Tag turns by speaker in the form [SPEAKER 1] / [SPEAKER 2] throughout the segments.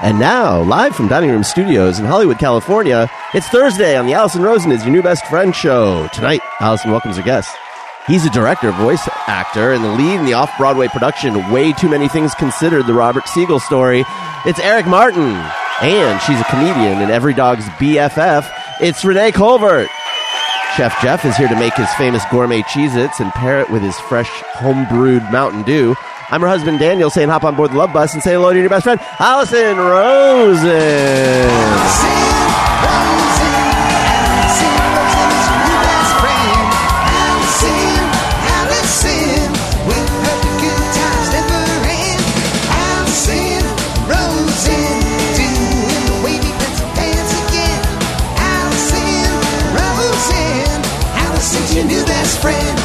[SPEAKER 1] And now, live from Dining Room Studios in Hollywood, California, it's Thursday on the Allison Rosen is Your New Best Friend show. Tonight, Allison welcomes a guest. He's a director, voice actor, and the lead in the off Broadway production Way Too Many Things Considered, the Robert Siegel story. It's Eric Martin. And she's a comedian and every dog's BFF. It's Renee Colvert. Chef Jeff is here to make his famous gourmet Cheez Its and pair it with his fresh homebrewed Mountain Dew. I'm her husband Daniel saying hop on board the love bus and say hello to your best friend, Allison Rosen.
[SPEAKER 2] Friend.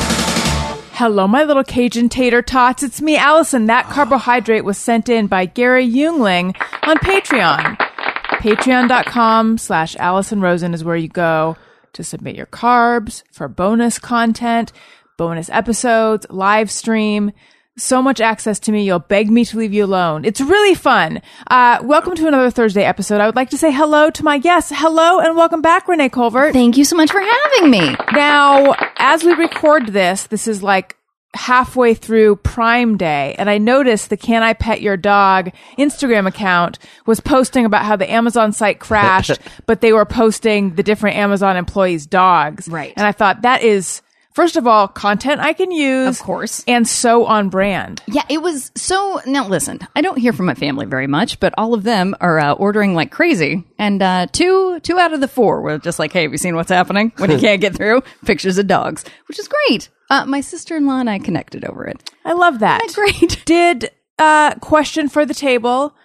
[SPEAKER 3] Hello, my little Cajun tater tots. It's me, Allison. That carbohydrate was sent in by Gary Jungling on Patreon. Patreon.com slash Allison Rosen is where you go to submit your carbs for bonus content, bonus episodes, live stream. So much access to me, you'll beg me to leave you alone. It's really fun. Uh, welcome to another Thursday episode. I would like to say hello to my guests. Hello and welcome back, Renee Colvert.
[SPEAKER 4] Thank you so much for having me.
[SPEAKER 3] Now, as we record this, this is like halfway through Prime Day, and I noticed the Can I Pet Your Dog Instagram account was posting about how the Amazon site crashed, but they were posting the different Amazon employees' dogs.
[SPEAKER 4] Right.
[SPEAKER 3] And I thought that is, first of all, content I can use.
[SPEAKER 4] Of course.
[SPEAKER 3] And so on brand.
[SPEAKER 4] Yeah, it was so. Now, listen, I don't hear from my family very much, but all of them are uh, ordering like crazy. And uh, two two out of the four were just like, hey, have you seen what's happening when you can't get through? Pictures of dogs, which is great. Uh, my sister in law and I connected over it.
[SPEAKER 3] I love that.
[SPEAKER 4] Isn't that great?
[SPEAKER 3] Did uh question for the table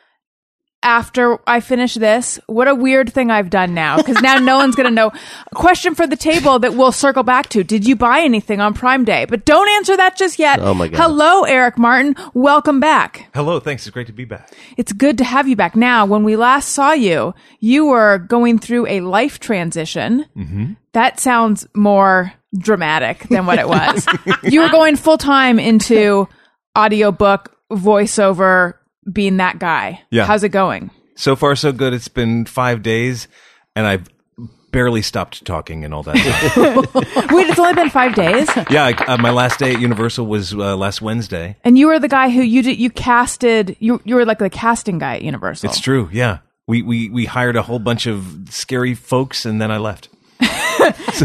[SPEAKER 3] after I finish this. What a weird thing I've done now because now no one's going to know. Question for the table that we'll circle back to. Did you buy anything on Prime Day? But don't answer that just yet.
[SPEAKER 1] Oh, my God.
[SPEAKER 3] Hello, Eric Martin. Welcome back.
[SPEAKER 5] Hello, thanks. It's great to be back.
[SPEAKER 3] It's good to have you back. Now, when we last saw you, you were going through a life transition.
[SPEAKER 5] Mm-hmm.
[SPEAKER 3] That sounds more dramatic than what it was. you were going full time into audiobook voiceover being that guy.
[SPEAKER 5] Yeah.
[SPEAKER 3] How's it going?
[SPEAKER 5] So far, so good. It's been five days, and I've barely stopped talking in all that time.
[SPEAKER 3] Wait, it's only been five days,
[SPEAKER 5] yeah, I, uh, my last day at Universal was uh, last Wednesday.
[SPEAKER 3] and you were the guy who you did you casted. You you were like the casting guy at Universal.
[SPEAKER 5] It's true. Yeah, we we we hired a whole bunch of scary folks, and then I left.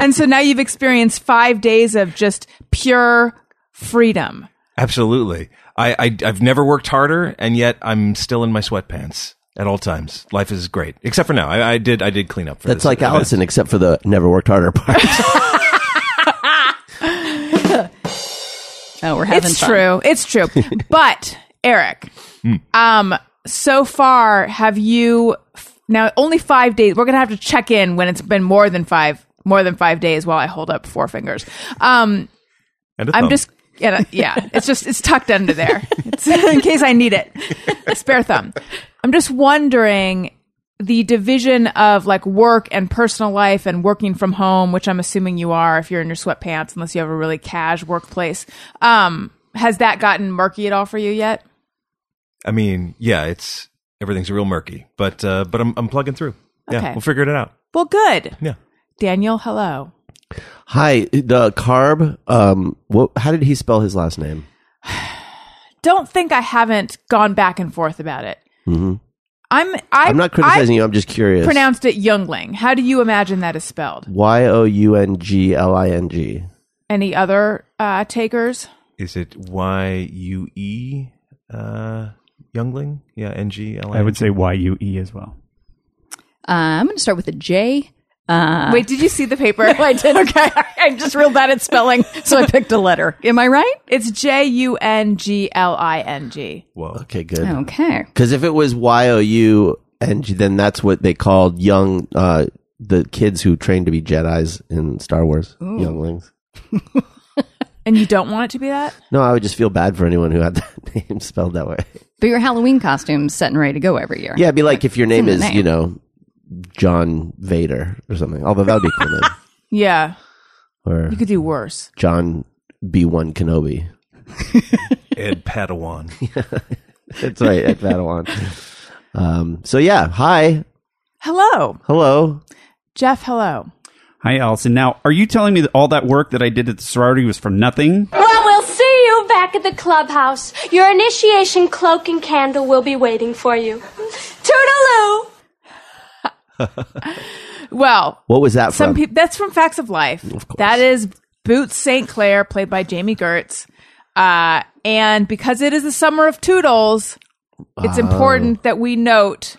[SPEAKER 3] and so now you've experienced five days of just pure freedom.
[SPEAKER 5] Absolutely. I, I I've never worked harder, and yet I'm still in my sweatpants at all times. Life is great, except for now. I, I did I did clean up. for
[SPEAKER 1] That's
[SPEAKER 5] this
[SPEAKER 1] like
[SPEAKER 5] event.
[SPEAKER 1] Allison, except for the never worked harder part.
[SPEAKER 4] Oh, we're having
[SPEAKER 3] it's
[SPEAKER 4] fun.
[SPEAKER 3] true. It's true. but Eric, um, so far have you f- now only five days? We're gonna have to check in when it's been more than five, more than five days. While I hold up four fingers, um,
[SPEAKER 5] And a
[SPEAKER 3] I'm
[SPEAKER 1] Oh.
[SPEAKER 5] thumb.
[SPEAKER 3] just yeah, no- yeah. It's just it's tucked under there it's, in case I need it. Spare thumb. I'm just wondering the division of like work and personal life and working from home, which I'm assuming you are if you're in your sweatpants, unless you have a really cash workplace. Um, has that gotten murky at all for you yet?
[SPEAKER 5] I mean, yeah, it's everything's real murky, but uh, but I'm I'm plugging through. Yeah,
[SPEAKER 3] Okay.
[SPEAKER 5] we'll figure it out.
[SPEAKER 3] Well, good.
[SPEAKER 5] Yeah.
[SPEAKER 3] Daniel, hello.
[SPEAKER 1] Hi, the carb. Um, what, how did he spell his last name?
[SPEAKER 3] Don't think I haven't gone back and forth about it. I'm. I,
[SPEAKER 1] Mm-hmm. I'm not criticizing you. I'm just curious.
[SPEAKER 3] I pronounced it Youngling. How do you imagine that is spelled?
[SPEAKER 1] Y o u n g l i n g.
[SPEAKER 3] Any other uh, takers?
[SPEAKER 5] Is it Y U E uh, Youngling? Yeah, N G L I N G.
[SPEAKER 6] I would say Y U E as well.
[SPEAKER 4] Uh, I'm going to start with a J.
[SPEAKER 3] Wait, did you see the paper?
[SPEAKER 4] Oh, I did. Okay. I'm just real bad at spelling, so I picked a letter. Am I right?
[SPEAKER 3] It's J U N G L I N G.
[SPEAKER 5] Whoa.
[SPEAKER 1] Okay, good.
[SPEAKER 4] Okay.
[SPEAKER 1] Because if it was Y O U and then that's what they called young uh, the kids who trained to be Jedi's in Star Wars, younglings.
[SPEAKER 3] And you don't want it to be that?
[SPEAKER 1] No, I would just feel bad for anyone who had that name spelled that way.
[SPEAKER 4] But your Halloween costume's set and ready to go every year.
[SPEAKER 1] Yeah, it'd be like if your name
[SPEAKER 4] in the
[SPEAKER 1] is
[SPEAKER 4] name.
[SPEAKER 1] you know John Vader or something. Although that would be a cool name.
[SPEAKER 3] Yeah.
[SPEAKER 1] Or
[SPEAKER 3] You could do worse.
[SPEAKER 1] John B one Kenobi.
[SPEAKER 5] Ed Padawan.
[SPEAKER 1] That's right, at Padawan. Um, so yeah, hi,
[SPEAKER 3] Hello,
[SPEAKER 1] hello.
[SPEAKER 3] Jeff. Hello.
[SPEAKER 6] Hi, Allison. Now, are you telling me that all that work that I did at the sorority was from nothing?
[SPEAKER 2] Well, we'll see you back at the clubhouse. Your initiation cloak and candle will be waiting for you. Toodaloo!
[SPEAKER 3] Well,
[SPEAKER 1] What was that
[SPEAKER 3] some
[SPEAKER 1] from?
[SPEAKER 3] people that's from Facts of Life. That is Boots St. Clair, played by Jamie Gertz. Uh, and because it is the summer of Toodles, it's important that we note.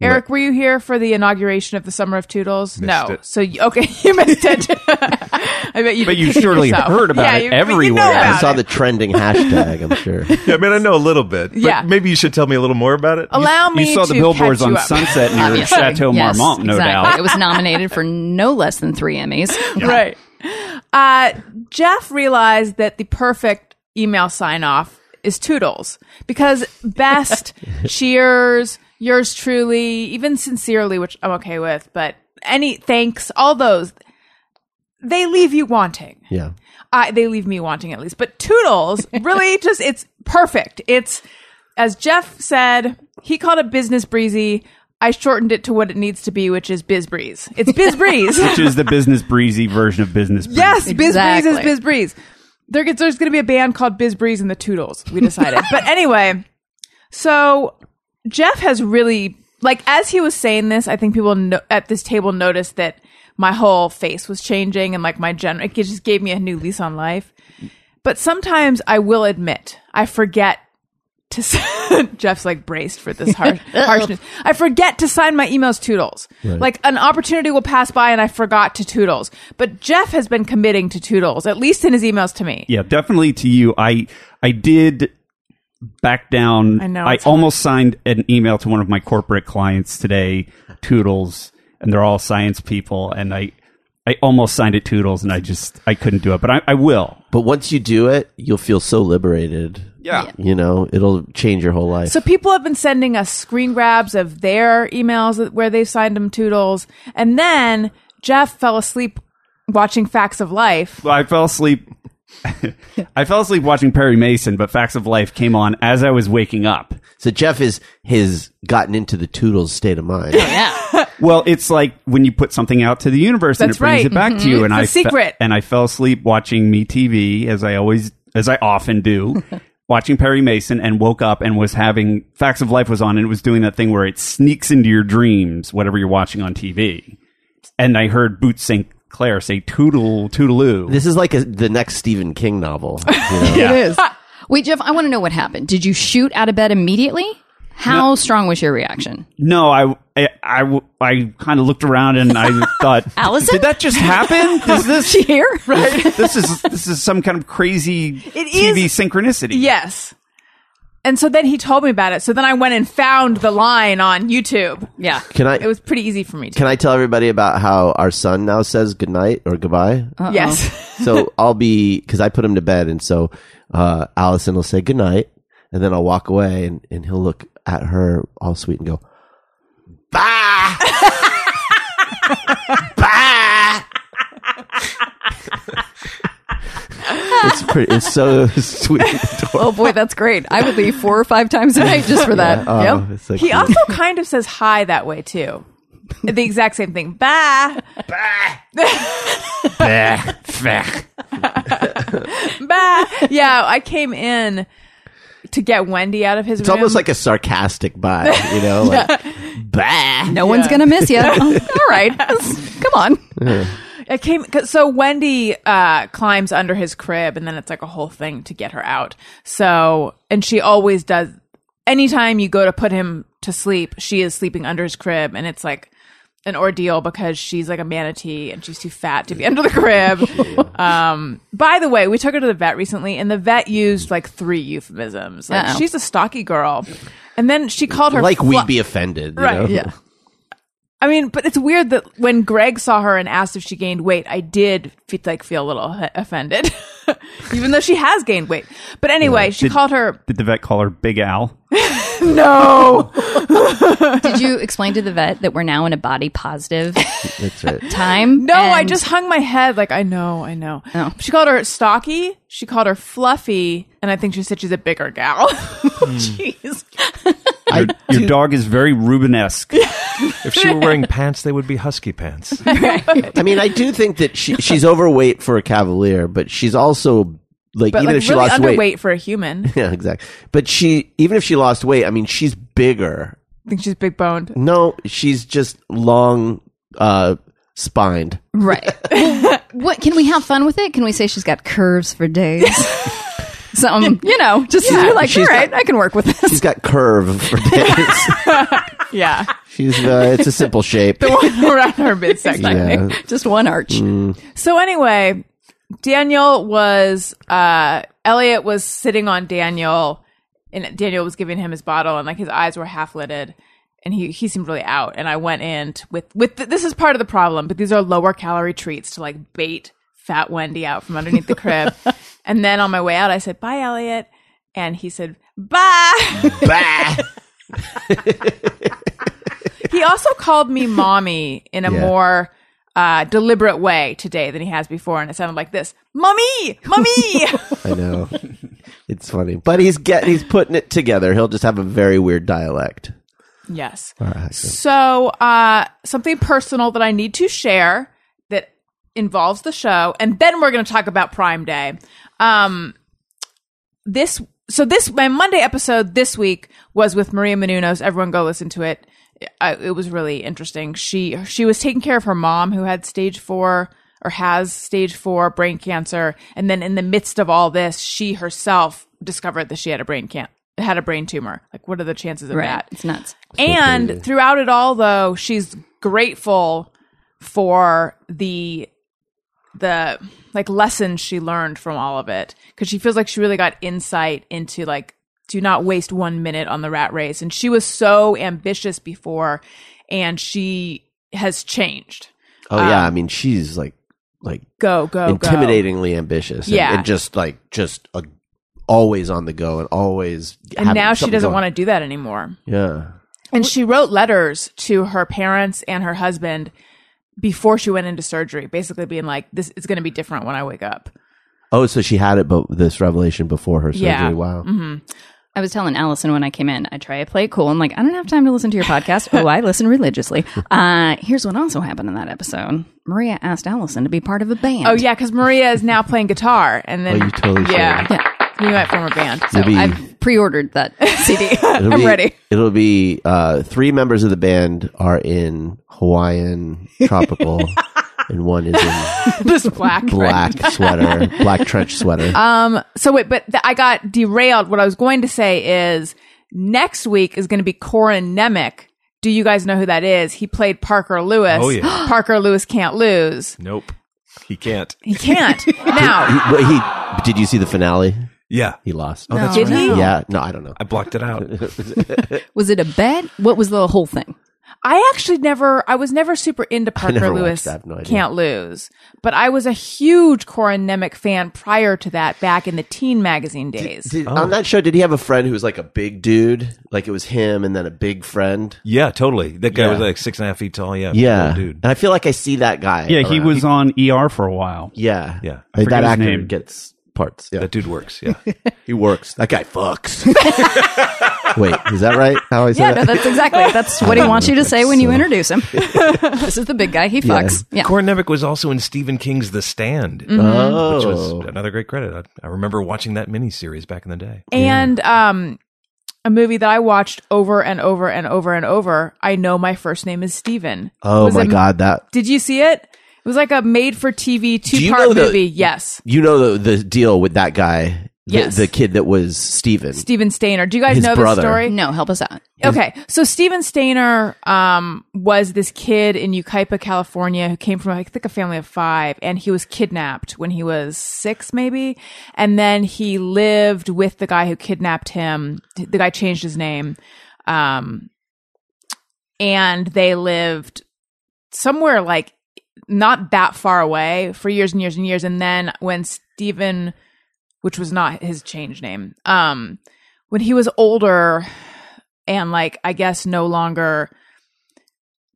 [SPEAKER 3] Eric, were you here for the inauguration of the Summer of Toodles? No.
[SPEAKER 5] it.
[SPEAKER 3] So you, okay, you missed it. I bet you.
[SPEAKER 6] But
[SPEAKER 3] didn't
[SPEAKER 6] you
[SPEAKER 3] kick
[SPEAKER 6] surely
[SPEAKER 3] yourself.
[SPEAKER 6] heard about
[SPEAKER 3] you-
[SPEAKER 6] it
[SPEAKER 3] but You know
[SPEAKER 6] everywhere.
[SPEAKER 1] I
[SPEAKER 3] about
[SPEAKER 1] saw
[SPEAKER 3] it.
[SPEAKER 1] the trending hashtag. I'm sure.
[SPEAKER 5] Yeah, I mean, I know a little bit. But
[SPEAKER 3] Yeah.
[SPEAKER 5] Maybe you should tell me a little more about it.
[SPEAKER 3] Allow me
[SPEAKER 6] you saw the
[SPEAKER 3] to
[SPEAKER 6] billboards
[SPEAKER 3] catch
[SPEAKER 6] on
[SPEAKER 3] you up.
[SPEAKER 6] Sunset near
[SPEAKER 4] Obviously.
[SPEAKER 6] Chateau
[SPEAKER 4] Yes,
[SPEAKER 6] Marmont, no
[SPEAKER 4] exactly.
[SPEAKER 6] doubt.
[SPEAKER 4] It was nominated for no less than three Emmys.
[SPEAKER 3] right. Uh, Jeff realized that the perfect email sign off is Toodles because best, cheers, yours truly, even sincerely, which I'm okay with, but any thanks, all those, they leave you wanting.
[SPEAKER 1] Yeah.
[SPEAKER 3] I, they leave me wanting at least. But Toodles really just, it's perfect. It's, as Jeff said, he called it business breezy. I shortened it to what it needs to be, which is biz breeze. It's biz breeze.
[SPEAKER 6] Which is the business breezy version of business breezy.
[SPEAKER 3] Yes, Biz Breeze
[SPEAKER 4] Exactly.
[SPEAKER 3] is Biz Breeze. There gets, there's going to be a band called Biz Breeze and the Toodles. We decided. but anyway, so Jeff has really like as he was saying this, I think people no- at this table noticed that my whole face was changing and like my general it just gave me a new lease on life. But sometimes I will admit I forget to s- Jeff's like braced for this harsh, harshness. I forget to sign my emails toodles. Like an opportunity will pass by and I forgot to toodles. But Jeff has been committing to toodles at least in his emails to me.
[SPEAKER 6] Yeah, definitely to you. I I did back down.
[SPEAKER 3] I know,
[SPEAKER 6] I
[SPEAKER 3] it's hard.
[SPEAKER 6] almost signed an email to one of my corporate clients today, Toodles, and they're all science people, and I I almost signed it Toodles, and I just I couldn't do it, but I, I will.
[SPEAKER 1] But once you do it, you'll feel so liberated.
[SPEAKER 5] Yeah.
[SPEAKER 1] You know, it'll change your whole life.
[SPEAKER 3] So people have been sending us screen grabs of their emails that- where they signed them toodles, and then Jeff fell asleep watching Facts of Life.
[SPEAKER 6] Well, I fell asleep. I fell asleep watching Perry Mason, but Facts of Life came on as I was waking up.
[SPEAKER 1] So Jeff is has gotten into the Toodles state of mind.
[SPEAKER 4] Yeah.
[SPEAKER 6] Well, it's like when you put something out to the universe and
[SPEAKER 3] That's
[SPEAKER 6] it brings
[SPEAKER 3] right. Mm-hmm.
[SPEAKER 6] it back to you. And
[SPEAKER 3] It's a
[SPEAKER 6] I fe-
[SPEAKER 3] secret.
[SPEAKER 6] and I fell asleep watching me TV as I always as I often do, watching Perry Mason, and woke up and was having Facts of Life was on, and it was doing that thing where it sneaks into your dreams whatever you're watching on TV. And I heard Boots St. Clair say "toodle toodaloo."
[SPEAKER 1] This is like a, the next Stephen King novel. you know?
[SPEAKER 6] yeah.
[SPEAKER 4] Wait, Jeff, I want to know what happened. Did you shoot out of bed immediately? How strong was your reaction?
[SPEAKER 6] No, I I, kind of looked around and I thought,
[SPEAKER 4] Allison?
[SPEAKER 6] did that just happen? Is this
[SPEAKER 4] She here?
[SPEAKER 6] this is this is some kind of crazy TV synchronicity?
[SPEAKER 3] Yes. And so then he told me about it. So then I went and found the line on YouTube.
[SPEAKER 4] Yeah.
[SPEAKER 1] Can I
[SPEAKER 3] It was pretty easy for me to.
[SPEAKER 1] can I tell everybody about how our son now says goodnight or goodbye?
[SPEAKER 3] Yes.
[SPEAKER 1] so I'll be because I put him to bed, and so uh, Allison will say goodnight, and then I'll walk away, and, and he'll look at her all sweet and go, "Bah, bah." it's pretty. It's so sweet. and adorable.
[SPEAKER 4] Oh boy, that's great. I would leave four or five times a night just for that.
[SPEAKER 1] Oh,
[SPEAKER 4] Yep.
[SPEAKER 1] it's like
[SPEAKER 3] He also kind of says hi that way too. The exact same thing. Bah. Bah. Yeah, I came in to get Wendy out of his
[SPEAKER 1] it's almost like a sarcastic bye, you know, like bah.
[SPEAKER 4] No one's going to miss you. All right. Come on.
[SPEAKER 3] I came 'cause- so Wendy uh, climbs under his crib, and then it's like a whole thing to get her out. So, and she always does. Anytime you go to put him to sleep, she is sleeping under his crib, and it's like an ordeal because she's like a manatee and she's too fat to be under the crib. um, by the way, we took her to the vet recently, and the vet used like three euphemisms. Like,
[SPEAKER 4] Uh-oh.
[SPEAKER 3] she's a stocky girl, and then she called her
[SPEAKER 1] Like
[SPEAKER 3] flu-
[SPEAKER 1] we'd be offended, you
[SPEAKER 3] Right,
[SPEAKER 1] know?
[SPEAKER 4] Yeah.
[SPEAKER 3] I mean, but it's weird that when Greg saw her and asked if she gained weight, I did feel, like feel a little h- offended, even though she has gained weight. But anyway, she
[SPEAKER 6] Did-
[SPEAKER 3] called her
[SPEAKER 6] Did the vet call her Big Al?
[SPEAKER 3] no.
[SPEAKER 4] Did you explain to the vet that we're now in a body positive
[SPEAKER 1] That's right.
[SPEAKER 4] time?
[SPEAKER 3] No, I
[SPEAKER 4] And-
[SPEAKER 3] just hung my head like I know, I know.
[SPEAKER 4] Oh.
[SPEAKER 3] She called her stocky. She
[SPEAKER 1] Hmm.
[SPEAKER 3] called her fluffy, and I think she said she's a bigger gal. Jeez,
[SPEAKER 1] I I
[SPEAKER 6] Your, your dog is very Rubenesque.
[SPEAKER 5] If she were wearing pants, they would be husky pants.
[SPEAKER 1] I mean, I do think that she she's overweight for a cavalier, but she's also like
[SPEAKER 3] But
[SPEAKER 1] even
[SPEAKER 3] like
[SPEAKER 1] if she
[SPEAKER 3] really
[SPEAKER 1] lost
[SPEAKER 3] underweight
[SPEAKER 1] weight,
[SPEAKER 3] for a human. I
[SPEAKER 1] yeah, exactly. But she even if she lost weight, I mean, she's bigger.
[SPEAKER 3] think she's big boned.
[SPEAKER 1] No, she's just long, uh, spined.
[SPEAKER 4] Right. what can we have fun with it? Can we say she's got curves for days? Something, you know, just you're like, all
[SPEAKER 1] She's
[SPEAKER 4] right, I can work with this.
[SPEAKER 1] She's got curve for days.
[SPEAKER 3] Yeah.
[SPEAKER 1] she's uh, it's a simple shape.
[SPEAKER 3] Around her midsection.
[SPEAKER 1] Yeah. Mm.
[SPEAKER 4] just one arch.
[SPEAKER 3] So anyway, Daniel was uh Elliot was sitting on Daniel and Daniel was giving him his bottle and like his eyes were half lidded and he he seemed really out and I went in t- with with th- this is part of the problem, but these are lower calorie treats to like bait fat Wendy out from underneath the crib. and then on my way out I said, "Bye Elliot." And he said, "Bye."
[SPEAKER 1] Bah!
[SPEAKER 3] he also called me mommy in a
[SPEAKER 1] Yeah.
[SPEAKER 3] more uh, deliberate way today than he has before, and it sounded like this: "Mommy, mommy."
[SPEAKER 1] I know. It's funny, but he's getting he's putting it together. He'll just have a very weird dialect.
[SPEAKER 3] yes.
[SPEAKER 1] Or accent.
[SPEAKER 3] So, uh, something personal that I need to share that involves the show, and then we're going to talk about Prime Day. Um, this, so this, my Monday episode this week was with Maria Menounos. Everyone go listen to it. I, it was really interesting. She, she was taking care of her mom who had stage four or has stage four brain cancer. And then in the midst of all this, she herself discovered that she had a brain can had a brain tumor. Like, what are the chances of
[SPEAKER 4] Right.
[SPEAKER 3] that?
[SPEAKER 4] It's nuts.
[SPEAKER 3] and throughout it all though she's grateful for the the like lessons she learned from all of it because she feels like she really got insight into like do not waste one minute on the rat race and she was so ambitious before and she has changed
[SPEAKER 1] Oh yeah, I mean she's like like
[SPEAKER 3] go Oh, go go.
[SPEAKER 1] intimidatingly ambitious. and-
[SPEAKER 3] Yeah.
[SPEAKER 1] and, just like just a, always on the go and always.
[SPEAKER 3] and now she doesn't want to do that anymore
[SPEAKER 1] to. Yeah,
[SPEAKER 3] And she wrote letters to her parents and her husband before she went into surgery, basically being like, "This is going to be different when I wake up."
[SPEAKER 1] Oh, so she had it, but this revelation before her surgery.
[SPEAKER 3] Yeah. Mm-hmm.
[SPEAKER 1] Wow.
[SPEAKER 4] I was telling Allison when I came in, I try to play it cool. I'm like, I don't have time to listen to your podcast. oh, I listen religiously. Uh, here's what also happened in that episode. Maria asked Allison to be part of a band.
[SPEAKER 3] Oh yeah, because Maria is now playing guitar, and then
[SPEAKER 1] Oh, you totally should.
[SPEAKER 3] yeah,
[SPEAKER 4] Yeah.
[SPEAKER 3] we might form a band.
[SPEAKER 4] So
[SPEAKER 1] Maybe-
[SPEAKER 4] I've pre-ordered that CD.
[SPEAKER 1] It'll
[SPEAKER 4] I'm
[SPEAKER 1] be,
[SPEAKER 4] ready.
[SPEAKER 1] It'll be uh, three members of the band are in Hawaiian tropical, and one is in
[SPEAKER 3] this black.
[SPEAKER 1] black sweater, black trench sweater.
[SPEAKER 3] Um. So wait, but th- I got derailed. What I was going to say is next week is going to be Corin Nemec. Do you guys know who that is? He played Parker Lewis.
[SPEAKER 5] Oh, yeah.
[SPEAKER 3] Parker Lewis can't lose.
[SPEAKER 5] Nope. He can't.
[SPEAKER 3] He can't now.
[SPEAKER 1] He- he, did you see the finale?
[SPEAKER 5] Yeah.
[SPEAKER 1] He lost.
[SPEAKER 4] Oh,
[SPEAKER 5] that's
[SPEAKER 3] Did he?
[SPEAKER 1] Yeah. No, I don't know.
[SPEAKER 5] I blocked it out.
[SPEAKER 4] Was it a bet? What was the whole thing?
[SPEAKER 3] I actually never, I was never super into Parker
[SPEAKER 1] never watched
[SPEAKER 3] Lewis
[SPEAKER 1] that, I have no idea.
[SPEAKER 3] Can't Lose, but I was a huge Corin Nemec fan prior to that back in the teen magazine days.
[SPEAKER 1] Did, On that show, did he have a friend who was like a big dude? Like it was him, and then a big friend.
[SPEAKER 5] Yeah, totally. That guy
[SPEAKER 1] Yeah.
[SPEAKER 5] was like six and a half feet tall. Yeah.
[SPEAKER 1] Yeah,
[SPEAKER 5] little
[SPEAKER 1] dude.
[SPEAKER 5] Dude.
[SPEAKER 1] And I feel like I see that guy.
[SPEAKER 6] Yeah, he
[SPEAKER 1] around.
[SPEAKER 6] was on ER for a while.
[SPEAKER 1] Yeah,
[SPEAKER 5] Yeah.
[SPEAKER 1] I-
[SPEAKER 6] Forget
[SPEAKER 1] that
[SPEAKER 6] his
[SPEAKER 1] actor
[SPEAKER 6] name.
[SPEAKER 1] gets parts. Yeah,
[SPEAKER 5] That dude works. Yeah.
[SPEAKER 1] he works. That guy fucks. Wait, is that right? How I
[SPEAKER 4] Yeah,
[SPEAKER 1] said
[SPEAKER 4] no,
[SPEAKER 1] that?
[SPEAKER 4] that's exactly. That's what he wants you to say when you introduce him. this is the big guy. He fucks. Yeah.
[SPEAKER 5] Corin Nemec was also in Stephen King's The Stand, uh,
[SPEAKER 1] oh,
[SPEAKER 5] which was another great credit. I, I remember watching that miniseries back in the day.
[SPEAKER 3] and um, a movie that I watched over and over and over and over. I know my first name is Steven. It
[SPEAKER 1] oh
[SPEAKER 3] was
[SPEAKER 1] my
[SPEAKER 3] a-
[SPEAKER 1] god, that
[SPEAKER 3] Did you see it? It was like a made for TV
[SPEAKER 1] you
[SPEAKER 3] two part
[SPEAKER 1] know the-
[SPEAKER 3] movie. yes.
[SPEAKER 1] you know the, the deal with that guy. The,
[SPEAKER 3] Yes.
[SPEAKER 1] the kid that was Steven.
[SPEAKER 3] Steven Stainer. Do you guys
[SPEAKER 1] His
[SPEAKER 3] know
[SPEAKER 1] brother.
[SPEAKER 3] this story?
[SPEAKER 4] No, help us out.
[SPEAKER 3] Okay, so Steven Stainer um, was this kid in Yucaipa, California, who came from I think a family of five, and he was kidnapped when he was six, maybe, and then he lived with the guy who kidnapped him. The guy changed his name, um, and they lived somewhere like not that far away for years and years and years. And then when Steven, which was not his change name, um, when he was older and like I guess no longer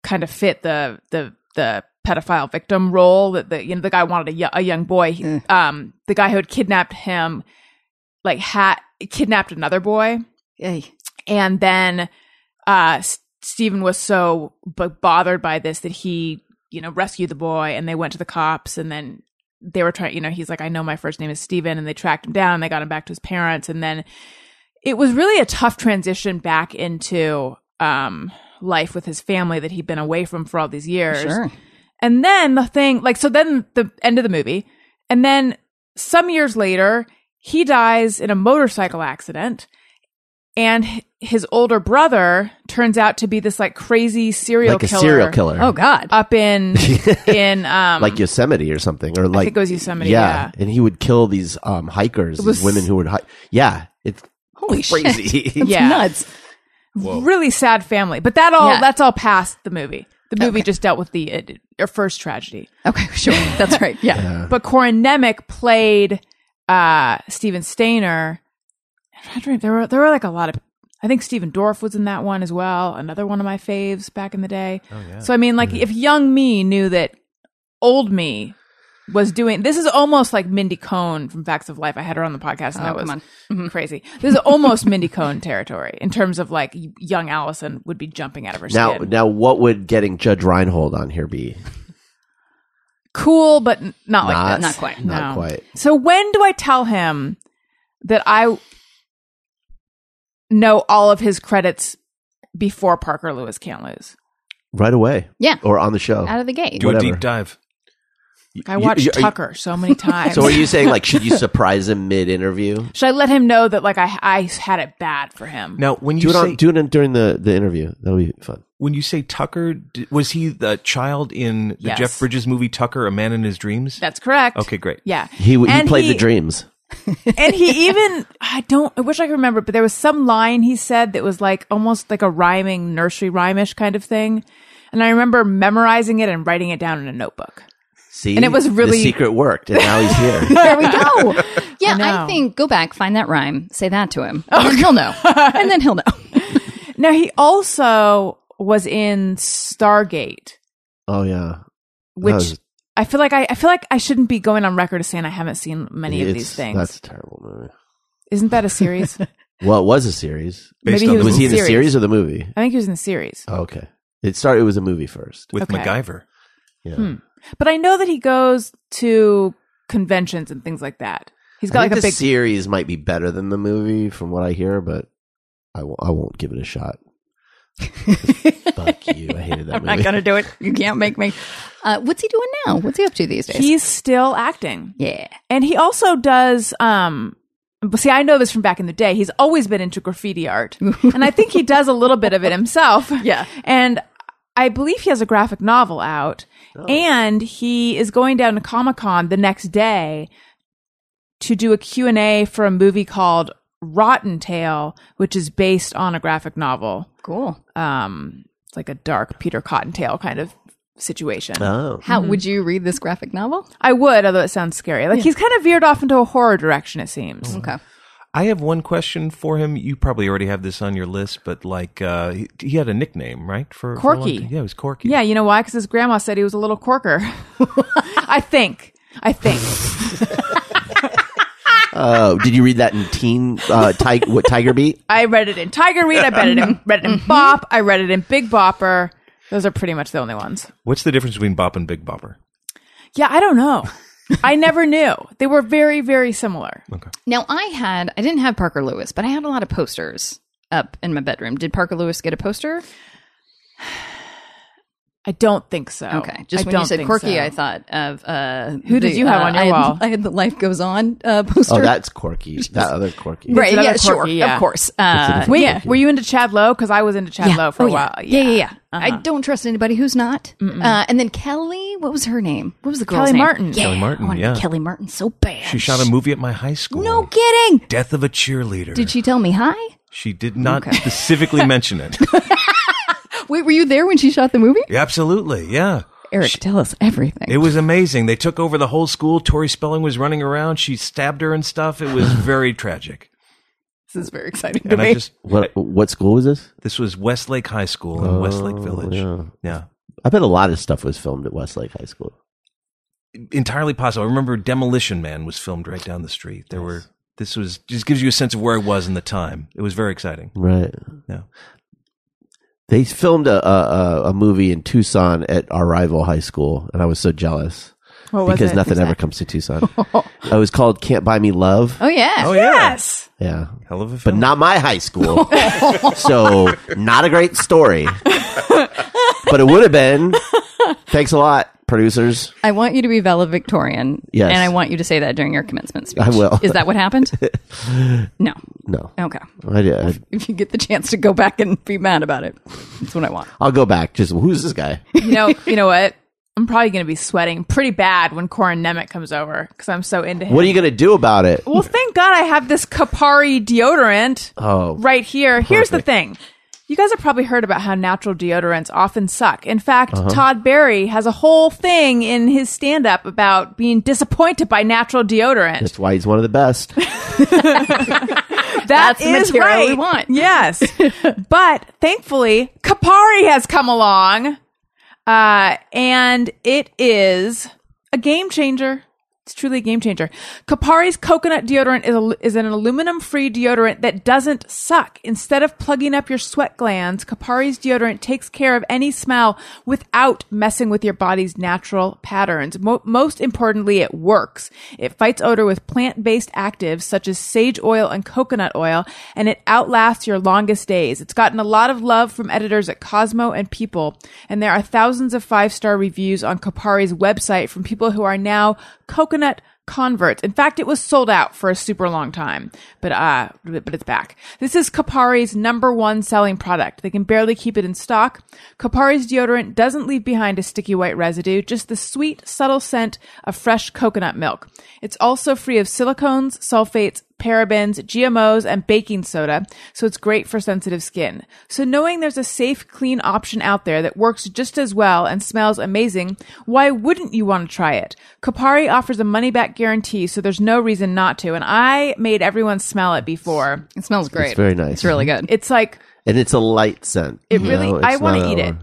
[SPEAKER 3] kind of fit the the the pedophile victim role that the you know the guy wanted a, yo- a young boy He- um the guy who had kidnapped him like had kidnapped another boy
[SPEAKER 4] Yay.
[SPEAKER 3] and then uh, S- Stephen was so b- bothered by this that he, you know, rescued the boy and they went to the cops and then they were trying, you know, he's like, I know my first name is Stephen and they tracked him down and they got him back to his parents. And then it was really a tough transition back into, um, life with his family that he'd been away from for all these years.
[SPEAKER 4] Sure.
[SPEAKER 3] And then the thing, like, so then the end of the movie, and then some years later, he dies in a motorcycle accident, and h- his older brother turns out to be this like crazy serial
[SPEAKER 1] like a
[SPEAKER 3] killer,
[SPEAKER 1] serial killer.
[SPEAKER 4] Oh God.
[SPEAKER 3] up in in um
[SPEAKER 1] like Yosemite or something, or like
[SPEAKER 3] think it was Yosemite, yeah.
[SPEAKER 1] and he would kill these um, hikers,
[SPEAKER 3] It was-
[SPEAKER 1] these women who would hike. Yeah, it's
[SPEAKER 4] Holy shit.
[SPEAKER 1] crazy.
[SPEAKER 3] yeah,
[SPEAKER 4] Nuts.
[SPEAKER 3] really sad family. But that all
[SPEAKER 4] Yeah.
[SPEAKER 3] that's all past the movie. The movie just dealt with the uh, your first tragedy.
[SPEAKER 4] Okay, sure. That's right. Yeah.
[SPEAKER 3] but Corin Nemec played uh Steven Stainer. I'm trying to remember. There were there were like a lot of I think Steven Dorff was in that one as well. Another one of my faves back in the day. So I mean, like if young me knew that old me was doing this is almost like Mindy Cohn from Facts of Life. I had her on the podcast and that was
[SPEAKER 4] Oh, come
[SPEAKER 3] crazy. This is almost Mindy Cohn territory in terms of like young Allison would be jumping out of her
[SPEAKER 1] Now,
[SPEAKER 3] skin.
[SPEAKER 1] now, what would getting Judge Reinhold on here be?
[SPEAKER 3] cool, but n- not, like that.
[SPEAKER 4] not quite.
[SPEAKER 1] Not
[SPEAKER 3] No.
[SPEAKER 1] quite.
[SPEAKER 3] So when do I tell him that I know all of his credits before Parker Lewis can't lose?
[SPEAKER 1] Right away.
[SPEAKER 4] Yeah.
[SPEAKER 1] Or on the show.
[SPEAKER 4] Out of the gate.
[SPEAKER 5] Do
[SPEAKER 1] Whatever.
[SPEAKER 5] a deep dive.
[SPEAKER 3] I watched
[SPEAKER 1] you- are you-
[SPEAKER 3] Tucker so many times.
[SPEAKER 1] So, are you saying like should you surprise him mid-interview?
[SPEAKER 3] Should I let him know that like I I had it bad for him?
[SPEAKER 5] Now, when
[SPEAKER 1] Do
[SPEAKER 5] you
[SPEAKER 1] it,
[SPEAKER 5] say
[SPEAKER 1] on, do it in, during the, the interview. That'll be fun.
[SPEAKER 5] when you say Tucker, d- was he the child in the
[SPEAKER 3] Yes.
[SPEAKER 5] Jeff Bridges movie Tucker, A Man in His Dreams?
[SPEAKER 3] That's correct.
[SPEAKER 5] okay, great.
[SPEAKER 3] Yeah.
[SPEAKER 1] He w- he
[SPEAKER 3] And
[SPEAKER 1] played the dreams.
[SPEAKER 3] and he even I don't I wish I could remember, but there was some line he said that was like almost like a rhyming nursery rhymish kind of thing. And I remember memorizing it and writing it down in a notebook.
[SPEAKER 1] See,
[SPEAKER 3] And it was really-
[SPEAKER 1] the secret worked, and now he's here.
[SPEAKER 4] There we go. Yeah, I,
[SPEAKER 3] know.
[SPEAKER 4] think go back, find that rhyme, say that to him. and then he'll know. And then he'll know.
[SPEAKER 3] Now he also was in Stargate,
[SPEAKER 1] oh yeah,
[SPEAKER 3] which
[SPEAKER 1] was-
[SPEAKER 3] I feel like I, I feel like I shouldn't be going on record as saying I haven't seen many of
[SPEAKER 1] It's-
[SPEAKER 3] these things.
[SPEAKER 1] That's a terrible movie.
[SPEAKER 3] Isn't that a series?
[SPEAKER 1] Well, it was a series.
[SPEAKER 5] Based
[SPEAKER 3] Maybe
[SPEAKER 5] on
[SPEAKER 3] he was,
[SPEAKER 5] the
[SPEAKER 1] Was he in
[SPEAKER 3] in
[SPEAKER 1] the series or the movie?
[SPEAKER 3] I think he was in the series.
[SPEAKER 1] Oh, okay, it started. It was a movie first.
[SPEAKER 5] With
[SPEAKER 3] Okay.
[SPEAKER 5] MacGyver.
[SPEAKER 1] Yeah.
[SPEAKER 3] Hmm. But I know that he goes to conventions and things like that. He's
[SPEAKER 1] I
[SPEAKER 3] got like
[SPEAKER 1] think
[SPEAKER 3] a
[SPEAKER 1] the
[SPEAKER 3] big
[SPEAKER 1] series might be better than the movie, from what I hear, but I w- I won't give it a shot. Fuck you! I hated that
[SPEAKER 4] I'm not
[SPEAKER 1] movie.
[SPEAKER 4] going to do it. You can't make me. Uh, what's he doing now? What's he up to these days?
[SPEAKER 3] he's still acting.
[SPEAKER 4] yeah.
[SPEAKER 3] And he also does um but see I know this from back in the day. He's always been into graffiti art. and I think he does a little bit of it himself.
[SPEAKER 4] Yeah.
[SPEAKER 3] And I believe he has a graphic novel out. And he is going down to Comic-Con the next day to do a Q&A for a movie called Rotten Tail, which is based on a graphic novel.
[SPEAKER 4] Cool.
[SPEAKER 3] Um it's like a dark Peter Cottontail kind of situation.
[SPEAKER 1] Oh,
[SPEAKER 4] How
[SPEAKER 3] Mm-hmm.
[SPEAKER 4] would you read this graphic novel?
[SPEAKER 3] I would, although it sounds scary. Like he's kind of veered off into a horror direction, it seems.
[SPEAKER 4] Okay.
[SPEAKER 5] I have one question for him. You probably already have this on your list, but like uh, he, he had a nickname, right? For for a long
[SPEAKER 3] Corky.
[SPEAKER 5] time. yeah, it was Corky.
[SPEAKER 3] Yeah, you know why? Because his grandma said he was a little corker. I think. I think.
[SPEAKER 1] Oh, did you read that in Teen uh, Ti- what Tiger Beat?
[SPEAKER 3] I read it in Tiger Reed. I read it in, read it
[SPEAKER 4] Mm-hmm.
[SPEAKER 3] in Bop. I read it in Big Bopper. Those are pretty much the only ones.
[SPEAKER 5] What's the difference between Bop and Big Bopper?
[SPEAKER 3] Yeah, I don't know. I never knew. They were very, very similar.
[SPEAKER 4] Now I had I didn't have Parker Lewis, but I had a lot of posters up in my bedroom. Did Parker Lewis get a poster?
[SPEAKER 3] I don't think so.
[SPEAKER 4] Okay. Just
[SPEAKER 3] I
[SPEAKER 4] when you
[SPEAKER 3] don't
[SPEAKER 4] said
[SPEAKER 3] think
[SPEAKER 4] quirky,
[SPEAKER 3] so.
[SPEAKER 4] I thought of uh
[SPEAKER 3] Who did you have
[SPEAKER 4] uh,
[SPEAKER 3] on your
[SPEAKER 4] I had,
[SPEAKER 3] wall?
[SPEAKER 4] I had the Life Goes On uh, poster.
[SPEAKER 1] Oh, that's quirky. That other quirky.
[SPEAKER 4] right.
[SPEAKER 3] another
[SPEAKER 4] Yeah, sure.
[SPEAKER 3] quirky, yeah.
[SPEAKER 4] Of course. Uh,
[SPEAKER 3] Wait, were you into Chad Lowe? Because I was into Chad Lowe for
[SPEAKER 4] Oh,
[SPEAKER 3] a while.
[SPEAKER 4] Yeah, yeah, Uh-huh. yeah. I don't trust anybody who's not. Uh, and then Kelly, what was her name? What was the girl's
[SPEAKER 3] Kelly
[SPEAKER 4] name?
[SPEAKER 3] Martin.
[SPEAKER 4] Yeah,
[SPEAKER 5] Kelly Martin,
[SPEAKER 4] I wanted
[SPEAKER 5] yeah.
[SPEAKER 4] Kelly Martin so bad.
[SPEAKER 5] She shot a movie at my high school.
[SPEAKER 4] No kidding.
[SPEAKER 5] Death of a cheerleader.
[SPEAKER 4] Did she tell me hi?
[SPEAKER 5] She did not
[SPEAKER 4] Okay.
[SPEAKER 5] specifically mention it.
[SPEAKER 4] Wait, were you there when she shot the movie?
[SPEAKER 5] Absolutely, yeah.
[SPEAKER 4] Eric, tell us everything.
[SPEAKER 5] It was amazing. They took over the whole school. Tori Spelling was running around. She stabbed her and stuff. It was very tragic.
[SPEAKER 4] this is very exciting to
[SPEAKER 5] And I
[SPEAKER 4] me.
[SPEAKER 5] just
[SPEAKER 1] What what school was this?
[SPEAKER 5] this was Westlake High School in
[SPEAKER 1] Oh,
[SPEAKER 5] Westlake Village. Yeah.
[SPEAKER 1] I bet a lot of stuff was filmed at Westlake High School.
[SPEAKER 5] entirely possible. I remember Demolition Man was filmed right down the street. There were this was just gives you a sense of where I was in the time. It was very exciting.
[SPEAKER 1] Right.
[SPEAKER 5] No.
[SPEAKER 1] They filmed a, a a- a movie in Tucson at our rival high school, and I was so jealous
[SPEAKER 3] What was
[SPEAKER 1] because
[SPEAKER 3] it?
[SPEAKER 1] nothing ever comes to Tucson. it was called "Can't Buy Me Love."
[SPEAKER 4] Oh yeah.
[SPEAKER 5] Oh yeah.
[SPEAKER 3] Yes.
[SPEAKER 1] Yeah,
[SPEAKER 5] Hell of a
[SPEAKER 1] but
[SPEAKER 5] film.
[SPEAKER 1] not my high school, so not a great story. but it would have been. Thanks a lot, producers.
[SPEAKER 4] I want you to be valedictorian.
[SPEAKER 1] Yes.
[SPEAKER 4] And I want you to say that during your commencement speech.
[SPEAKER 1] I will.
[SPEAKER 4] Is that what happened? no.
[SPEAKER 1] No,
[SPEAKER 4] Okay.
[SPEAKER 1] I did. I-
[SPEAKER 4] If you get the chance to go back and be mad about it, that's what I want.
[SPEAKER 1] I'll go back. Just who's this guy?
[SPEAKER 3] You know, you know what? I'm probably going to be sweating pretty bad when Corin Nemec comes over because I'm so into him.
[SPEAKER 1] What are you going to do about it?
[SPEAKER 3] well, thank God I have this Kapari deodorant
[SPEAKER 1] Oh,
[SPEAKER 3] right here. Here's the
[SPEAKER 1] perfect.
[SPEAKER 3] thing. You guys have probably heard about how natural deodorants often suck. In fact,
[SPEAKER 4] Uh-huh.
[SPEAKER 3] Todd Berry has a whole thing in his stand up about being disappointed by natural deodorant.
[SPEAKER 1] That's why he's one of the best.
[SPEAKER 3] That
[SPEAKER 4] That's the
[SPEAKER 3] is
[SPEAKER 4] material
[SPEAKER 3] right.
[SPEAKER 4] we want.
[SPEAKER 3] Yes. but thankfully, Kapari has come along. Uh, and it is a game changer. It's truly a game changer. Kapari's coconut deodorant is, a, is an aluminum free deodorant that doesn't suck. Instead of plugging up your sweat glands, Kapari's deodorant takes care of any smell without messing with your body's natural patterns. Mo- most importantly, it works. It fights odor with plant based actives such as sage oil and coconut oil, and it outlasts your longest days. It's gotten a lot of love from editors at Cosmo and People, and there are thousands of five star reviews on Kapari's website from people who are now coconut converts. In fact, it was sold out for a super long time, but uh, but it's back. This is Kapari's number one selling product. They can barely keep it in stock. Kapari's deodorant doesn't leave behind a sticky white residue, just the sweet, subtle scent of fresh coconut milk. It's also free of silicones, sulfates, parabens, GMOs, and baking soda, so it's great for sensitive skin. So knowing there's a safe, clean option out there that works just as well and smells amazing, why wouldn't you want to try it? Kapari offers a money back guarantee, so there's no reason not to. And I made everyone smell it before.
[SPEAKER 4] It smells great. It's
[SPEAKER 1] very nice.
[SPEAKER 4] It's really good.
[SPEAKER 3] It's like,
[SPEAKER 1] and it's a light scent.
[SPEAKER 3] It
[SPEAKER 1] you
[SPEAKER 3] really-
[SPEAKER 1] know?
[SPEAKER 3] I
[SPEAKER 1] It's
[SPEAKER 3] wanna
[SPEAKER 1] not
[SPEAKER 3] eat
[SPEAKER 1] a-
[SPEAKER 3] it.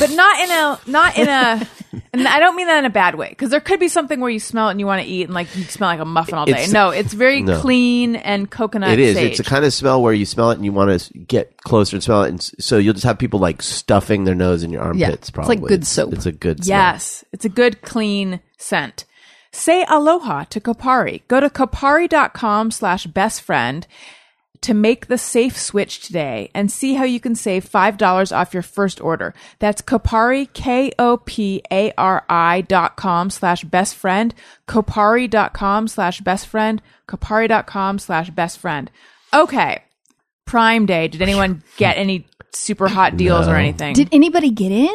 [SPEAKER 3] but not in a, not in a, and I don't mean that in a bad way, because there could be something where you smell it and you want to eat and like you smell like a muffin all day.
[SPEAKER 1] It's-
[SPEAKER 3] no, it's very
[SPEAKER 1] No.
[SPEAKER 3] clean and coconut.
[SPEAKER 1] It is.
[SPEAKER 3] sage.
[SPEAKER 1] It's a kind of smell where you smell it and you want to get closer and smell it, and s- so you'll just have people like stuffing their nose in your
[SPEAKER 4] Yeah.
[SPEAKER 1] armpits.
[SPEAKER 4] It's like
[SPEAKER 1] Probably
[SPEAKER 4] good soap.
[SPEAKER 1] It's a good. Smell.
[SPEAKER 3] Yes, it's a good clean scent. Say aloha to Kapari. Go to kapari.com slash best friend to make the safe switch today and see how you can save $5 off your first order. That's Kopari, K-O-P-A-R-I dot com slash best friend, Kopari dot com slash best friend, Kopari dot com slash best friend. Okay. Prime Day. Did anyone get any super hot deals or anything?
[SPEAKER 4] Did anybody get in?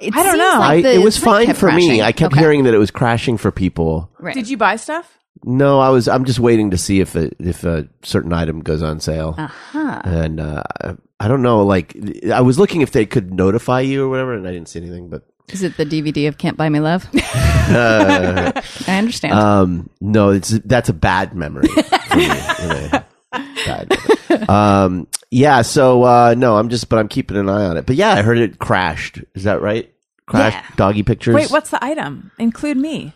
[SPEAKER 4] It
[SPEAKER 3] I don't
[SPEAKER 4] seems
[SPEAKER 3] know.
[SPEAKER 1] I,
[SPEAKER 4] like the
[SPEAKER 1] it was
[SPEAKER 4] site
[SPEAKER 1] fine
[SPEAKER 4] kept
[SPEAKER 1] for me.
[SPEAKER 4] crashing.
[SPEAKER 1] I kept
[SPEAKER 4] Okay.
[SPEAKER 1] hearing that it was crashing for people.
[SPEAKER 4] Right.
[SPEAKER 3] Did you buy stuff?
[SPEAKER 1] No, I was. I'm just waiting to see if it, if a certain item goes on sale. Uh-huh. And uh, I- I don't know. Like I was looking if they could notify you or whatever, and I didn't see anything. But
[SPEAKER 4] Is it the DVD of Can't Buy Me Love?
[SPEAKER 1] Uh,
[SPEAKER 4] I understand.
[SPEAKER 1] Um, no, it's that's a bad memory. for me, you know. Bad memory. Um, yeah. So uh, no, I'm just, but I'm keeping an eye on it. But yeah, I heard it crashed. Is that right? Crashed
[SPEAKER 4] Yeah.
[SPEAKER 1] doggy pictures.
[SPEAKER 3] Wait, what's the item? Include me.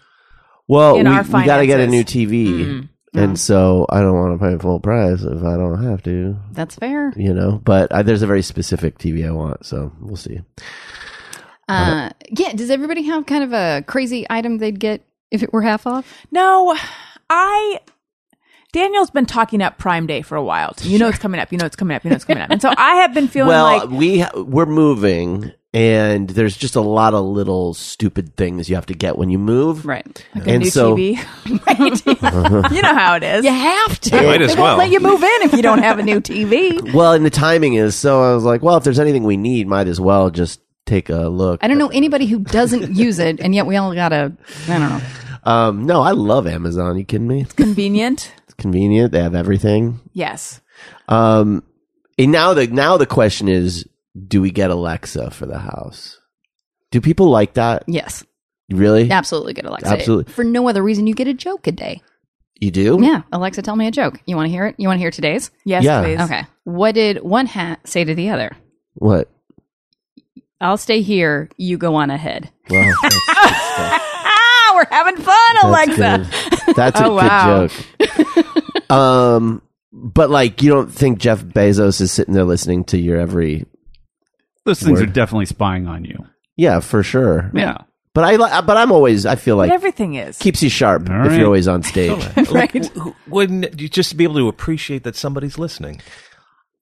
[SPEAKER 1] Well,
[SPEAKER 3] in
[SPEAKER 1] we,
[SPEAKER 3] our
[SPEAKER 1] we gotta get a
[SPEAKER 3] finances? Mm-hmm.
[SPEAKER 1] new TV, and so I don't want to pay full price if I don't have to.
[SPEAKER 4] That's fair.
[SPEAKER 1] You know, but I, there's a very specific TV I want, so we'll see.
[SPEAKER 4] Uh, yeah. Does everybody have kind of a crazy item they'd get if it were half off?
[SPEAKER 3] No, I. Daniel's been talking up Prime Day for a while. too. You know it's coming up. You know it's coming up. You know it's coming up. And so I have been feeling
[SPEAKER 1] well
[SPEAKER 3] like
[SPEAKER 1] we ha- we're moving and there's just a lot of little stupid things you have to get when you move
[SPEAKER 4] Right.
[SPEAKER 3] like a
[SPEAKER 1] and
[SPEAKER 3] new
[SPEAKER 1] so-
[SPEAKER 3] TV. Right? you know how it is.
[SPEAKER 4] You have to.
[SPEAKER 5] Might as
[SPEAKER 4] They won't
[SPEAKER 5] well.
[SPEAKER 4] let you move in if you don't have a new TV.
[SPEAKER 1] well and the timing is so i was like well if there's anything we need might as well just take a look
[SPEAKER 4] I don't know anybody who doesn't use it, and yet we all gotta. I don't know.
[SPEAKER 1] um no i love amazon you kidding me it's
[SPEAKER 3] Convenient.
[SPEAKER 1] convenient they have everything
[SPEAKER 3] Yes.
[SPEAKER 1] um and now the now the question is do we get alexa for the house do people like that
[SPEAKER 4] Yes,
[SPEAKER 1] really
[SPEAKER 4] absolutely good Alexa.
[SPEAKER 1] Absolutely.
[SPEAKER 4] For no other reason, you get a joke a day.
[SPEAKER 1] you do
[SPEAKER 4] Yeah, Alexa, tell me a joke. You want to hear it? You want to hear today's?
[SPEAKER 3] Yes,
[SPEAKER 1] Yeah.
[SPEAKER 3] please.
[SPEAKER 4] Okay. What did one hat say to the other?
[SPEAKER 1] what
[SPEAKER 4] I'll stay here. You go on ahead.
[SPEAKER 1] well that's,
[SPEAKER 4] Ah, we're having fun,
[SPEAKER 1] That's
[SPEAKER 4] Alexa.
[SPEAKER 1] good. That's a
[SPEAKER 3] Oh, wow.
[SPEAKER 1] good joke. um, but like, you don't think Jeff Bezos is sitting there listening to your every
[SPEAKER 6] Those things
[SPEAKER 1] Word.
[SPEAKER 6] are definitely spying on you.
[SPEAKER 1] Yeah, for sure.
[SPEAKER 6] Yeah.
[SPEAKER 1] But I, li- but I'm always. I feel
[SPEAKER 3] But
[SPEAKER 1] like
[SPEAKER 3] everything is.
[SPEAKER 1] keeps you sharp
[SPEAKER 6] All
[SPEAKER 1] if
[SPEAKER 6] right.
[SPEAKER 1] you're always on stage.
[SPEAKER 4] right?
[SPEAKER 5] Who- Wouldn't you just be able to appreciate that somebody's listening?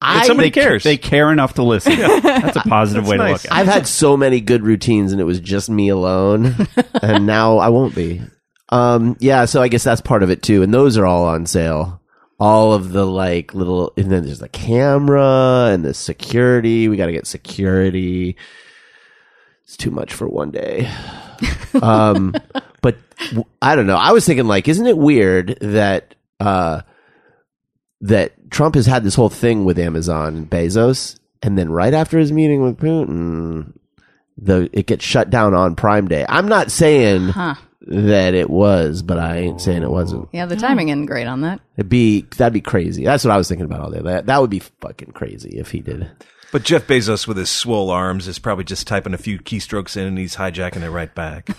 [SPEAKER 1] I,
[SPEAKER 5] somebody
[SPEAKER 1] they-
[SPEAKER 5] cares.
[SPEAKER 6] They care enough to listen. That's a positive way
[SPEAKER 5] nice.
[SPEAKER 6] to look at it.
[SPEAKER 1] I've had so many good routines, and it was just me alone, and now I won't be. Um, yeah, so I guess that's part of it too, and those are all on sale. All of the like little, and then there's the camera and the security. We got to get security. It's too much for one day. um, but w- I don't know. I was thinking like, isn't it weird that uh, that Trump has had this whole thing with Amazon and Bezos, and then right after his meeting with Putin, the it gets shut down on Prime Day. I'm not saying that it was, but I ain't saying it wasn't.
[SPEAKER 4] Yeah, the timing isn't great on that.
[SPEAKER 1] It'd be that'd be crazy. That's what I was thinking about all day. That that would be fucking crazy if he did.
[SPEAKER 5] But Jeff Bezos with his swole arms is probably just typing a few keystrokes in and he's hijacking it right back.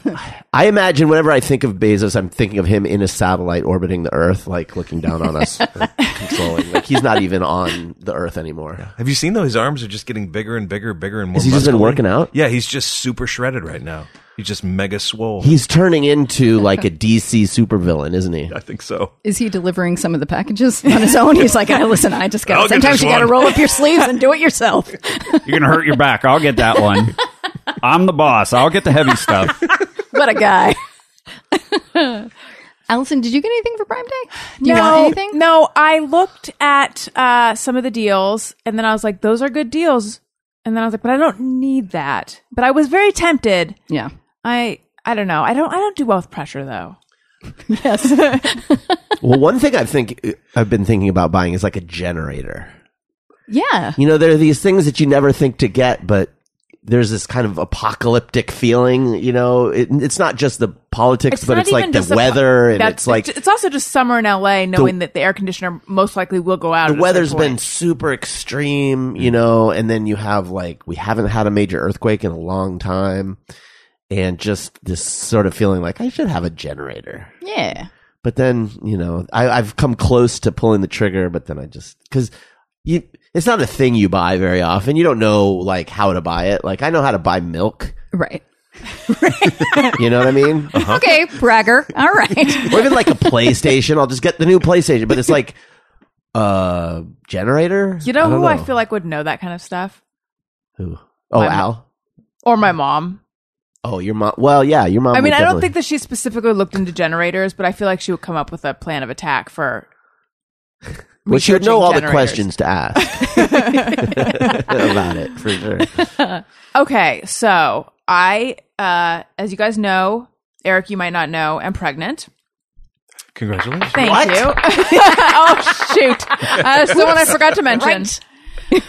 [SPEAKER 1] I imagine whenever I think of Bezos, I'm thinking of him in a satellite orbiting the Earth, like looking down on us, like, controlling. Like he's not even on the Earth anymore.
[SPEAKER 5] Have you seen though? His arms are just getting bigger and bigger, bigger and more.
[SPEAKER 1] Has he just been
[SPEAKER 5] muscular.
[SPEAKER 1] working out?
[SPEAKER 5] Yeah, he's just super shredded right now. He's just mega swole.
[SPEAKER 1] He's turning into like a DC supervillain, isn't he?
[SPEAKER 5] I think so.
[SPEAKER 4] Is he delivering some of the packages on his own? He's like, I listen, I just got
[SPEAKER 5] I'll
[SPEAKER 4] to
[SPEAKER 5] get
[SPEAKER 4] sometimes
[SPEAKER 5] this
[SPEAKER 4] you got to
[SPEAKER 5] one."
[SPEAKER 4] roll up your sleeves and do it yourself.
[SPEAKER 6] You're going to hurt your back. I'll get that one. I'm the boss. I'll get the heavy stuff.
[SPEAKER 4] What a guy. Allison, did you get anything for Prime Day? Do you want
[SPEAKER 3] no,
[SPEAKER 4] anything?
[SPEAKER 3] no, I looked at uh, some of the deals and then I was like, those are good deals. And then I was like, but I don't need that. But I was very tempted.
[SPEAKER 4] Yeah.
[SPEAKER 3] I I don't know. I don't I don't do well with pressure though.
[SPEAKER 1] Well, one thing I think I've been thinking about buying is like a generator.
[SPEAKER 4] Yeah.
[SPEAKER 1] You know, there are these things that you never think to get, but there's this kind of apocalyptic feeling. You know, it, it's not just the politics, but
[SPEAKER 3] not
[SPEAKER 1] it's like
[SPEAKER 3] even
[SPEAKER 1] the
[SPEAKER 3] just a-
[SPEAKER 1] weather, and
[SPEAKER 3] that's-
[SPEAKER 1] it's like
[SPEAKER 3] it's also just summer in LA, knowing that the air conditioner most likely will go out.
[SPEAKER 1] the
[SPEAKER 3] at a
[SPEAKER 1] weather's
[SPEAKER 3] certain point. Mm-hmm.
[SPEAKER 1] been super extreme. You know, and then you have like we haven't had a major earthquake in a long time, and just this sort of feeling like I should have a generator.
[SPEAKER 4] Yeah.
[SPEAKER 1] but then you know I, I've come close to pulling the trigger, but then I just because you it's not a thing you buy very often. You don't know like how to buy it. Like I know how to buy milk.
[SPEAKER 4] Right.
[SPEAKER 1] You know what I mean?
[SPEAKER 4] Okay, bragger. All right.
[SPEAKER 1] or even like a PlayStation. I'll just get the new PlayStation, but it's like uh generator.
[SPEAKER 3] You know
[SPEAKER 1] don't
[SPEAKER 3] who I feel like would know that kind of stuff?
[SPEAKER 1] Who? Oh,
[SPEAKER 3] My-
[SPEAKER 1] Al.
[SPEAKER 3] Or my mom.
[SPEAKER 1] Oh, your mom. Well, yeah, your mom.
[SPEAKER 3] I mean,
[SPEAKER 1] would
[SPEAKER 3] I don't
[SPEAKER 1] definitely-
[SPEAKER 3] think that she specifically looked into generators, but I feel like she would come up with a plan of attack for.
[SPEAKER 1] Well, she would know
[SPEAKER 3] researching
[SPEAKER 1] all the
[SPEAKER 3] generators.
[SPEAKER 1] questions to ask about it for sure.
[SPEAKER 3] Okay, so I, uh, as you guys know, Eric, you might not know, am pregnant.
[SPEAKER 5] Congratulations.
[SPEAKER 3] Thank you. oh shoot! Uh, someone I forgot to mention.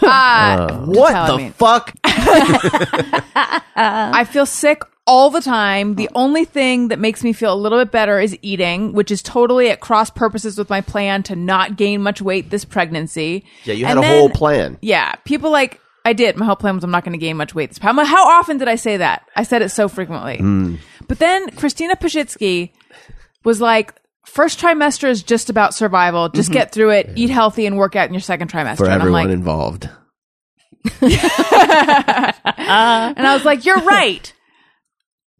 [SPEAKER 3] Uh,
[SPEAKER 1] What
[SPEAKER 3] telling
[SPEAKER 1] the
[SPEAKER 3] me.
[SPEAKER 1] fuck?
[SPEAKER 3] I feel sick all the time. The
[SPEAKER 1] Oh.
[SPEAKER 3] only thing that makes me feel a little bit better is eating, which is totally at cross purposes with my plan to not gain much weight this pregnancy.
[SPEAKER 1] Yeah, you had
[SPEAKER 3] And
[SPEAKER 1] a whole
[SPEAKER 3] then-
[SPEAKER 1] plan.
[SPEAKER 3] Yeah, people like I did. My whole plan was I'm not going to gain much weight. This how, how often did I say that? I said it so frequently.
[SPEAKER 1] Hmm.
[SPEAKER 3] But then Christina Pajitsky was like, first trimester is just about survival. Just get through it, eat healthy, and work out in your second trimester.
[SPEAKER 1] Mm-hmm. For
[SPEAKER 3] and I'm
[SPEAKER 1] everyone
[SPEAKER 3] like,
[SPEAKER 1] involved.
[SPEAKER 3] and I was like, you're right.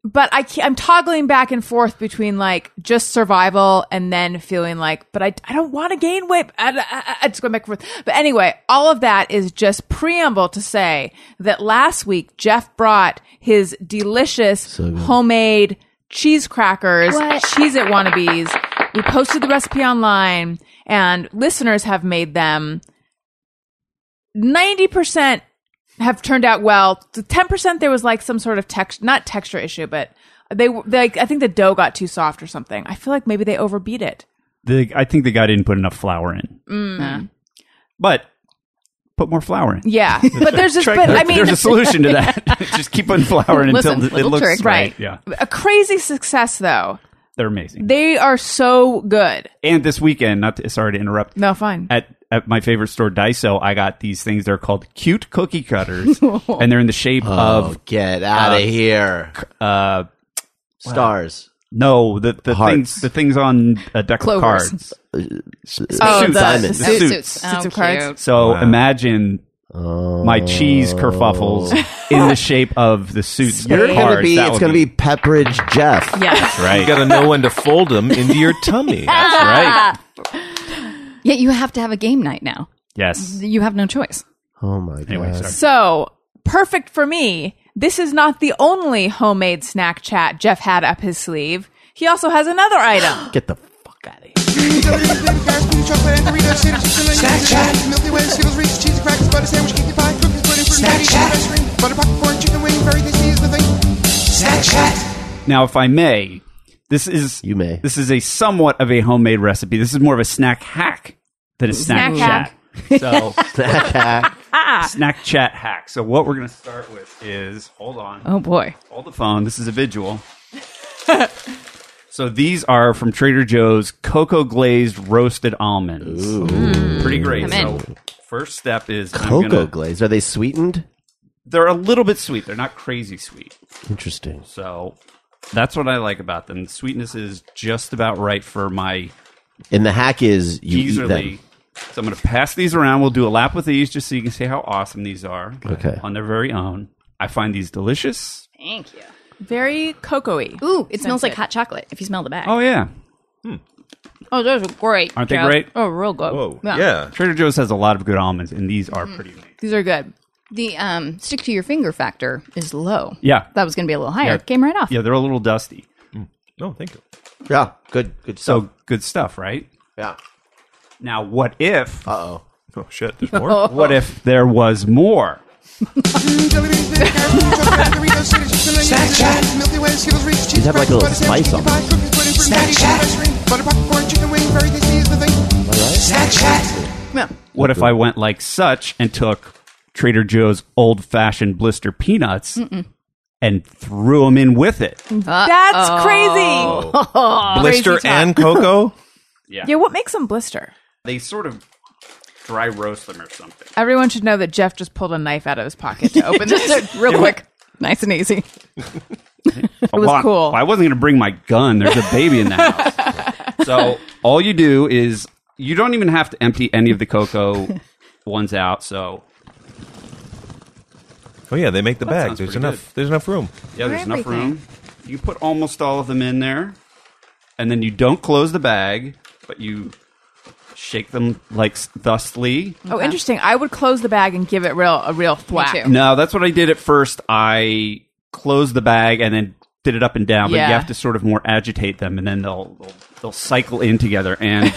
[SPEAKER 3] But I ca- I'm toggling back and forth between like just survival and then feeling like, but I, I don't want to gain weight. I, I, I just going back and forth. But anyway, all of that is just preamble to say that last week Jeff brought his delicious homemade cheese crackers,
[SPEAKER 4] What?
[SPEAKER 3] cheese at wannabes. We posted the recipe online, and listeners have made them. Ninety percent have turned out well. The ten percent there was like some sort of text, not texture issue, but they were- like I think the dough got too soft or something. I feel like maybe they overbeat it.
[SPEAKER 6] The, I think the guy didn't put enough flour in. But put more flour in.
[SPEAKER 3] Yeah, but there's just,
[SPEAKER 6] Trick.
[SPEAKER 3] but I mean,
[SPEAKER 6] there's a solution to that. Just keep putting flour in
[SPEAKER 4] Listen,
[SPEAKER 6] until it
[SPEAKER 4] little
[SPEAKER 6] looks
[SPEAKER 4] trick.
[SPEAKER 6] right. Yeah,
[SPEAKER 3] a crazy success though.
[SPEAKER 6] they're amazing.
[SPEAKER 3] They are so good.
[SPEAKER 6] and this weekend, not to, sorry to interrupt.
[SPEAKER 3] No, fine.
[SPEAKER 6] At at my favorite store, Daiso, I got these things. They're called cute cookie cutters, and they're in the shape
[SPEAKER 1] Oh,
[SPEAKER 6] of
[SPEAKER 1] get out of here.
[SPEAKER 6] uh
[SPEAKER 1] Stars.
[SPEAKER 6] no the the
[SPEAKER 1] Hearts.
[SPEAKER 6] things the things on a deck of
[SPEAKER 4] Clovers.
[SPEAKER 6] cards.
[SPEAKER 3] Oh,
[SPEAKER 6] Suits.
[SPEAKER 3] the-
[SPEAKER 6] Diamonds.
[SPEAKER 4] Oh,
[SPEAKER 3] the suits.
[SPEAKER 6] Suits.
[SPEAKER 3] of cards.
[SPEAKER 6] So
[SPEAKER 5] Wow.
[SPEAKER 6] imagine my cheese kerfuffles in the shape of the suits.
[SPEAKER 1] Oh. You're
[SPEAKER 6] with
[SPEAKER 1] going to
[SPEAKER 6] cars.
[SPEAKER 1] be,
[SPEAKER 6] That
[SPEAKER 1] it's
[SPEAKER 6] would
[SPEAKER 1] going to be Pepperidge Jeff.
[SPEAKER 4] Yes.
[SPEAKER 5] You got to know when to fold them into your tummy. That's right.
[SPEAKER 4] Yeah, you have to have a game night now.
[SPEAKER 6] yes.
[SPEAKER 4] You have no choice.
[SPEAKER 1] Oh my god.
[SPEAKER 6] Anyway, sorry.
[SPEAKER 3] So, perfect for me. This is not the only homemade snack chat Jeff had up his sleeve. He also has another item.
[SPEAKER 1] Get the fuck out of here.
[SPEAKER 7] Snack chat. Milky Way, Skittles, Reese's, cheese, crackers, butter sandwich, cookie pie, cookies, pudding, fruit,
[SPEAKER 8] Snack
[SPEAKER 7] cookies,
[SPEAKER 8] chat.
[SPEAKER 7] ice cream, butter popcorn, chicken wing, very tasty is the thing.
[SPEAKER 6] Now, if I may, this is
[SPEAKER 1] You may.
[SPEAKER 6] This is a somewhat of a homemade recipe. This is more of a snack hack than a snack,
[SPEAKER 3] Snack
[SPEAKER 6] chat. So
[SPEAKER 1] Snack
[SPEAKER 6] snack chat hack. So what we're going to start with is hold on,
[SPEAKER 4] Oh boy.
[SPEAKER 6] hold the phone. This is a visual. so these are from Trader Joe's cocoa glazed roasted almonds. Pretty great.
[SPEAKER 4] I'm in.
[SPEAKER 6] So first step is I'm
[SPEAKER 1] cocoa
[SPEAKER 6] gonna-
[SPEAKER 1] glaze. Are they sweetened?
[SPEAKER 6] They're a little bit sweet. They're not crazy sweet.
[SPEAKER 1] Interesting.
[SPEAKER 6] So that's what I like about them. The sweetness is just about right for my
[SPEAKER 1] And the hack is you eat
[SPEAKER 6] easerly.
[SPEAKER 1] them.
[SPEAKER 6] So I'm going to pass these around. We'll do a lap with these just so you can see how awesome these are
[SPEAKER 1] Okay.
[SPEAKER 6] on their very own. I find these delicious.
[SPEAKER 4] Thank you.
[SPEAKER 3] Very cocoa-y.
[SPEAKER 4] Ooh, it smells like hot chocolate if you smell the bag.
[SPEAKER 6] Oh, yeah.
[SPEAKER 4] Oh, those are great.
[SPEAKER 6] Aren't they
[SPEAKER 4] Jeff.
[SPEAKER 6] great?
[SPEAKER 4] Oh, real good.
[SPEAKER 5] Whoa. Yeah.
[SPEAKER 6] Trader Joe's has a lot of good almonds, and these are pretty amazing.
[SPEAKER 3] These are good.
[SPEAKER 4] The um, stick to your finger factor is low.
[SPEAKER 6] Yeah.
[SPEAKER 4] That was going to be a little higher.
[SPEAKER 6] Yeah.
[SPEAKER 4] It came right off.
[SPEAKER 6] Yeah, they're a little dusty.
[SPEAKER 5] No, thank you.
[SPEAKER 1] Yeah. Good. Good stuff.
[SPEAKER 6] So good stuff, right?
[SPEAKER 1] yeah.
[SPEAKER 6] Now, what if,
[SPEAKER 1] Uh oh.
[SPEAKER 5] Oh, shit. There's more?
[SPEAKER 6] what if there was more?
[SPEAKER 7] Snack chat. Milky Way, Skittles, Reese's, cheese,
[SPEAKER 1] have, like, a
[SPEAKER 7] crackers,
[SPEAKER 1] little
[SPEAKER 7] butter sandwich,
[SPEAKER 1] spice
[SPEAKER 7] cookie
[SPEAKER 1] on
[SPEAKER 8] Snack
[SPEAKER 7] pie, cookies, pudding, fruit, cookies,
[SPEAKER 8] chat.
[SPEAKER 7] ice cream, butter popcorn, chicken wing, very tasty is the thing.
[SPEAKER 8] Snack chat.
[SPEAKER 6] What if I went like such and took Trader Joe's old fashioned blister peanuts and threw them in with it?
[SPEAKER 3] That's crazy.
[SPEAKER 5] Blister and cocoa?
[SPEAKER 3] Yeah, what makes them blister?
[SPEAKER 6] They sort of dry roast them or something.
[SPEAKER 3] Everyone should know that Jeff just pulled a knife out of his pocket to open this.
[SPEAKER 4] Just real quick. Nice and easy.
[SPEAKER 6] It
[SPEAKER 3] was cool.
[SPEAKER 6] I wasn't going to bring my gun. There's a baby in the house. so all you do is you don't even have to empty any of the cocoa ones out. So
[SPEAKER 5] Oh, yeah. They make the bag.
[SPEAKER 6] sounds
[SPEAKER 5] There's
[SPEAKER 6] pretty
[SPEAKER 5] enough, there's enough room.
[SPEAKER 6] yeah, there's enough room. You put almost all of them in there, and then you don't close the bag, but you shake them like thusly.
[SPEAKER 3] Oh, interesting. I would close the bag and give it real a real thwack.
[SPEAKER 4] too.
[SPEAKER 6] No, that's what I did at first. I closed the bag and then did it up and down. But
[SPEAKER 3] Yeah.
[SPEAKER 6] you have to sort of more agitate them, and then they'll they'll, they'll cycle in together. And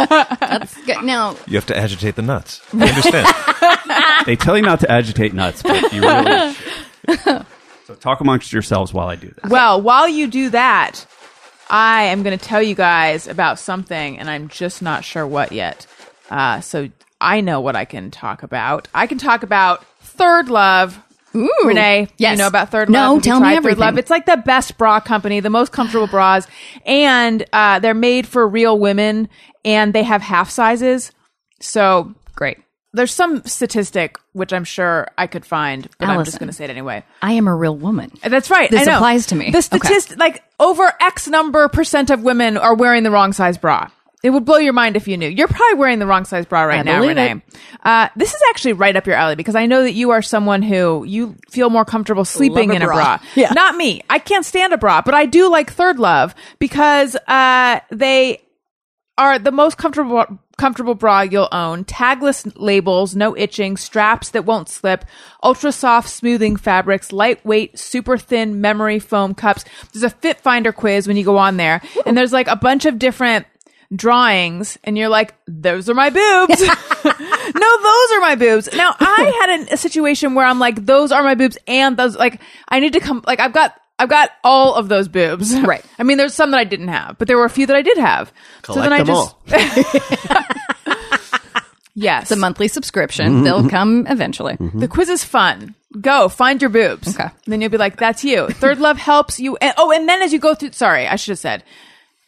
[SPEAKER 4] Good. Now,
[SPEAKER 5] You have to agitate the nuts. I understand.
[SPEAKER 6] they tell you not to agitate nuts, but you really should. So talk amongst yourselves while I do this.
[SPEAKER 3] Well, while you do that, I am going to tell you guys about something, and I'm just not sure what yet. Uh, so I know what I can talk about. I can talk about Third Love.
[SPEAKER 4] Ooh.
[SPEAKER 3] Renee, you
[SPEAKER 4] Yes.
[SPEAKER 3] know about Third Love.
[SPEAKER 4] No,
[SPEAKER 3] Have you
[SPEAKER 4] tell me
[SPEAKER 3] tried Third
[SPEAKER 4] everything.
[SPEAKER 3] Love. It's like the best bra company, the most comfortable bras, and uh, they're made for real women, and they have half sizes. So
[SPEAKER 4] great.
[SPEAKER 3] there's some statistic which I'm sure I could find, but I'm just
[SPEAKER 4] Allison.
[SPEAKER 3] going to say it anyway.
[SPEAKER 4] I am a real woman.
[SPEAKER 3] That's right.
[SPEAKER 4] This
[SPEAKER 3] I know.
[SPEAKER 4] applies to me.
[SPEAKER 3] The
[SPEAKER 4] Okay.
[SPEAKER 3] statistic, like over X number percent of women are wearing the wrong size bra. It would blow your mind if you knew. You're probably wearing the wrong size bra right
[SPEAKER 4] I
[SPEAKER 3] now,
[SPEAKER 4] believe
[SPEAKER 3] Renee. Uh, this is actually right up your alley because I know that you are someone who you feel more comfortable sleeping
[SPEAKER 4] Love a
[SPEAKER 3] in a
[SPEAKER 4] bra.
[SPEAKER 3] bra.
[SPEAKER 4] Yeah.
[SPEAKER 3] Not me. I can't stand a bra, but I do like Third Love because uh, they are the most comfortable comfortable bra you'll own. Tagless labels, no itching, straps that won't slip, ultra soft smoothing fabrics, lightweight, super thin memory foam cups. There's a fit finder quiz when you go on there, and there's like a bunch of different drawings and you're like those are my boobs no those are my boobs now i had an, a situation where i'm like those are my boobs and those like i need to come like i've got i've got all of those boobs
[SPEAKER 4] Right.
[SPEAKER 3] i mean there's some that i didn't have but there were a few that i did have
[SPEAKER 1] Collect
[SPEAKER 3] I
[SPEAKER 1] them all.
[SPEAKER 3] yes.
[SPEAKER 4] It's a monthly subscription. They'll come eventually.
[SPEAKER 3] The quiz is fun. Go find your boobs.
[SPEAKER 4] Okay.
[SPEAKER 3] Then you'll be like, that's you. Third love helps you. And, oh, and then as you go through, sorry, I should have said,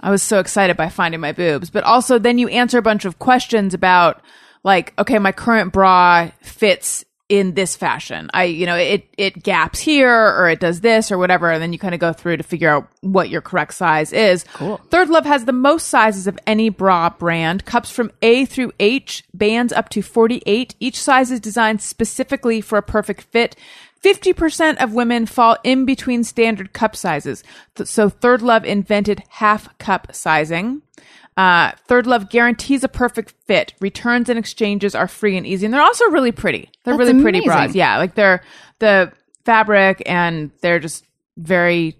[SPEAKER 3] I was so excited by finding my boobs, but also then you answer a bunch of questions about like, okay, my current bra fits in this fashion. I, you know, it it gaps here or it does this or whatever, and then you kind of go through to figure out what your correct size is. Cool. Third Love has the most sizes of any bra brand. Cups from A through H, bands up to 48. Each size is designed specifically for a perfect fit. 50% of women fall in between standard cup sizes. Th- so Third Love invented half cup sizing. Uh, Third Love guarantees a perfect fit. Returns and exchanges are free and easy. And they're also really pretty. They're
[SPEAKER 4] That's
[SPEAKER 3] really pretty
[SPEAKER 4] amazing.
[SPEAKER 3] bras. Yeah. Like they're the fabric and they're just very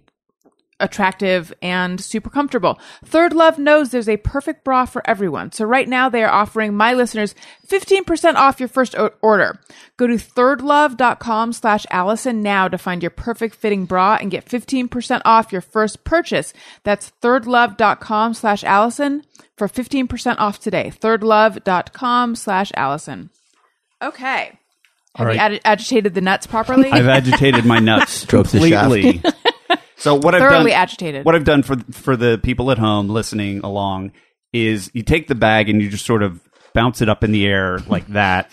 [SPEAKER 3] attractive and super comfortable. Third Love knows there's a perfect bra for everyone. So right now they are offering my listeners 15% off your first o- order. Go to thirdlove.com slash Allison now to find your perfect fitting bra and get 15% off your first purchase. That's thirdlove.com slash Allison for 15% off today. Thirdlove.com slash Allison. Okay. Have you agi- agitated the nuts properly?
[SPEAKER 6] I've agitated my nuts
[SPEAKER 1] Stroked the shaft.
[SPEAKER 6] completely. so what I've
[SPEAKER 3] Thoroughly
[SPEAKER 6] done,
[SPEAKER 3] agitated.
[SPEAKER 6] What I've done for for the people at home listening along is you take the bag and you just sort of bounce it up in the air like that,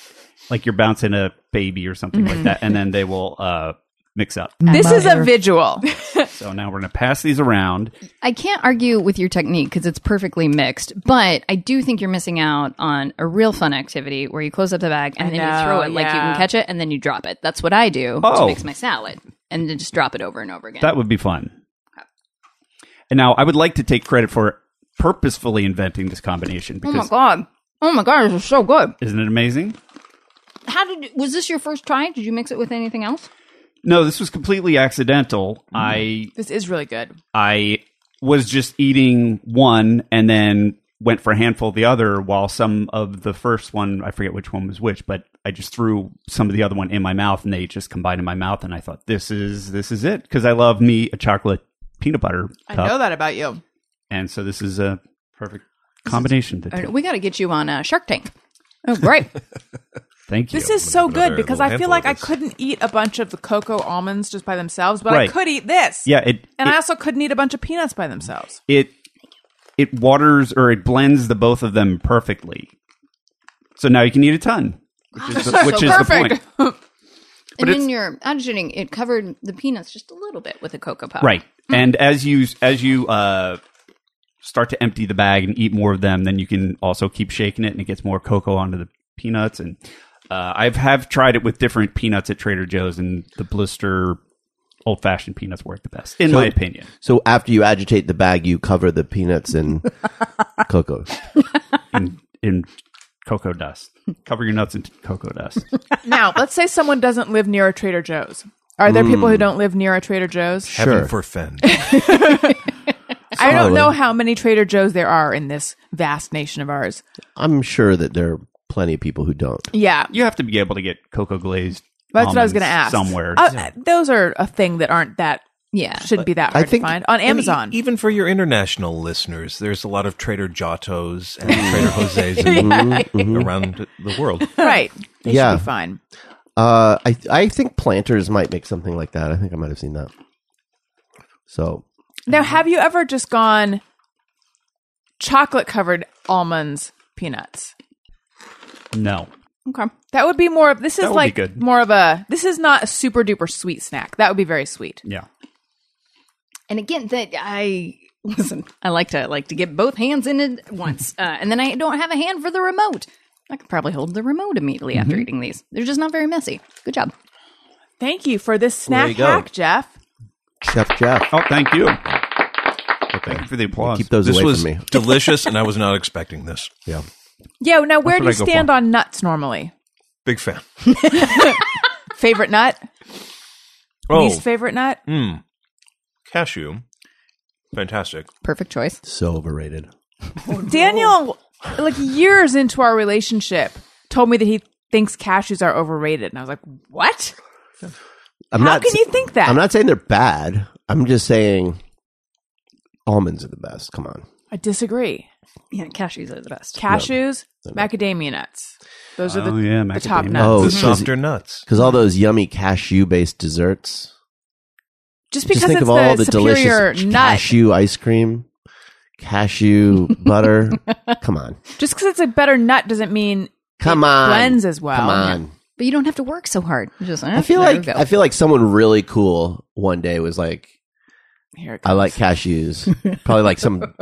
[SPEAKER 6] like you're bouncing a baby or something like that, and then they will uh, mix up.
[SPEAKER 3] this is a
[SPEAKER 4] Mother.
[SPEAKER 3] visual.
[SPEAKER 6] So now we're gonna pass these around.
[SPEAKER 4] I can't argue with your technique because it's perfectly mixed, but I do think you're missing out on a real fun activity where you close up the bag and
[SPEAKER 3] I
[SPEAKER 4] then
[SPEAKER 3] know,
[SPEAKER 4] you throw it like you
[SPEAKER 3] yeah.
[SPEAKER 4] can catch it and then you drop it. That's what I do
[SPEAKER 6] Oh.
[SPEAKER 4] to mix my salad and then just drop it over and over again.
[SPEAKER 6] That would be fun. And now I would like to take credit for purposefully inventing this combination
[SPEAKER 4] oh my
[SPEAKER 6] because
[SPEAKER 4] god! Oh my god! This is so good.
[SPEAKER 6] isn't it amazing?
[SPEAKER 4] How did? Was this your first try? Did you mix it with anything else?
[SPEAKER 6] No, this was completely accidental.
[SPEAKER 4] Mm-hmm.
[SPEAKER 6] I
[SPEAKER 3] this is really good.
[SPEAKER 6] I was just eating one and then went for a handful of the other while some of the first one, I forget which one was which, but I just threw some of the other one in my mouth and they just combined in my mouth and I thought this is this is it cuz I love me a chocolate peanut butter cup.
[SPEAKER 3] I know that about you.
[SPEAKER 6] And so this is a perfect combination to
[SPEAKER 4] All right,
[SPEAKER 6] take.
[SPEAKER 4] We got to get you on uh, Shark Tank. Oh, great!
[SPEAKER 6] Thank you.
[SPEAKER 3] This is so
[SPEAKER 5] another
[SPEAKER 3] good because
[SPEAKER 5] little
[SPEAKER 3] I feel
[SPEAKER 5] handful
[SPEAKER 3] like
[SPEAKER 5] of
[SPEAKER 3] I
[SPEAKER 5] this.
[SPEAKER 3] couldn't eat a bunch of the cocoa almonds just by themselves, but
[SPEAKER 6] Right.
[SPEAKER 3] I could eat this.
[SPEAKER 6] yeah, it
[SPEAKER 3] And
[SPEAKER 6] it,
[SPEAKER 3] I also couldn't eat a bunch of peanuts by themselves.
[SPEAKER 6] it it waters or it blends the both of them perfectly. So now you can eat a ton, which is the, which is the point.
[SPEAKER 4] and
[SPEAKER 6] it's-
[SPEAKER 4] in your adjuting, it covered the peanuts just a little bit with the cocoa powder.
[SPEAKER 6] right and as you as you uh start to empty the bag and eat more of them then you can also keep shaking it and it gets more cocoa onto the peanuts and uh, i've have tried it with different peanuts at trader joe's and the blister old fashioned peanuts work the best in my opinion
[SPEAKER 1] So after you agitate the bag, you cover the peanuts in cocoa.
[SPEAKER 6] in, in cocoa dust cover your nuts in cocoa dust
[SPEAKER 3] Now, let's say someone doesn't live near a Trader Joe's. Are there people who don't live near a Trader Joe's?
[SPEAKER 5] Heaven forfend.
[SPEAKER 3] I don't
[SPEAKER 1] Solid.
[SPEAKER 3] know how many Trader Joe's there are in this vast nation of ours.
[SPEAKER 1] I'm sure that there are plenty of people who don't.
[SPEAKER 3] Yeah.
[SPEAKER 6] you have to be able to get cocoa glazed
[SPEAKER 3] That's what I was going to
[SPEAKER 6] almonds
[SPEAKER 3] ask.
[SPEAKER 6] somewhere
[SPEAKER 3] Uh, those are a thing that aren't that,
[SPEAKER 4] Yeah.
[SPEAKER 3] should be that hard
[SPEAKER 1] think-
[SPEAKER 3] to find on
[SPEAKER 5] And e-
[SPEAKER 3] Amazon.
[SPEAKER 5] even for your international listeners, there's a lot of Trader Giottos and Trader Jose's and- Mm-hmm. around the world.
[SPEAKER 3] right. They
[SPEAKER 1] Yeah.
[SPEAKER 3] should be fine.
[SPEAKER 1] Uh, I I think planters might make something like that. I think I might have seen that. So
[SPEAKER 3] Now, have you ever just gone chocolate covered almonds, peanuts?
[SPEAKER 6] no
[SPEAKER 4] Okay.
[SPEAKER 3] That would be more of this
[SPEAKER 6] That
[SPEAKER 3] is
[SPEAKER 6] would be
[SPEAKER 3] like
[SPEAKER 6] good.
[SPEAKER 3] more of a this is not a super duper sweet snack. That would be very sweet.
[SPEAKER 6] yeah
[SPEAKER 4] And again, that I listen. I like to like to get both hands in it at once, uh, and then I don't have a hand for the remote. I could probably hold the remote immediately
[SPEAKER 1] Mm-hmm.
[SPEAKER 4] after eating these. They're just not very messy. Good job.
[SPEAKER 3] Thank you for this
[SPEAKER 1] There
[SPEAKER 3] snack
[SPEAKER 1] you go.
[SPEAKER 3] hack, Jeff.
[SPEAKER 1] Chef Jeff,
[SPEAKER 6] oh thank you thank you for the applause
[SPEAKER 1] keep those
[SPEAKER 5] This
[SPEAKER 1] away
[SPEAKER 5] was
[SPEAKER 1] from me.
[SPEAKER 5] delicious, and I was not expecting this. Yeah,
[SPEAKER 3] Yeah, now where
[SPEAKER 6] That's
[SPEAKER 3] do you
[SPEAKER 6] what I go
[SPEAKER 3] stand
[SPEAKER 6] for.
[SPEAKER 3] on nuts normally?
[SPEAKER 5] big fan.
[SPEAKER 3] Favorite nut?
[SPEAKER 5] Oh,
[SPEAKER 3] Least favorite nut?
[SPEAKER 6] Mm.
[SPEAKER 5] cashew, fantastic.
[SPEAKER 4] Perfect choice.
[SPEAKER 1] So overrated.
[SPEAKER 3] Daniel, like years into our relationship, told me that he thinks cashews are overrated. And I was like, What?
[SPEAKER 1] I'm
[SPEAKER 3] How
[SPEAKER 1] not
[SPEAKER 3] can
[SPEAKER 1] sa-
[SPEAKER 3] you think that?
[SPEAKER 1] I'm not saying they're bad. I'm just saying almonds are the best. Come on.
[SPEAKER 3] I disagree.
[SPEAKER 4] Yeah, cashews are the best.
[SPEAKER 3] Cashews, macadamia nuts. Those are the,
[SPEAKER 6] Oh, yeah,
[SPEAKER 3] the top
[SPEAKER 6] macadamia.
[SPEAKER 3] nuts.
[SPEAKER 1] Oh,
[SPEAKER 5] the
[SPEAKER 1] it's
[SPEAKER 5] softer nuts.
[SPEAKER 1] Because all those yummy cashew-based desserts.
[SPEAKER 3] Just because
[SPEAKER 1] just think
[SPEAKER 3] it's
[SPEAKER 1] of all the,
[SPEAKER 3] the, superior
[SPEAKER 1] delicious
[SPEAKER 3] nut.
[SPEAKER 1] cashew ice cream, cashew butter. Come on,
[SPEAKER 3] Just because it's a better nut doesn't mean
[SPEAKER 1] come
[SPEAKER 3] it
[SPEAKER 1] on,
[SPEAKER 3] blends as well.
[SPEAKER 1] Come on,
[SPEAKER 4] but you don't have to work so hard. You're Just,
[SPEAKER 1] I feel
[SPEAKER 4] there
[SPEAKER 1] like
[SPEAKER 4] we go.
[SPEAKER 1] I feel like someone really cool one day was like,
[SPEAKER 3] Here it
[SPEAKER 1] I like cashews. Probably like some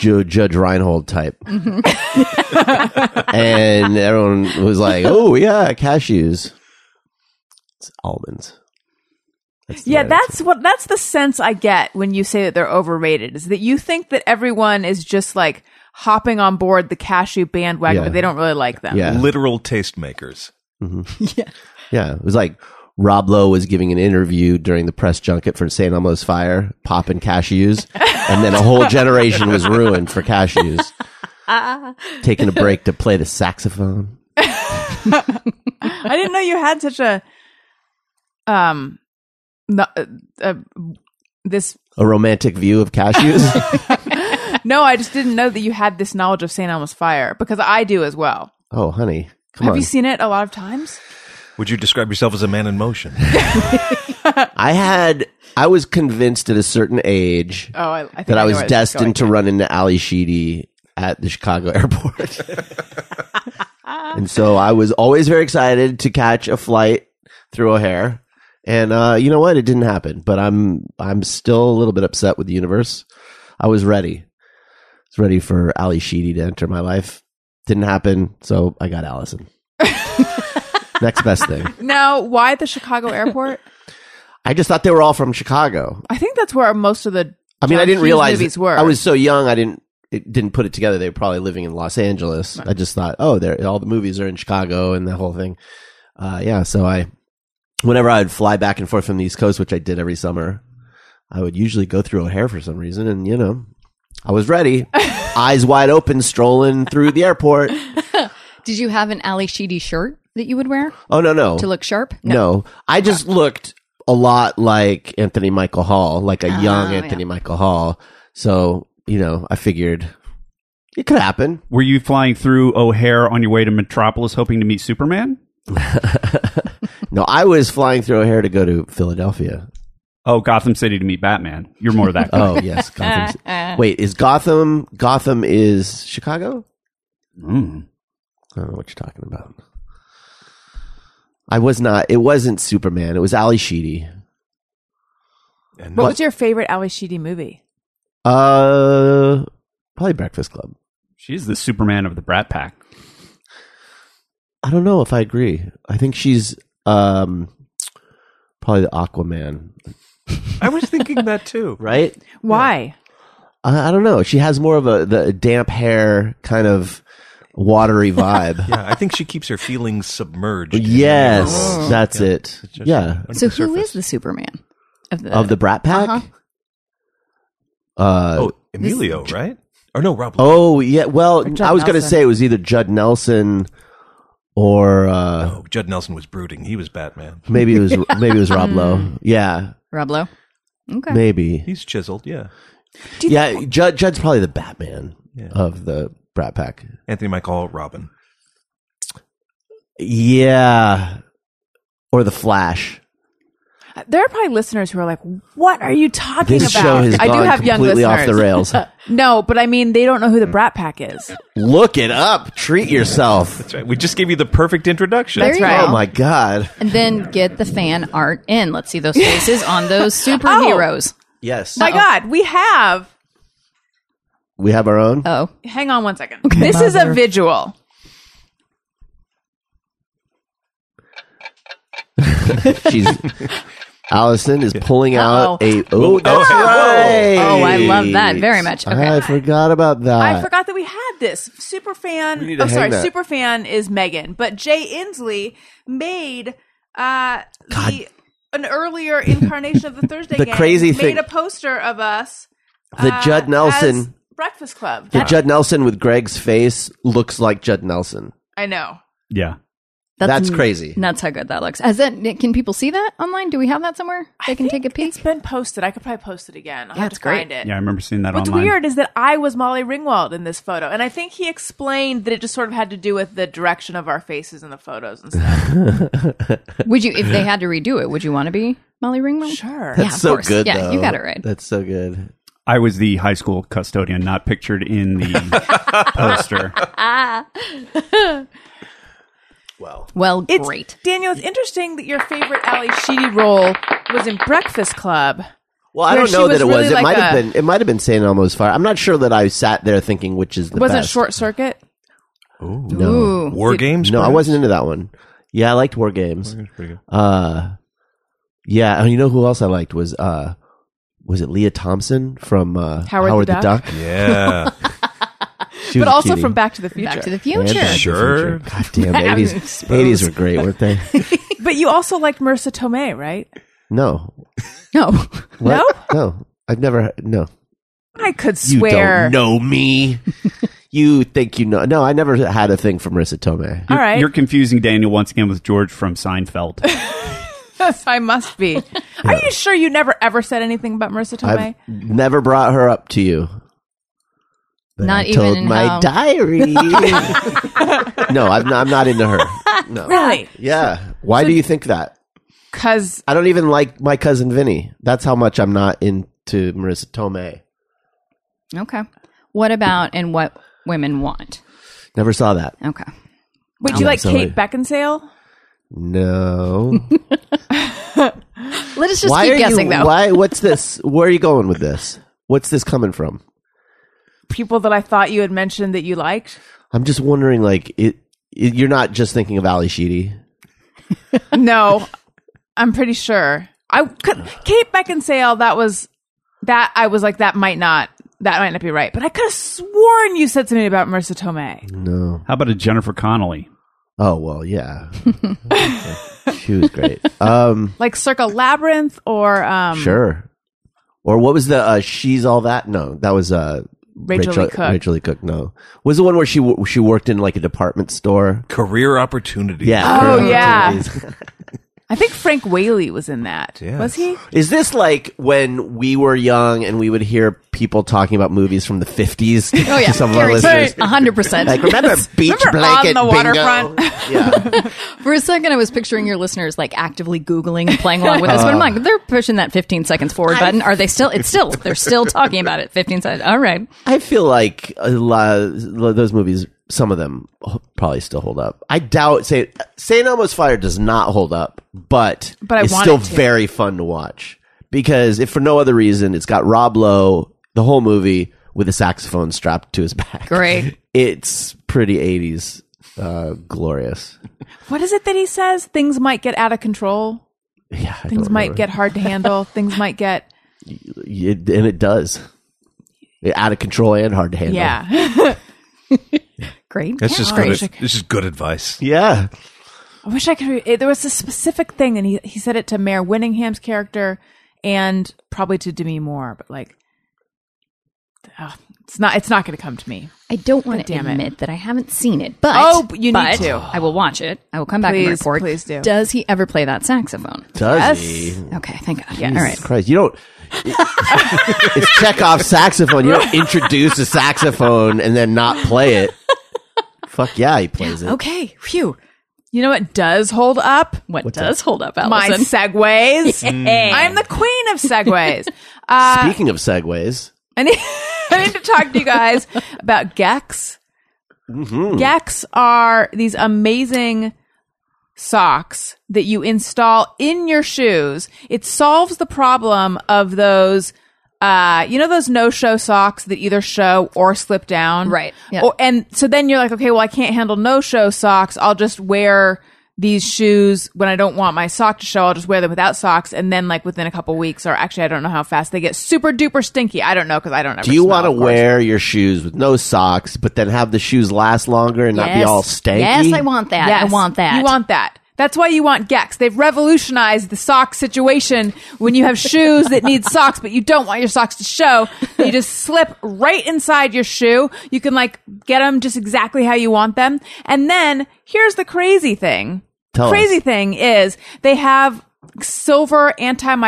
[SPEAKER 1] Ju- Judge Reinhold type.
[SPEAKER 3] Mm-hmm.
[SPEAKER 1] and everyone was like, oh, yeah, cashews. It's almonds. That's the
[SPEAKER 3] Yeah,
[SPEAKER 1] right
[SPEAKER 3] that's what that's the sense I get when you say that they're overrated is that you think that everyone is just like hopping on board the cashew bandwagon,
[SPEAKER 1] Yeah.
[SPEAKER 3] but they don't really like them.
[SPEAKER 1] answer. Yeah.
[SPEAKER 5] Literal tastemakers.
[SPEAKER 1] Yeah, it was like Rob Lowe was giving an interview during the press junket for St. Elmo's Fire, popping cashews, and then a whole generation was ruined for cashews. Taking a break to play the saxophone.
[SPEAKER 3] I didn't know you had such a um no, uh, uh, this
[SPEAKER 1] A romantic view of cashews.
[SPEAKER 3] no, I just didn't know that you had this knowledge of St. Elmo's Fire because I do as well.
[SPEAKER 1] oh, honey, come
[SPEAKER 3] Have
[SPEAKER 1] on.
[SPEAKER 3] you seen it a lot of times?
[SPEAKER 5] Would you describe yourself as a man in motion?
[SPEAKER 1] I had, I was convinced at a certain age
[SPEAKER 3] Oh, I, I think
[SPEAKER 1] that I
[SPEAKER 3] know
[SPEAKER 1] was
[SPEAKER 3] where this is going.
[SPEAKER 1] destined to run into Ali Sheedy at the Chicago airport. and so I was always very excited to catch a flight through O'Hare. And uh, you know what? It didn't happen, but I'm I'm still a little bit upset with the universe. I was ready. I was ready for Ali Sheedy to enter my life. Didn't happen, so I got Allison. Next best thing.
[SPEAKER 3] Now, why the Chicago airport?
[SPEAKER 1] I just thought they were all from Chicago.
[SPEAKER 3] I think that's where most of the
[SPEAKER 1] I mean,
[SPEAKER 3] John
[SPEAKER 1] I didn't
[SPEAKER 3] Hughes
[SPEAKER 1] realize
[SPEAKER 3] movies
[SPEAKER 1] it-
[SPEAKER 3] were.
[SPEAKER 1] I was so young. I didn't it didn't put it together. They were probably living in Los Angeles. I just thought, oh, they're all the movies are in Chicago and the whole thing. Uh, yeah, so I whenever I would fly back and forth from the East Coast, which I did every summer, I would usually go through O'Hare for some reason, and you know, I was ready, eyes wide open, strolling through the airport.
[SPEAKER 4] Did you have an Ali Sheedy shirt that you would wear
[SPEAKER 1] Oh no, no,
[SPEAKER 4] to look sharp?
[SPEAKER 1] no. I just looked a lot like Anthony Michael Hall, like a young Anthony Michael Hall. So, you know, I figured it could happen.
[SPEAKER 6] Were you flying through O'Hare on your way to Metropolis hoping to meet Superman?
[SPEAKER 1] No, I was flying through O'Hare to go to Philadelphia.
[SPEAKER 6] Oh, Gotham City to meet Batman. You're more that guy.
[SPEAKER 1] Oh, yes. Gotham. Wait, is Gotham Gotham is Chicago?
[SPEAKER 6] Mm.
[SPEAKER 1] I don't know what you're talking about. I was not. It wasn't Superman. It was Ali Sheedy.
[SPEAKER 5] And
[SPEAKER 3] What, was your favorite Ali Sheedy movie?
[SPEAKER 1] Uh, probably Breakfast Club.
[SPEAKER 6] She's the Superman of the Brat Pack.
[SPEAKER 1] I don't know if I agree. I think she's um probably the Aquaman,
[SPEAKER 5] I was thinking that too.
[SPEAKER 1] right?
[SPEAKER 3] Why?
[SPEAKER 1] I, I don't know. She has more of a the damp hair kind of watery vibe.
[SPEAKER 5] Yeah, I think she keeps her feelings submerged.
[SPEAKER 1] Yes, that's it.
[SPEAKER 5] Oh. just
[SPEAKER 1] yeah,
[SPEAKER 5] under
[SPEAKER 4] So
[SPEAKER 5] the
[SPEAKER 4] who
[SPEAKER 5] surface.
[SPEAKER 4] is the Superman of the?
[SPEAKER 1] of the Brat Pack.
[SPEAKER 3] Uh-huh.
[SPEAKER 1] uh
[SPEAKER 5] Oh, Emilio, right? Or no, Rob. Lowe.
[SPEAKER 1] oh yeah. Well,
[SPEAKER 3] Judd
[SPEAKER 1] I was going to
[SPEAKER 3] Nelson.
[SPEAKER 1] say it was either Judd Nelson or uh,
[SPEAKER 5] Oh, Judd Nelson was brooding. He was Batman.
[SPEAKER 1] maybe it was maybe it was Rob
[SPEAKER 3] Hmm.
[SPEAKER 1] Lowe. Yeah,
[SPEAKER 4] Rob Lowe. Okay.
[SPEAKER 1] maybe.
[SPEAKER 5] He's chiseled. Yeah,
[SPEAKER 1] Yeah, Judd, Judd's probably the Batman of the Brat Pack.
[SPEAKER 5] Anthony Michael Robin.
[SPEAKER 1] Yeah, or the Flash.
[SPEAKER 3] There are probably listeners who are like, "What are you talking
[SPEAKER 1] This
[SPEAKER 3] about?"
[SPEAKER 1] show has
[SPEAKER 3] I
[SPEAKER 1] gone
[SPEAKER 3] do have young
[SPEAKER 1] completely
[SPEAKER 3] listeners.
[SPEAKER 1] off the rails.
[SPEAKER 3] No, but I mean, they don't know who the Brat Pack is.
[SPEAKER 1] Look it up. Treat yourself.
[SPEAKER 5] That's right. We just gave you the perfect introduction.
[SPEAKER 4] There you
[SPEAKER 3] right.
[SPEAKER 4] go.
[SPEAKER 1] Oh my god.
[SPEAKER 4] And then get the fan art in. Let's see those faces on those superheroes.
[SPEAKER 1] Yes.
[SPEAKER 3] My God, we have.
[SPEAKER 1] We have our own.
[SPEAKER 4] Oh,
[SPEAKER 3] Hang on one second. This is a visual.
[SPEAKER 1] She's Allison is pulling out a oh, that's
[SPEAKER 5] Oh.
[SPEAKER 1] right.
[SPEAKER 4] Oh, I love that very much. Okay.
[SPEAKER 1] I forgot about that.
[SPEAKER 3] I forgot that we had this
[SPEAKER 1] We need
[SPEAKER 3] superfan.
[SPEAKER 1] to
[SPEAKER 3] Oh, sorry,
[SPEAKER 1] hang that.
[SPEAKER 3] superfan is Megan, but Jay Inslee made uh, the an earlier incarnation of the Thursday.
[SPEAKER 1] The
[SPEAKER 3] Gang,
[SPEAKER 1] crazy
[SPEAKER 3] made
[SPEAKER 1] thing-
[SPEAKER 3] a poster of us.
[SPEAKER 1] The
[SPEAKER 3] uh,
[SPEAKER 1] Judd Nelson,
[SPEAKER 3] as Breakfast Club.
[SPEAKER 1] the Judd Nelson with Greg's face looks like Judd Nelson.
[SPEAKER 3] I know.
[SPEAKER 6] Yeah.
[SPEAKER 1] That's, crazy.
[SPEAKER 4] That's how good that looks. Has that? Can people see that online? Do we have that somewhere? They can take a peek.
[SPEAKER 3] It's been posted. I could probably post it again. I'll
[SPEAKER 4] Yeah,
[SPEAKER 3] have
[SPEAKER 4] it's
[SPEAKER 3] to find
[SPEAKER 4] great.
[SPEAKER 3] it.
[SPEAKER 6] Yeah, I remember seeing that
[SPEAKER 3] What's
[SPEAKER 6] online.
[SPEAKER 3] weird is that I was Molly Ringwald in this photo, and I think he explained that it just sort of had to do with the direction of our faces in the photos and stuff.
[SPEAKER 4] Would you, if they had to redo it, would you want to be Molly Ringwald?
[SPEAKER 3] sure.
[SPEAKER 4] Yeah,
[SPEAKER 1] That's
[SPEAKER 4] of
[SPEAKER 1] so
[SPEAKER 4] course.
[SPEAKER 1] good.
[SPEAKER 4] Yeah,
[SPEAKER 1] though.
[SPEAKER 4] you got it right.
[SPEAKER 1] That's so good.
[SPEAKER 6] I was the high school custodian, not pictured in the poster.
[SPEAKER 1] well.
[SPEAKER 4] Well,
[SPEAKER 3] It's,
[SPEAKER 4] great.
[SPEAKER 3] Daniel, it's interesting that your favorite Ali Sheedy role was in Breakfast Club.
[SPEAKER 1] Well, I
[SPEAKER 3] Where
[SPEAKER 1] don't
[SPEAKER 3] she
[SPEAKER 1] know
[SPEAKER 3] was
[SPEAKER 1] that it
[SPEAKER 3] really
[SPEAKER 1] was. It
[SPEAKER 3] like
[SPEAKER 1] might have
[SPEAKER 3] a-
[SPEAKER 1] been. It might have been San Elmo's Fire. I'm not sure that I sat there thinking which is the
[SPEAKER 3] Wasn't
[SPEAKER 1] best.
[SPEAKER 3] Short Circuit?
[SPEAKER 1] No,
[SPEAKER 4] Ooh.
[SPEAKER 5] War games?
[SPEAKER 1] no, I
[SPEAKER 5] perhaps?
[SPEAKER 1] wasn't into that one. Yeah, I liked War Games. Uh, yeah, and you know who else I liked was uh, was it Leah Thompson from uh,
[SPEAKER 3] Howard the
[SPEAKER 1] the,
[SPEAKER 3] Duck?
[SPEAKER 1] Duck?
[SPEAKER 5] Yeah.
[SPEAKER 1] She
[SPEAKER 3] but
[SPEAKER 1] was a
[SPEAKER 3] also
[SPEAKER 1] cutie.
[SPEAKER 3] from Back to the Future.
[SPEAKER 4] Back to the
[SPEAKER 1] And Back to the
[SPEAKER 4] future.
[SPEAKER 5] Sure.
[SPEAKER 1] Future. God damn, eighties. Eighties were great, weren't they?
[SPEAKER 3] but you also liked Marissa Tomei, right?
[SPEAKER 1] No,
[SPEAKER 4] No.
[SPEAKER 1] What? no, I've never. No,
[SPEAKER 3] I could
[SPEAKER 1] you
[SPEAKER 3] swear.
[SPEAKER 1] don't know me. you think you know? No, I never had a thing for Marissa Tomei.
[SPEAKER 3] All right.
[SPEAKER 6] You're confusing Daniel once again with George from Seinfeld.
[SPEAKER 3] I must be. Are you sure you never ever said anything about Marissa
[SPEAKER 1] I've
[SPEAKER 3] Tomei?
[SPEAKER 1] never brought her up to you. But
[SPEAKER 4] Not
[SPEAKER 1] I told
[SPEAKER 4] even in
[SPEAKER 1] my
[SPEAKER 4] how-
[SPEAKER 1] diary. no, I'm not, I'm not into her. No.
[SPEAKER 3] Really?
[SPEAKER 1] Yeah. Why do you think that?
[SPEAKER 3] Because
[SPEAKER 1] I don't even like my cousin Vinny. That's how much I'm not into Marissa Tomei.
[SPEAKER 4] Okay. What about and what women want?
[SPEAKER 1] Never saw that.
[SPEAKER 4] Okay.
[SPEAKER 3] would you like
[SPEAKER 1] sorry.
[SPEAKER 3] Kate Beckinsale?
[SPEAKER 1] No.
[SPEAKER 4] Let us just keep
[SPEAKER 1] are
[SPEAKER 4] guessing
[SPEAKER 1] you,
[SPEAKER 4] though.
[SPEAKER 1] Why? What's this? Where are you going with this? What's this coming from?
[SPEAKER 3] People that I thought you had mentioned that you liked?
[SPEAKER 1] I'm just wondering. Like, it, it you're not just thinking of Ali Sheedy.
[SPEAKER 3] No, I'm pretty sure. I could, Kate Beckinsale. That was that. I was like, that might not. That might not be right. But I could have sworn you said something about Marissa Tomei.
[SPEAKER 1] No.
[SPEAKER 6] How about a Jennifer Connolly?
[SPEAKER 1] Oh well, yeah. she was great. Um,
[SPEAKER 3] like circa labyrinth or um
[SPEAKER 1] sure. Or what was the uh, she's all that? No, that was uh,
[SPEAKER 3] Rachel Lee Cook.
[SPEAKER 1] Rachel Lee Cook. No, was the one where she w- she worked in like a department store.
[SPEAKER 5] Career opportunity.
[SPEAKER 1] Yeah.
[SPEAKER 3] Oh,
[SPEAKER 1] her
[SPEAKER 3] yeah.
[SPEAKER 1] opportunities.
[SPEAKER 3] i think frank whaley was in that
[SPEAKER 5] Yes.
[SPEAKER 3] was he
[SPEAKER 1] Is this like when we were young and we would hear people talking about movies from the fifties?
[SPEAKER 4] Oh yeah.
[SPEAKER 1] to some of our listeners.
[SPEAKER 4] A hundred percent.
[SPEAKER 1] Like remember beach
[SPEAKER 3] Remember On
[SPEAKER 1] blanket
[SPEAKER 3] the
[SPEAKER 1] bingo?
[SPEAKER 3] Waterfront?
[SPEAKER 1] yeah.
[SPEAKER 4] For a second, I was picturing your listeners like actively googling and playing along with us. But
[SPEAKER 1] Uh-huh.
[SPEAKER 4] I'm like, they're pushing that 15 seconds forward button. Are they still? It's still. They're still talking about it. 15 seconds. All right.
[SPEAKER 1] I feel like a lot of those movies, some of them h- probably still hold up. I doubt Say San Elmo's Fire does not hold up, but,
[SPEAKER 3] But I
[SPEAKER 1] it's
[SPEAKER 3] want
[SPEAKER 1] still
[SPEAKER 3] it to.
[SPEAKER 1] very fun to watch because if for no other reason, it's got Rob Lowe the whole movie with a saxophone strapped to his back.
[SPEAKER 4] Great.
[SPEAKER 1] It's pretty 80s uh, glorious.
[SPEAKER 3] what is it that he says things might get out of control
[SPEAKER 1] Yeah, I
[SPEAKER 3] things
[SPEAKER 1] don't
[SPEAKER 3] might
[SPEAKER 1] remember.
[SPEAKER 3] get hard to handle things might get
[SPEAKER 1] It- and it does. Out of control and hard to handle.
[SPEAKER 3] yeah
[SPEAKER 4] Great.
[SPEAKER 5] That's just
[SPEAKER 4] Great.
[SPEAKER 5] good. This is good advice.
[SPEAKER 1] Yeah.
[SPEAKER 3] i wish i could re- it, there was a specific thing and he, he said it to mayor winningham's character and probably to demi moore but like ugh, it's not it's not going to come to me
[SPEAKER 4] I don't want to
[SPEAKER 3] damn it.
[SPEAKER 4] admit that I haven't seen it, but
[SPEAKER 3] Oh, you need
[SPEAKER 4] but
[SPEAKER 3] to.
[SPEAKER 4] I will watch it. I will come back and
[SPEAKER 3] Please,
[SPEAKER 4] report.
[SPEAKER 3] please do.
[SPEAKER 4] Does he ever play that saxophone?
[SPEAKER 1] Does
[SPEAKER 3] Yes.
[SPEAKER 1] he?
[SPEAKER 4] Okay, thank God. Yeah. All right.
[SPEAKER 1] Jesus Christ, you don't. it's Chekhov's saxophone. You don't introduce a saxophone and then not play it. Fuck yeah, he plays it.
[SPEAKER 4] Okay. Phew.
[SPEAKER 3] you know what does hold up
[SPEAKER 4] What does hold up,
[SPEAKER 3] my
[SPEAKER 4] Allison?
[SPEAKER 3] segways i'm the queen of segways
[SPEAKER 1] Speaking of segues,
[SPEAKER 3] I need, I need to talk to you guys about Gex. Gex are these amazing socks that you install in your shoes. It solves the problem of those. Uh, you know those no-show socks that either show or slip down,
[SPEAKER 4] Right, yeah.
[SPEAKER 3] Or, and so then you're like, okay, well, I can't handle no-show socks. I'll just wear these shoes when I don't want my sock to show. I'll just wear them without socks, and then like within a couple weeks, or actually, I don't know how fast they get super duper stinky. I don't know because I don't. Ever
[SPEAKER 1] do you
[SPEAKER 3] smell,
[SPEAKER 1] want to
[SPEAKER 3] of course.
[SPEAKER 1] wear your shoes with no socks, but then have the shoes last longer and not be
[SPEAKER 4] Yes.
[SPEAKER 1] all stanky?
[SPEAKER 4] Yes, I want that. I
[SPEAKER 3] Yes.
[SPEAKER 4] want that.
[SPEAKER 3] You want that. That's why you want Gex. They've revolutionized the sock situation when you have shoes that need socks, but you don't want your socks to show. You just slip right inside your shoe. You can like get them just exactly how you want them. And then here's the crazy thing.
[SPEAKER 1] Tell
[SPEAKER 3] crazy
[SPEAKER 1] us.
[SPEAKER 3] thing is they have silver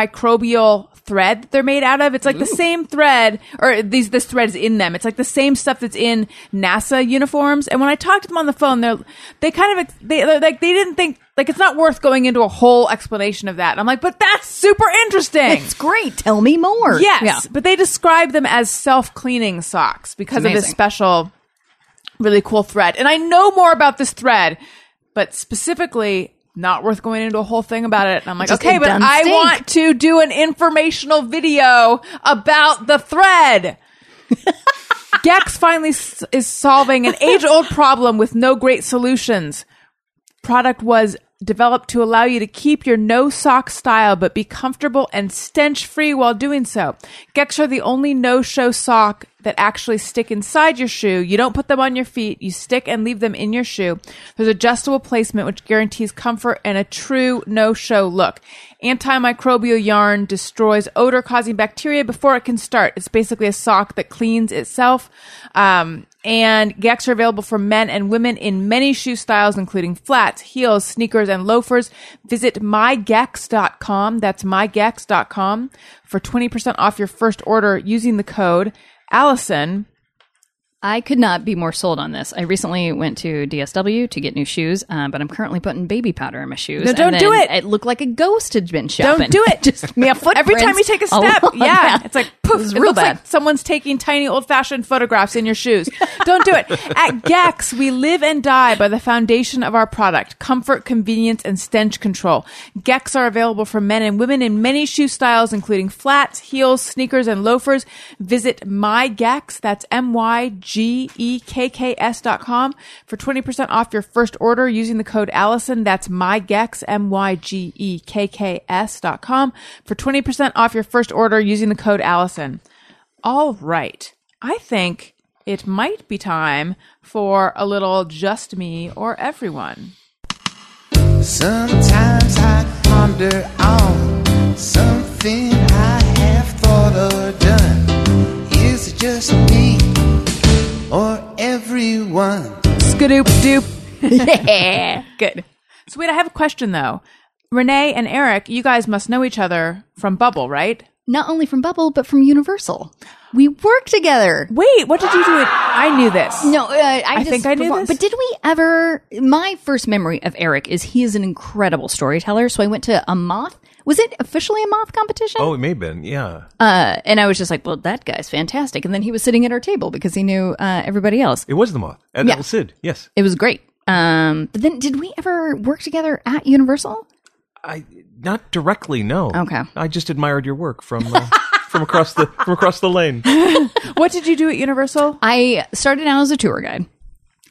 [SPEAKER 3] antimicrobial thread that they're made out of. It's like the same thread, or these this thread's in them. It's like the same stuff that's in NASA uniforms. And when I talked to them on the phone, they're they kind of ex- they they're like they didn't think like it's not worth going into a whole explanation of that. And I'm like, but that's super interesting.
[SPEAKER 4] It's great. Tell me more.
[SPEAKER 3] Yes,
[SPEAKER 4] Yeah.
[SPEAKER 3] but they describe them as self-cleaning socks because of this
[SPEAKER 4] amazing.
[SPEAKER 3] special, really cool thread. And I know more about this thread but specifically not worth going into a whole thing about it. And I'm like,
[SPEAKER 4] Just
[SPEAKER 3] okay,
[SPEAKER 4] a
[SPEAKER 3] but
[SPEAKER 4] dumb
[SPEAKER 3] I
[SPEAKER 4] steak."
[SPEAKER 3] want to do an informational video about the thread. Gex finally s- is solving an age old problem with no great solutions. Product was developed to allow you to keep your no sock style but be comfortable and stench free while doing so. Gex are the only no show sock that actually stick inside your shoe. You don't put them on your feet, you stick and leave them in your shoe. There's adjustable placement which guarantees comfort and a true no show look. Antimicrobial yarn destroys odor causing bacteria before it can start. It's basically a sock that cleans itself. Um, and Gex are available for men and women in many shoe styles, including flats, heels, sneakers, and loafers. Visit mygex.com. That's mygex.com for 20% off your first order using the code Allison.
[SPEAKER 4] I could not be more sold on this. I recently went to DSW to get new shoes, uh, but I'm currently putting baby powder in my shoes.
[SPEAKER 3] No, don't
[SPEAKER 4] and
[SPEAKER 3] do
[SPEAKER 4] then
[SPEAKER 3] it.
[SPEAKER 4] It looked like a ghost had been
[SPEAKER 3] Don't
[SPEAKER 4] shopping.
[SPEAKER 3] do it.
[SPEAKER 4] Just my
[SPEAKER 3] Every time you take a step, yeah, it's like poof.
[SPEAKER 4] It was
[SPEAKER 3] it
[SPEAKER 4] real
[SPEAKER 3] looks
[SPEAKER 4] bad.
[SPEAKER 3] like someone's taking tiny old-fashioned photographs in your shoes. Don't do it. At Gex, we live and die by the foundation of our product: comfort, convenience, and stench control. Gex are available for men and women in many shoe styles, including flats, heels, sneakers, and loafers. Visit mygex. That's m y g e k k s dot com for twenty percent off your first order using the code Allison. That's mygex m y g e k k s dot com for twenty percent off your first order using the code Allison. All right. I think it might be time for a little just me or everyone.
[SPEAKER 7] Sometimes I ponder on something I have thought or done. Is it just me or everyone?
[SPEAKER 3] Skadoop doop.
[SPEAKER 4] yeah, good.
[SPEAKER 3] So wait, I have a question though. Renee and Eric, you guys must know each other from Bubble, right?
[SPEAKER 4] Not only from Bubble, but from Universal. We work together.
[SPEAKER 3] Wait, what did you do? At- I knew this.
[SPEAKER 4] No, uh, I,
[SPEAKER 3] I
[SPEAKER 4] just
[SPEAKER 3] think I knew
[SPEAKER 4] perform-
[SPEAKER 3] this.
[SPEAKER 4] But did we ever? My first memory of Eric is he is an incredible storyteller. So I went to a moth. Was it officially a moth competition?
[SPEAKER 5] Oh, it may have been. Yeah.
[SPEAKER 4] Uh, and I was just like, well, that guy's fantastic. And then he was sitting at our table because he knew uh, everybody else.
[SPEAKER 5] it was the moth. And
[SPEAKER 4] Yeah.
[SPEAKER 5] El Cid. Yes.
[SPEAKER 4] It was great. Um, but then did we ever work together at Universal?
[SPEAKER 5] I not directly. No.
[SPEAKER 4] Okay.
[SPEAKER 5] I just admired your work from uh, from across the from across the lane.
[SPEAKER 3] What did you do at Universal?
[SPEAKER 4] I started out as a tour guide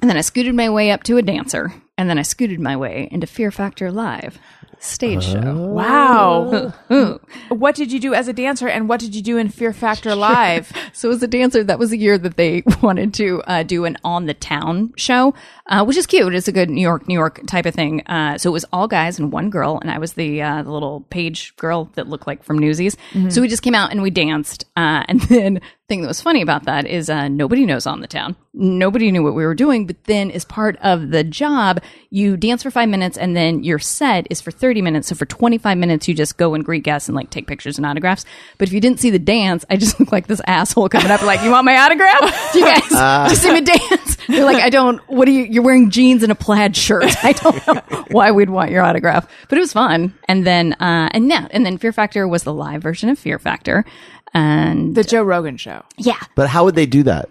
[SPEAKER 4] and then I scooted my way up to a dancer and then I scooted my way into Fear Factor Live stage show.
[SPEAKER 3] Wow. what did you do as a dancer and what did you do in Fear Factor Live?
[SPEAKER 4] So as a dancer, that was the year that they wanted to uh, do an on the town show, uh, which is cute. It's a good New York, New York type of thing. Uh, so it was all guys and one girl, and I was the, uh, the little page girl that looked like from Newsies. So we just came out and we danced. Uh, and then the thing that was funny about that is uh, nobody knows on the town. Nobody knew what we were doing. But then as part of the job, you dance for five minutes, and then your set is for thirty minutes. So for twenty five minutes, you just go and greet guests and like take pictures and autographs. But if you didn't see the dance, I just look like this asshole coming up like, "You want my autograph? Do you guys do you see me dance?" You're like, "I don't." What are you? You're wearing jeans and a plaid shirt. I don't know why we'd want your autograph, but it was fun. And then uh, and now and then Fear Factor was the live version of Fear Factor. And
[SPEAKER 3] The Joe Rogan show.
[SPEAKER 4] yeah,
[SPEAKER 1] But how would they do that?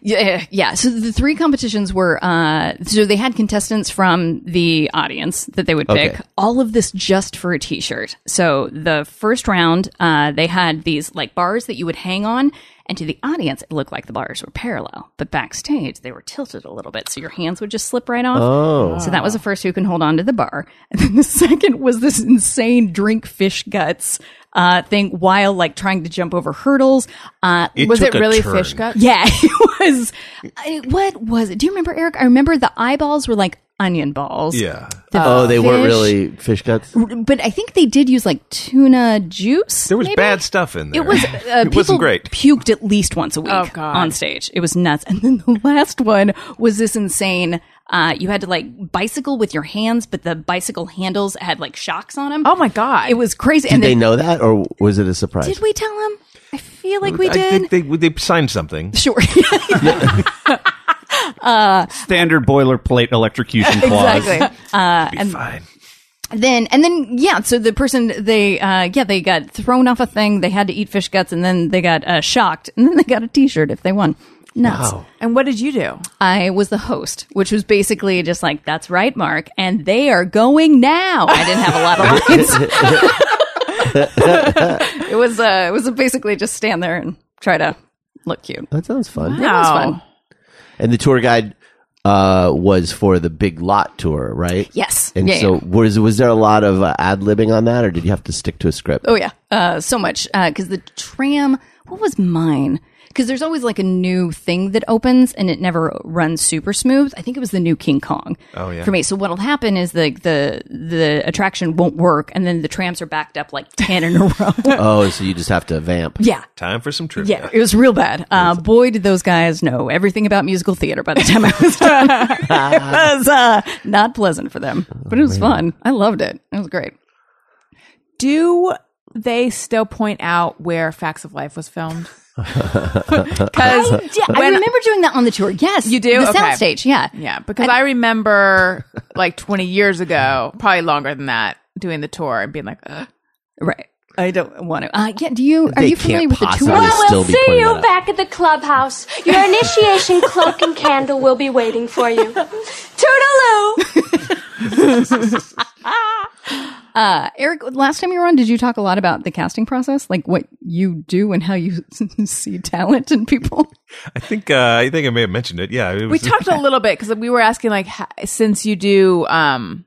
[SPEAKER 4] yeah, yeah. So the three competitions were uh, so they had contestants from the audience that they would pick.
[SPEAKER 1] Okay.
[SPEAKER 4] All of this just for a T-shirt. So the first round, uh, they had these like bars that you would hang on, and to the audience, it looked like the bars were parallel, but backstage they were tilted a little bit, so your hands would just slip right off. Oh, so that was the first who can hold on to the bar, and then the second was this insane drink fish guts. Uh, thing while like trying to jump over hurdles. Uh,
[SPEAKER 3] Was it
[SPEAKER 5] took a
[SPEAKER 3] really
[SPEAKER 5] turn.
[SPEAKER 3] fish guts?
[SPEAKER 4] yeah, it was. I, what was it? Do you remember, Eric? I remember the eyeballs were like onion balls.
[SPEAKER 5] Yeah.
[SPEAKER 1] oh, they weren't
[SPEAKER 4] fish.
[SPEAKER 1] really fish guts.
[SPEAKER 4] But I think they did use like tuna juice.
[SPEAKER 5] There was
[SPEAKER 4] maybe?
[SPEAKER 5] bad stuff in there.
[SPEAKER 4] It was. Uh,
[SPEAKER 5] it wasn't
[SPEAKER 4] people
[SPEAKER 5] great.
[SPEAKER 4] Puked at least once a week
[SPEAKER 3] Oh, God.
[SPEAKER 4] on stage. It was nuts. And then the last one was this insane. Uh, you had to like bicycle with your hands, but the bicycle handles had like shocks on them.
[SPEAKER 3] Oh my god.
[SPEAKER 4] It was crazy.
[SPEAKER 1] Did
[SPEAKER 4] and
[SPEAKER 1] they
[SPEAKER 4] then,
[SPEAKER 1] know that, or was it a surprise?
[SPEAKER 4] did we tell them? I feel like we
[SPEAKER 5] I
[SPEAKER 4] did.
[SPEAKER 5] think they they signed something.
[SPEAKER 4] sure.
[SPEAKER 6] Standard boilerplate electrocution clause.
[SPEAKER 4] exactly.
[SPEAKER 5] Be fine.
[SPEAKER 4] then and then yeah so the person they uh yeah they got thrown off a thing they had to eat fish guts and then they got uh shocked and then they got a t-shirt if they won Nuts.
[SPEAKER 3] And what did you do?
[SPEAKER 4] I was the host, which was basically just like, that's right, Mark, and they are going now. I didn't have a lot of lines. it was uh it was basically just stand there and try to look cute.
[SPEAKER 1] That sounds fun.
[SPEAKER 4] It was fun.
[SPEAKER 1] And the tour guide uh, was for the Big Lot tour, right?
[SPEAKER 4] Yes.
[SPEAKER 1] And
[SPEAKER 4] Yeah,
[SPEAKER 1] so
[SPEAKER 4] yeah.
[SPEAKER 1] was was there a lot of uh, ad libbing on that, or did you have to stick to a script?
[SPEAKER 4] Oh yeah, uh, so much because the tram. What was mine? Because there's always like a new thing that opens and it never runs super smooth. I think it was the new King Kong. Oh yeah. For me, so what'll happen is like the the attraction won't work, and then the trams are backed up like ten in a row.
[SPEAKER 1] Oh, so you just have to vamp.
[SPEAKER 4] yeah.
[SPEAKER 5] Time for some trivia.
[SPEAKER 4] Uh. Yeah, it was real bad. Uh, boy, did those guys know everything about musical theater by the time I was done. it was uh, not pleasant for them, but it was fun. I loved it. It was great.
[SPEAKER 3] Do they still point out where Facts of Life was filmed? Because
[SPEAKER 4] Yeah, I remember doing that on the tour. Yes,
[SPEAKER 3] You do?
[SPEAKER 4] the
[SPEAKER 3] Okay.
[SPEAKER 4] soundstage. Yeah,
[SPEAKER 3] Yeah, because I, remember like 20 years ago, probably longer than that, doing the tour and being like, Ugh.
[SPEAKER 4] Right. I don't want to. Uh, yeah. Do you? Are
[SPEAKER 1] They
[SPEAKER 4] you familiar
[SPEAKER 1] can't
[SPEAKER 4] with the
[SPEAKER 1] possibly
[SPEAKER 4] tour?
[SPEAKER 1] Well, still
[SPEAKER 2] We'll
[SPEAKER 1] be
[SPEAKER 2] see
[SPEAKER 1] pointing that
[SPEAKER 2] you
[SPEAKER 1] out.
[SPEAKER 2] back at the clubhouse. Your initiation cloak and candle will be waiting for you. Toodaloo!
[SPEAKER 4] Uh, Eric, last time you were on, did you talk a lot about the casting process, like what you do and how you see talent in people?
[SPEAKER 5] I think uh, I think I may have mentioned it. Yeah, it
[SPEAKER 3] we
[SPEAKER 5] was- oh,
[SPEAKER 3] talked a little bit because we were asking, like, ha- since you do um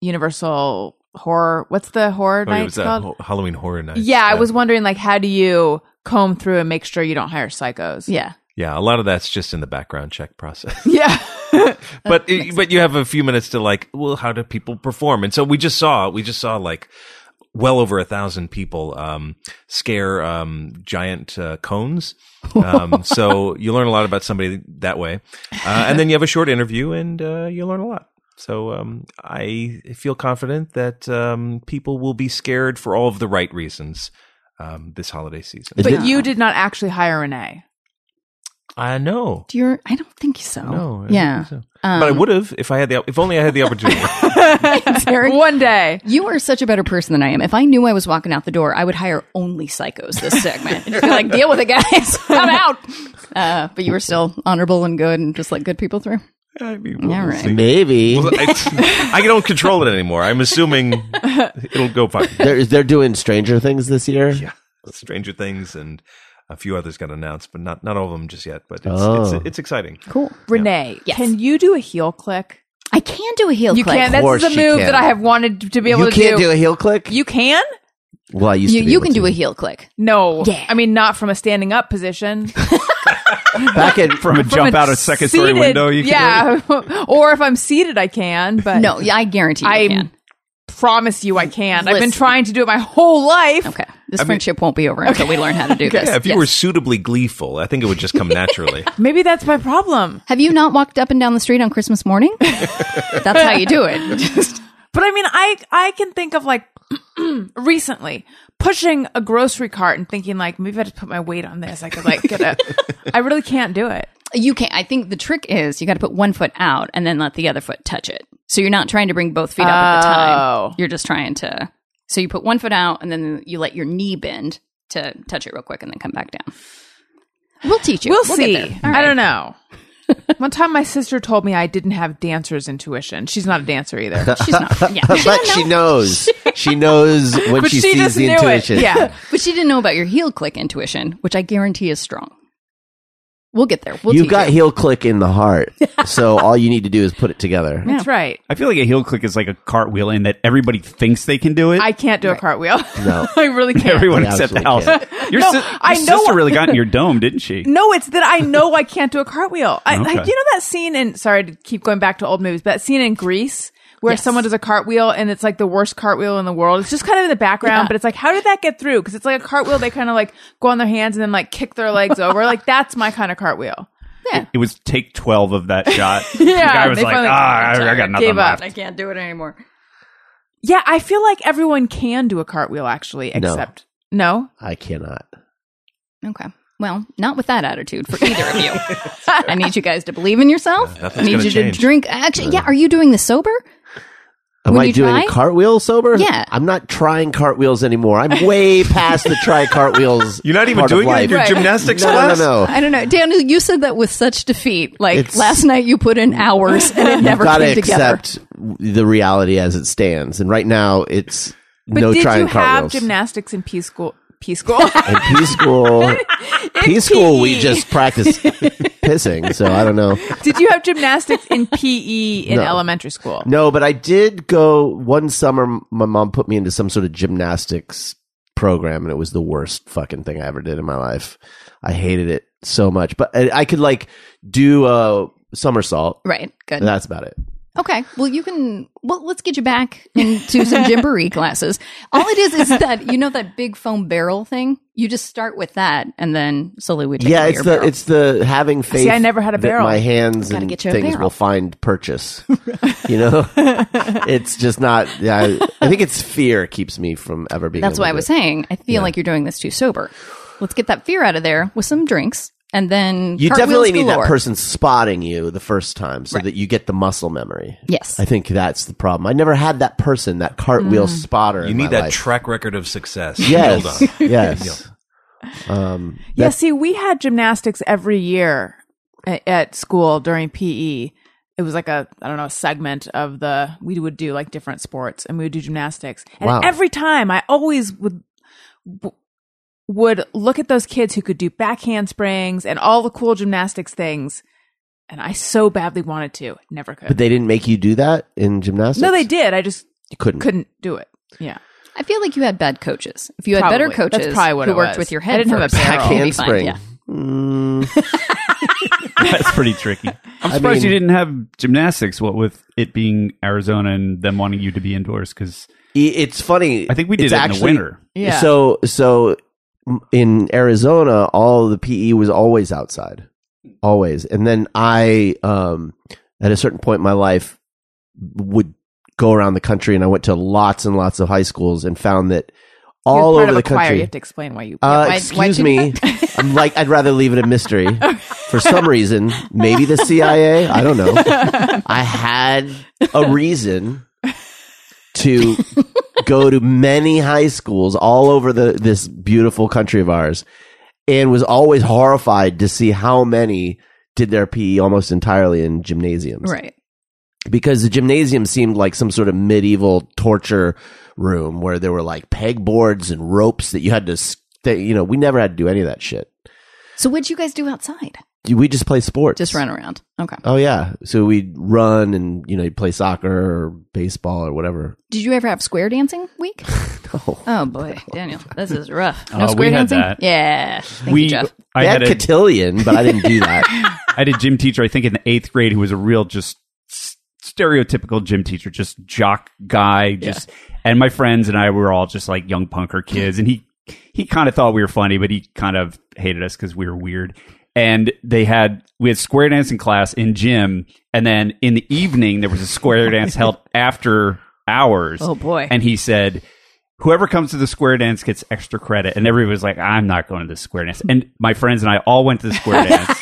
[SPEAKER 3] Universal Horror, what's the horror
[SPEAKER 5] Oh, it
[SPEAKER 3] night
[SPEAKER 5] was uh,
[SPEAKER 3] called?
[SPEAKER 5] Ho- Halloween Horror Nights. Uh,
[SPEAKER 3] yeah, I was wondering, like, how do you comb through and make sure you don't hire psychos?
[SPEAKER 4] Yeah.
[SPEAKER 5] Yeah, a lot of that's just in the background check process.
[SPEAKER 3] Yeah.
[SPEAKER 5] but it, but you have a few minutes to like, well, how do people perform? And so we just saw we just saw like well over a thousand people um, scare um, giant uh, cones. Um, so you learn a lot about somebody that way, uh, and then you have a short interview, and uh, you learn a lot. So um, I feel confident that um, people will be scared for all of the right reasons um, this holiday season.
[SPEAKER 3] but you did not actually hire Renee.
[SPEAKER 5] I know.
[SPEAKER 4] Do you? I don't think so.
[SPEAKER 5] No, I
[SPEAKER 4] yeah.
[SPEAKER 5] don't think so. but I would have if I had the if only I had the opportunity.
[SPEAKER 4] Eric,
[SPEAKER 3] One day.
[SPEAKER 4] you are such a better person than I am. If I knew I was walking out the door, I would hire only psychos this segment. Just be like, deal with it, guys. I'm out. Uh, but you were still honorable and good, and just let good people through.
[SPEAKER 5] I mean,
[SPEAKER 4] All right.
[SPEAKER 1] Maybe
[SPEAKER 5] well, I, I don't control it anymore. I'm assuming it'll go fine.
[SPEAKER 1] they're they're doing Stranger Things this year.
[SPEAKER 5] Yeah, Stranger Things and a few others got announced, but not not all of them just yet. But it's
[SPEAKER 1] Oh.
[SPEAKER 5] it's, it's exciting.
[SPEAKER 4] Cool.
[SPEAKER 3] Renee,
[SPEAKER 4] Yes.
[SPEAKER 3] can you do a heel click?
[SPEAKER 4] I can do a heel
[SPEAKER 3] You
[SPEAKER 4] click.
[SPEAKER 3] can.
[SPEAKER 1] Of
[SPEAKER 3] That's
[SPEAKER 1] course
[SPEAKER 3] the
[SPEAKER 1] she
[SPEAKER 3] move
[SPEAKER 1] can.
[SPEAKER 3] that I have wanted to be able
[SPEAKER 1] you
[SPEAKER 3] to
[SPEAKER 1] can't do a heel click.
[SPEAKER 3] You can?
[SPEAKER 1] well, I used
[SPEAKER 4] You,
[SPEAKER 1] to. Be
[SPEAKER 4] you
[SPEAKER 1] able
[SPEAKER 4] can do
[SPEAKER 1] to.
[SPEAKER 4] a heel click.
[SPEAKER 3] No.
[SPEAKER 4] Yeah.
[SPEAKER 3] I mean, not from a standing up position.
[SPEAKER 1] back in
[SPEAKER 6] From a jump
[SPEAKER 3] From a
[SPEAKER 6] out a second story
[SPEAKER 3] seated-
[SPEAKER 6] window, you can do it.
[SPEAKER 3] yeah. or if I'm seated, I can. But
[SPEAKER 4] No, yeah, I guarantee you
[SPEAKER 3] I
[SPEAKER 4] can.
[SPEAKER 3] promise you, I can. I've been
[SPEAKER 4] Listen.
[SPEAKER 3] trying to do it my whole life.
[SPEAKER 4] Okay. This friendship won't be over until we learn how to do this.
[SPEAKER 5] Yeah, if you
[SPEAKER 4] Yes.
[SPEAKER 5] were suitably gleeful, I think it would just come naturally.
[SPEAKER 3] Maybe that's my problem.
[SPEAKER 4] Have you not walked up and down the street on Christmas morning? That's how you do it. Just-
[SPEAKER 3] But I mean, I I can think of like recently pushing a grocery cart and thinking like maybe I just put my weight on this. I could like get a. I really can't do it.
[SPEAKER 4] you can't. I think the trick is you got to put one foot out and then let the other foot touch it. So you're not trying to bring both feet up at the
[SPEAKER 3] Oh.
[SPEAKER 4] time. You're just trying to. So you put one foot out and then you let your knee bend to touch it real quick and then come back down. We'll teach you.
[SPEAKER 3] We'll,
[SPEAKER 4] get
[SPEAKER 3] see.
[SPEAKER 4] there. All
[SPEAKER 3] I
[SPEAKER 4] right.
[SPEAKER 3] don't know. One time, my sister told me I didn't have dancer's intuition. She's not a dancer either.
[SPEAKER 4] She's not. Yeah.
[SPEAKER 1] but she knows. she knows when
[SPEAKER 3] But
[SPEAKER 1] she,
[SPEAKER 3] she,
[SPEAKER 1] sees
[SPEAKER 3] just
[SPEAKER 1] the
[SPEAKER 3] knew
[SPEAKER 1] intuition.
[SPEAKER 3] it. Yeah.
[SPEAKER 4] But she didn't know about your heel click intuition, which I guarantee is strong. We'll get there. We'll
[SPEAKER 1] You've
[SPEAKER 4] teach
[SPEAKER 1] got
[SPEAKER 4] you.
[SPEAKER 1] heel click in the heart, so all you need to do is put it together.
[SPEAKER 3] That's right.
[SPEAKER 6] I feel like a heel click is like a cartwheel in that everybody thinks they can do it.
[SPEAKER 3] I can't do a cartwheel.
[SPEAKER 1] No.
[SPEAKER 3] I really can't.
[SPEAKER 6] Everyone
[SPEAKER 1] Yeah,
[SPEAKER 6] except the house.
[SPEAKER 1] absolutely
[SPEAKER 6] Your,
[SPEAKER 3] No,
[SPEAKER 6] si-
[SPEAKER 3] I
[SPEAKER 6] your
[SPEAKER 3] know-
[SPEAKER 6] sister really got in your dome, didn't she?
[SPEAKER 3] No, it's that I know I can't do a cartwheel. I,
[SPEAKER 6] Okay.
[SPEAKER 3] I, you know that scene in sorry to keep going back to old movies, but that scene in Greece where
[SPEAKER 4] Yes.
[SPEAKER 3] someone does a cartwheel and it's like the worst cartwheel in the world. It's just kind of in the background, but it's like how did that get through? Because it's like a cartwheel they kind of like go on their hands and then like kick their legs over. Like that's my kind of cartwheel.
[SPEAKER 6] It was take 12 of that shot. yeah, the guy was
[SPEAKER 3] they
[SPEAKER 6] like,
[SPEAKER 3] finally-
[SPEAKER 6] ah, I, I got nothing
[SPEAKER 3] Gave up.
[SPEAKER 6] left.
[SPEAKER 4] I can't do it anymore.
[SPEAKER 3] Yeah, I feel like everyone can do a cartwheel actually, except no.
[SPEAKER 1] I cannot.
[SPEAKER 4] Okay. Well, not with that attitude for either of you. I need you guys to believe in yourself. I
[SPEAKER 5] nothing's
[SPEAKER 4] need
[SPEAKER 5] gonna
[SPEAKER 4] you
[SPEAKER 5] change.
[SPEAKER 4] to drink. Actually, yeah. Are you doing this sober?
[SPEAKER 1] Am
[SPEAKER 4] Will
[SPEAKER 1] I
[SPEAKER 4] you
[SPEAKER 1] doing
[SPEAKER 4] try?
[SPEAKER 1] a cartwheel sober?
[SPEAKER 4] Yeah.
[SPEAKER 1] I'm not trying cartwheels anymore. I'm way past the try cartwheels.
[SPEAKER 5] You're not even
[SPEAKER 1] part of
[SPEAKER 5] doing it in
[SPEAKER 1] life.
[SPEAKER 5] your
[SPEAKER 4] Right.
[SPEAKER 5] gymnastics
[SPEAKER 1] No, no,
[SPEAKER 5] class?
[SPEAKER 6] Oh.
[SPEAKER 1] no.
[SPEAKER 4] I don't know, Daniel. You said that with such defeat. Like
[SPEAKER 1] It's-
[SPEAKER 4] last night, you put in hours and it never
[SPEAKER 1] Got to
[SPEAKER 4] came together.
[SPEAKER 1] accept the reality as it stands. And right now, it's
[SPEAKER 3] But
[SPEAKER 1] no
[SPEAKER 3] did
[SPEAKER 1] trying
[SPEAKER 3] you have
[SPEAKER 1] cartwheels.
[SPEAKER 3] gymnastics in P school? P school.
[SPEAKER 1] In P school, P school, we
[SPEAKER 3] PE.
[SPEAKER 1] just practice pissing. So I don't know.
[SPEAKER 3] did you have gymnastics in PE in elementary school?
[SPEAKER 1] No, but I did go one summer. m- My mom put me into some sort of gymnastics program, and it was the worst fucking thing I ever did in my life. I hated it so much, but I, I could like do a somersault.
[SPEAKER 4] Right. Good.
[SPEAKER 1] And that's about it.
[SPEAKER 4] Okay. Well, you can. Well, let's get you back into some gymboree classes. All it is is that you know that big foam barrel thing. You just start with that, and then slowly we take
[SPEAKER 1] yeah,
[SPEAKER 4] away
[SPEAKER 1] it's
[SPEAKER 4] your
[SPEAKER 1] the
[SPEAKER 4] barrel.
[SPEAKER 1] it's the having faith.
[SPEAKER 3] I never had a
[SPEAKER 1] that
[SPEAKER 3] barrel.
[SPEAKER 1] My hands
[SPEAKER 4] Gotta
[SPEAKER 1] and
[SPEAKER 4] get you a
[SPEAKER 1] things
[SPEAKER 4] barrel.
[SPEAKER 1] will find purchase. you know, it's just not. Yeah, I, I think it's fear keeps me from ever being.
[SPEAKER 4] That's
[SPEAKER 1] able
[SPEAKER 4] why I
[SPEAKER 1] to do
[SPEAKER 4] was
[SPEAKER 1] it.
[SPEAKER 4] saying I feel like you're doing this too sober. Let's get that fear out of there with some drinks, and then
[SPEAKER 1] You
[SPEAKER 4] cartwheels
[SPEAKER 1] definitely need that
[SPEAKER 4] galore.
[SPEAKER 1] person spotting you the first time so that you get the muscle memory.
[SPEAKER 4] Yes.
[SPEAKER 1] I think that's the problem. I never had that person, that cartwheel
[SPEAKER 4] Mm.
[SPEAKER 1] spotter.
[SPEAKER 5] You
[SPEAKER 1] in my
[SPEAKER 5] need that
[SPEAKER 1] life.
[SPEAKER 5] track record of success.
[SPEAKER 1] Yes.
[SPEAKER 5] Build up.
[SPEAKER 1] yes. Um,
[SPEAKER 3] Yeah,
[SPEAKER 1] that's-
[SPEAKER 3] see, we had gymnastics every year at, at school during PE. It was like a I don't know segment of the we would do like different sports and we would do gymnastics. And
[SPEAKER 1] Wow.
[SPEAKER 3] every time I always would w- would look at those kids who could do back handsprings and all the cool gymnastics things, and I so badly wanted to, never could.
[SPEAKER 1] But they didn't make you do that in gymnastics?
[SPEAKER 3] no, they did. I just
[SPEAKER 1] You couldn't.
[SPEAKER 3] couldn't do it. Yeah,
[SPEAKER 4] I feel like you had bad coaches. If you had better
[SPEAKER 3] Probably. That's
[SPEAKER 4] coaches
[SPEAKER 3] probably what
[SPEAKER 4] who
[SPEAKER 3] it
[SPEAKER 4] worked
[SPEAKER 3] was.
[SPEAKER 4] with your
[SPEAKER 3] I
[SPEAKER 4] head,
[SPEAKER 3] didn't have a
[SPEAKER 4] first,
[SPEAKER 3] barrel.
[SPEAKER 4] you'd be
[SPEAKER 1] Hand
[SPEAKER 4] fine,
[SPEAKER 1] spring.
[SPEAKER 4] yeah.
[SPEAKER 1] Mm,
[SPEAKER 6] That's pretty tricky. I'm
[SPEAKER 1] I
[SPEAKER 6] surprised
[SPEAKER 1] mean-
[SPEAKER 6] you didn't have gymnastics. What with it being Arizona and them wanting you to be indoors, because
[SPEAKER 1] i- E, it's funny.
[SPEAKER 6] I think we did
[SPEAKER 1] It's
[SPEAKER 6] it
[SPEAKER 1] actually,
[SPEAKER 6] in the winter.
[SPEAKER 3] yeah.
[SPEAKER 1] So, so in Arizona, all the PE was always outside, always. And then I, um, at a certain point in my life, would go around the country, and I went to lots and lots of high schools, and found that
[SPEAKER 3] You're
[SPEAKER 1] all over
[SPEAKER 3] part of
[SPEAKER 1] the
[SPEAKER 3] a choir.
[SPEAKER 1] country.
[SPEAKER 3] You have to explain why you.
[SPEAKER 1] uh,
[SPEAKER 4] why-
[SPEAKER 1] excuse
[SPEAKER 4] why'd you
[SPEAKER 1] me. I'm like, I'd rather leave it a mystery. For some reason, maybe the CIA, I don't know. I had a reason to go to many high schools all over the this beautiful country of ours and was always horrified to see how many did their PE almost entirely in gymnasiums
[SPEAKER 4] Right.
[SPEAKER 1] because the gymnasium seemed like some sort of medieval torture room where there were like pegboards and ropes that you had to, s- that, you know, we never had to do any of that shit.
[SPEAKER 4] So what'd you guys do outside?
[SPEAKER 1] We just play sports.
[SPEAKER 4] Just run around. Okay.
[SPEAKER 1] Oh yeah, so we'd run and you know you'd play soccer or baseball or whatever.
[SPEAKER 4] Did you ever have square dancing week?
[SPEAKER 1] No.
[SPEAKER 4] Oh boy, Daniel, this is rough. No
[SPEAKER 6] Uh, we
[SPEAKER 4] square
[SPEAKER 6] had
[SPEAKER 4] dancing.
[SPEAKER 6] that.
[SPEAKER 4] Yeah. Thank
[SPEAKER 6] we,
[SPEAKER 4] you, Jeff.
[SPEAKER 1] I
[SPEAKER 6] I
[SPEAKER 1] had
[SPEAKER 6] had, a,
[SPEAKER 1] cotillion, but I didn't do that.
[SPEAKER 6] I had a gym teacher, I think in the eighth grade, who was a real just s- stereotypical gym teacher, just jock guy. Just and my friends and I were all just like young punker kids, and he he kind of thought we were funny, but he kind of hated us because we were weird. And they had we had square dancing class in gym, and then in the evening there was a square dance held after hours.
[SPEAKER 4] Oh, boy.
[SPEAKER 6] And he said whoever comes to the square dance gets extra credit. And everybody was like, I'm not going to the square dance. And my friends and I all went to the square dance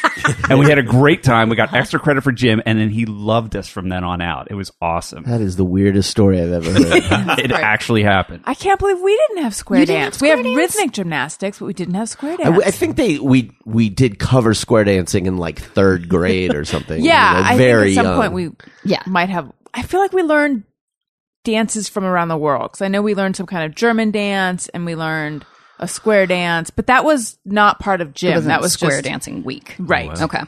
[SPEAKER 6] and we had a great time. We got extra credit for Jim. And then he loved us from then on out. It was awesome.
[SPEAKER 1] that is the weirdest story I've ever heard.
[SPEAKER 6] it actually happened.
[SPEAKER 3] I can't believe we didn't have square
[SPEAKER 4] You didn't have
[SPEAKER 3] dance.
[SPEAKER 4] square
[SPEAKER 3] we had
[SPEAKER 4] dance?
[SPEAKER 3] rhythmic gymnastics, but we didn't have square
[SPEAKER 1] I,
[SPEAKER 3] dance.
[SPEAKER 1] I think they we we did cover square dancing in like third grade or something.
[SPEAKER 3] yeah,
[SPEAKER 1] You know,
[SPEAKER 3] I
[SPEAKER 1] very
[SPEAKER 3] think at some
[SPEAKER 1] young.
[SPEAKER 3] point we
[SPEAKER 4] Yeah.
[SPEAKER 3] might have. I feel like we learned dances from around the world because I know we learned some kind of German dance and we learned a square dance, but that was not part of
[SPEAKER 4] It
[SPEAKER 3] gym.
[SPEAKER 4] wasn't
[SPEAKER 3] That was
[SPEAKER 4] square
[SPEAKER 3] just,
[SPEAKER 4] dancing week.
[SPEAKER 3] right?
[SPEAKER 1] Oh,
[SPEAKER 4] Okay.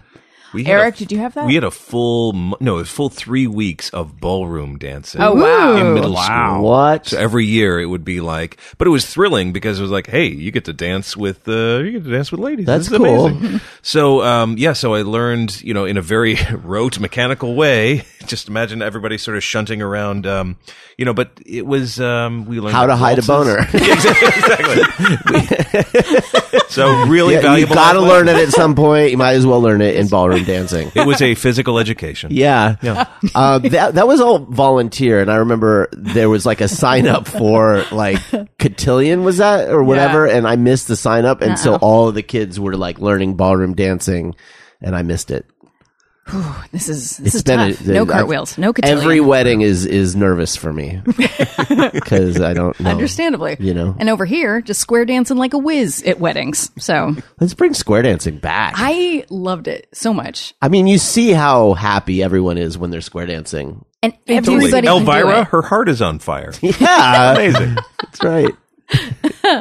[SPEAKER 5] We had
[SPEAKER 3] Eric,
[SPEAKER 5] a-
[SPEAKER 3] did you have that?
[SPEAKER 5] We had a full m- no, it was full three weeks of ballroom dancing.
[SPEAKER 3] Oh, wow.
[SPEAKER 5] In middle
[SPEAKER 6] Wow.
[SPEAKER 5] school.
[SPEAKER 1] What?
[SPEAKER 5] So every year it would be like, but it was thrilling because it was like, hey, you get to dance with uh, you get to dance with ladies.
[SPEAKER 1] That's
[SPEAKER 5] this is
[SPEAKER 1] cool.
[SPEAKER 5] amazing. so um, yeah, so I learned you know in a very rote mechanical way. Just imagine everybody sort of shunting around, um, you know. But it was um, we learned
[SPEAKER 1] How to hide a
[SPEAKER 5] waltzes.
[SPEAKER 1] boner.
[SPEAKER 5] Yeah, exactly. so really
[SPEAKER 1] Yeah, you
[SPEAKER 5] valuable.
[SPEAKER 1] got to
[SPEAKER 5] life
[SPEAKER 1] learn
[SPEAKER 5] lesson.
[SPEAKER 1] it at some point. You might as well learn it in ballroom dancing.
[SPEAKER 5] It was a physical education.
[SPEAKER 1] Yeah. Uh, that, that was all volunteer. And I remember there was like a sign up for like cotillion, was that or whatever? And I missed the sign up. And so all of the kids were like learning ballroom dancing and I missed it.
[SPEAKER 4] This is this is tough. no
[SPEAKER 1] I've-
[SPEAKER 4] cartwheels, no cotillion.
[SPEAKER 1] Every wedding is is nervous for me because I don't know.
[SPEAKER 4] Understandably,
[SPEAKER 1] You know.
[SPEAKER 4] And over here, just square dancing like a whiz at weddings. So
[SPEAKER 1] Let's bring square dancing back. I,
[SPEAKER 4] I loved it so much,
[SPEAKER 1] mean, you see how happy everyone is when they're square dancing.
[SPEAKER 4] and
[SPEAKER 5] Totally.
[SPEAKER 4] everybody can do
[SPEAKER 5] Elvira,
[SPEAKER 4] it.
[SPEAKER 5] her heart is on fire.
[SPEAKER 1] Yeah,
[SPEAKER 5] Amazing.
[SPEAKER 1] that's right.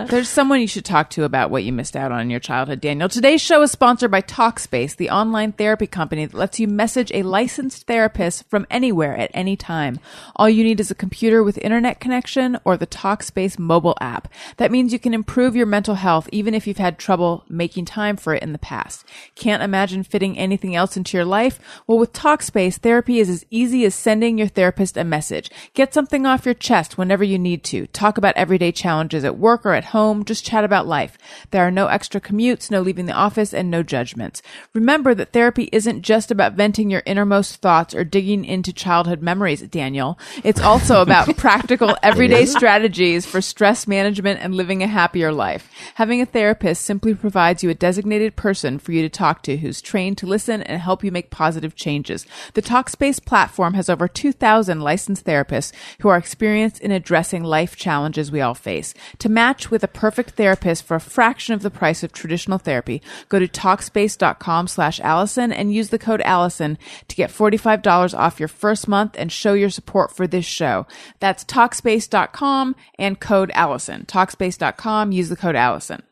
[SPEAKER 3] There's someone you should talk to about what you missed out on in your childhood, Daniel. Today's show is sponsored by Talkspace, the online therapy company that lets you message a licensed therapist from anywhere at any time. All you need is a computer with internet connection or the Talkspace mobile app. That means you can improve your mental health even if you've had trouble making time for it in the past. Can't imagine fitting anything else into your life? Well, with Talkspace, therapy is as easy as sending your therapist a message. Get something off your chest whenever you need to. Talk about everyday challenges at work or at home. Just chat about life. There are no extra commutes, no leaving the office, and no judgments. Remember that therapy isn't just about venting your innermost thoughts or digging into childhood memories, Daniel. It's also about practical everyday strategies for stress management and living a happier life. Having a therapist simply provides you a designated person for you to talk to who's trained to listen and help you make positive changes. The Talkspace platform has over 2,000 licensed therapists who are experienced in addressing life challenges we all face. To match with a perfect therapist for a fraction of the price of traditional therapy, go to Talkspace.com slash Allison and use the code Allison to get $45 off your first month and show your support for this show. That's Talkspace.com and code Allison. Talkspace.com, use the code Allison.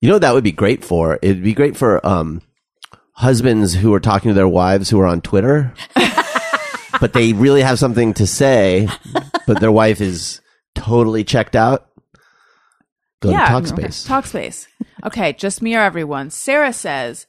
[SPEAKER 1] You know what that would be great for? It'd be great for um, husbands who are talking to their wives who are on Twitter, but they really have something to say, but their wife is totally checked out. Go to Talkspace.
[SPEAKER 3] Talkspace. Okay, just me or everyone. Sarah says,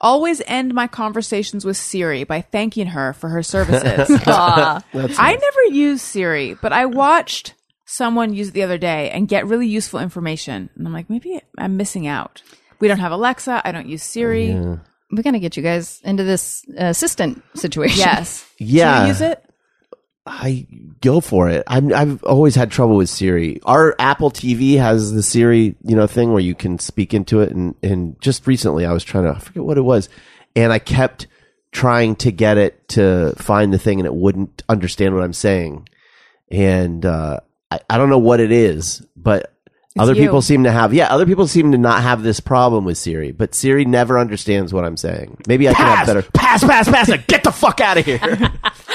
[SPEAKER 3] always end my conversations with Siri by thanking her for her services. I never use Siri, but I watched someone use it the other day and get really useful information. And I'm like, maybe I'm missing out. We don't have Alexa. I don't use Siri.
[SPEAKER 4] We gotta get you guys into this uh, assistant situation.
[SPEAKER 3] Yes.
[SPEAKER 1] Yeah.
[SPEAKER 3] Do you use it?
[SPEAKER 1] I go for it. I'm, I've always had trouble with Siri. Our Apple TV has the Siri, you know, thing where you can speak into it. And, and just recently, I was trying to I forget what it was, and I kept trying to get it to find the thing, and it wouldn't understand what I'm saying. And uh, I, I don't know what it is, but other
[SPEAKER 3] you.
[SPEAKER 1] people seem to have. Yeah, other people seem to not have this problem with Siri, but Siri never understands what I'm saying. Maybe I can have
[SPEAKER 6] Pass,
[SPEAKER 1] better.
[SPEAKER 6] pass, pass, pass. Like, Get the fuck out of here.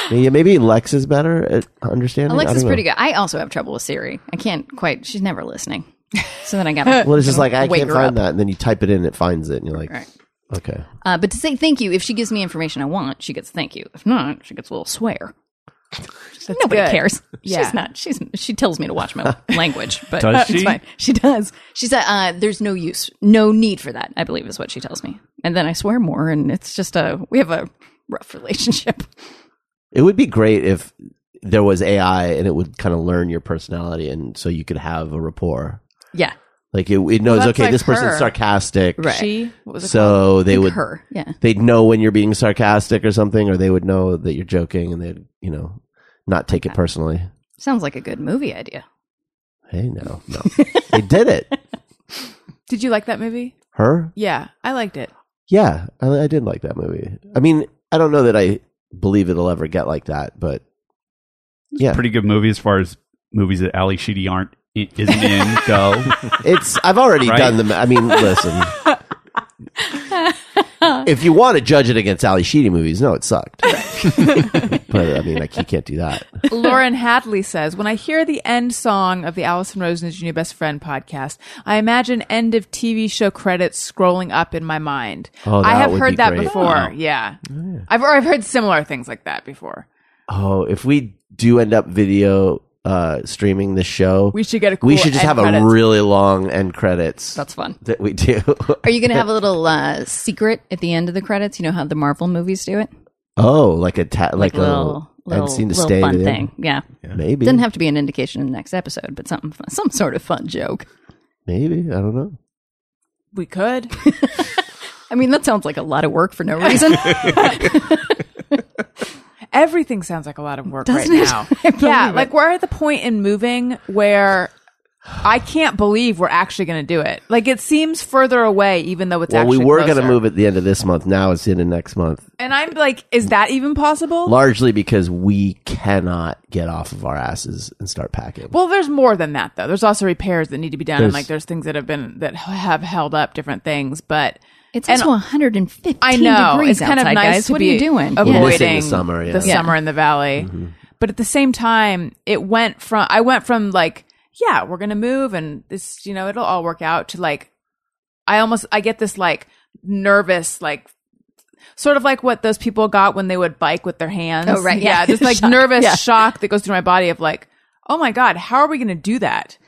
[SPEAKER 1] Yeah, maybe Lex is better at understanding. I
[SPEAKER 4] Alexa's
[SPEAKER 1] don't know.
[SPEAKER 4] pretty good. I also have trouble with Siri. I can't quite. She's never listening. So then I gotta.
[SPEAKER 1] Well, it's just like I
[SPEAKER 4] wake
[SPEAKER 1] can't
[SPEAKER 4] her
[SPEAKER 1] find
[SPEAKER 4] up.
[SPEAKER 1] that, and then you type it in, and it finds it, and you're like,
[SPEAKER 4] Right.
[SPEAKER 1] okay,
[SPEAKER 4] Uh, but to say thank you, if she gives me information I want, she gets thank you. If not, she gets a little swear. Nobody
[SPEAKER 3] good.
[SPEAKER 4] cares.
[SPEAKER 3] Yeah.
[SPEAKER 4] She's not. She's she tells me to watch my language, but
[SPEAKER 6] Does
[SPEAKER 4] it's
[SPEAKER 6] she?
[SPEAKER 4] fine. She does. She said, uh, "There's no use, no need for that." I believe is what she tells me, and then I swear more, and it's just a we have a rough relationship.
[SPEAKER 1] it would be great if there was AI and it would kind of learn your personality, and so you could have a rapport.
[SPEAKER 4] Yeah,
[SPEAKER 1] Like it, it knows,
[SPEAKER 3] that's
[SPEAKER 1] okay,
[SPEAKER 3] like
[SPEAKER 1] this person's
[SPEAKER 3] her.
[SPEAKER 1] sarcastic,
[SPEAKER 4] Right.
[SPEAKER 3] She? What was it called?
[SPEAKER 1] So they would,
[SPEAKER 4] her. Yeah,
[SPEAKER 1] they'd know when you're being sarcastic or something, or they would know that you're joking, and they'd, you know, not take it personally.
[SPEAKER 4] sounds like a good movie idea.
[SPEAKER 1] Hey, no, no, they did it.
[SPEAKER 3] Did you like that movie?
[SPEAKER 1] Her,
[SPEAKER 3] Yeah, I liked it.
[SPEAKER 1] yeah, I, I did like that movie. I mean, I don't know that I believe it'll ever get like that, but yeah,
[SPEAKER 6] Pretty good movie as far as movies that Ali Sheedy aren't i- isn't in. Go.
[SPEAKER 1] It's I've already
[SPEAKER 6] Right?
[SPEAKER 1] done them. I mean, listen. if you want to judge it against Ali Sheedy movies, no, it sucked. but I mean, like you can't do that.
[SPEAKER 3] Lauren Hadley says, When I hear the end song of the Allison Rosen is Your New Best Friend podcast, I imagine end of TV show credits scrolling up in my mind.
[SPEAKER 1] Oh, that
[SPEAKER 3] I have
[SPEAKER 1] would
[SPEAKER 3] heard
[SPEAKER 1] be
[SPEAKER 3] that
[SPEAKER 1] great.
[SPEAKER 3] before. Yeah. I've, or I've heard similar things like that before.
[SPEAKER 1] Oh, if we do end up video uh streaming the show,
[SPEAKER 3] We should get a cool
[SPEAKER 1] we should just
[SPEAKER 3] end
[SPEAKER 1] have
[SPEAKER 3] credits.
[SPEAKER 1] a really long end credits.
[SPEAKER 4] That's fun.
[SPEAKER 1] that we do.
[SPEAKER 4] Are you going to have a little uh, secret at the end of the credits? You know how the Marvel movies do it,
[SPEAKER 1] oh, like a ta- like,
[SPEAKER 4] like,
[SPEAKER 1] a
[SPEAKER 4] little
[SPEAKER 1] end
[SPEAKER 4] little,
[SPEAKER 1] scene to
[SPEAKER 4] little
[SPEAKER 1] stay
[SPEAKER 4] fun
[SPEAKER 1] in.
[SPEAKER 4] thing. Yeah.
[SPEAKER 1] Maybe
[SPEAKER 4] Doesn't have to be an indication in the next episode, but something, fun- some sort of fun joke.
[SPEAKER 1] maybe I don't know.
[SPEAKER 3] We could.
[SPEAKER 4] I mean, that sounds like a lot of work for no reason.
[SPEAKER 3] Everything sounds like a lot of work
[SPEAKER 4] Doesn't
[SPEAKER 3] right
[SPEAKER 4] it?
[SPEAKER 3] now.
[SPEAKER 4] I believe
[SPEAKER 3] yeah,
[SPEAKER 4] it.
[SPEAKER 3] like we're at the point in moving where I can't believe we're actually going to do it. Like it seems further away, even though it's
[SPEAKER 1] Well, we
[SPEAKER 3] actually
[SPEAKER 1] were going to
[SPEAKER 3] closer.
[SPEAKER 1] move at the end of this month. Now it's in the next month,
[SPEAKER 3] And I'm like, is that even possible?
[SPEAKER 1] largely because we cannot get off of our asses and start packing.
[SPEAKER 3] Well, there's more than that though. There's also repairs that need to be done, and
[SPEAKER 1] There's-
[SPEAKER 3] like there's things that have been that have held up different things. But
[SPEAKER 4] It's
[SPEAKER 3] And-
[SPEAKER 4] also 115
[SPEAKER 3] I know
[SPEAKER 4] degrees
[SPEAKER 3] it's kind
[SPEAKER 4] outside,
[SPEAKER 3] of nice.
[SPEAKER 4] guys.
[SPEAKER 3] To
[SPEAKER 4] what
[SPEAKER 3] be
[SPEAKER 4] are you doing?
[SPEAKER 1] We're
[SPEAKER 3] Avoiding
[SPEAKER 1] missing the summer, yeah. Mm-hmm.
[SPEAKER 3] the
[SPEAKER 1] Yeah.
[SPEAKER 3] summer in the valley. But at the same time, it went from I went from like, yeah, we're gonna move, and this, you know, it'll all work out. To like, I almost I get this like nervous like. Sort of like what those people got when they would bike with their hands.
[SPEAKER 4] Oh, right, yeah.
[SPEAKER 3] This like
[SPEAKER 4] Shock,
[SPEAKER 3] nervous
[SPEAKER 4] yeah.
[SPEAKER 3] shock that goes through my body of like, oh my God, how are we going to do that?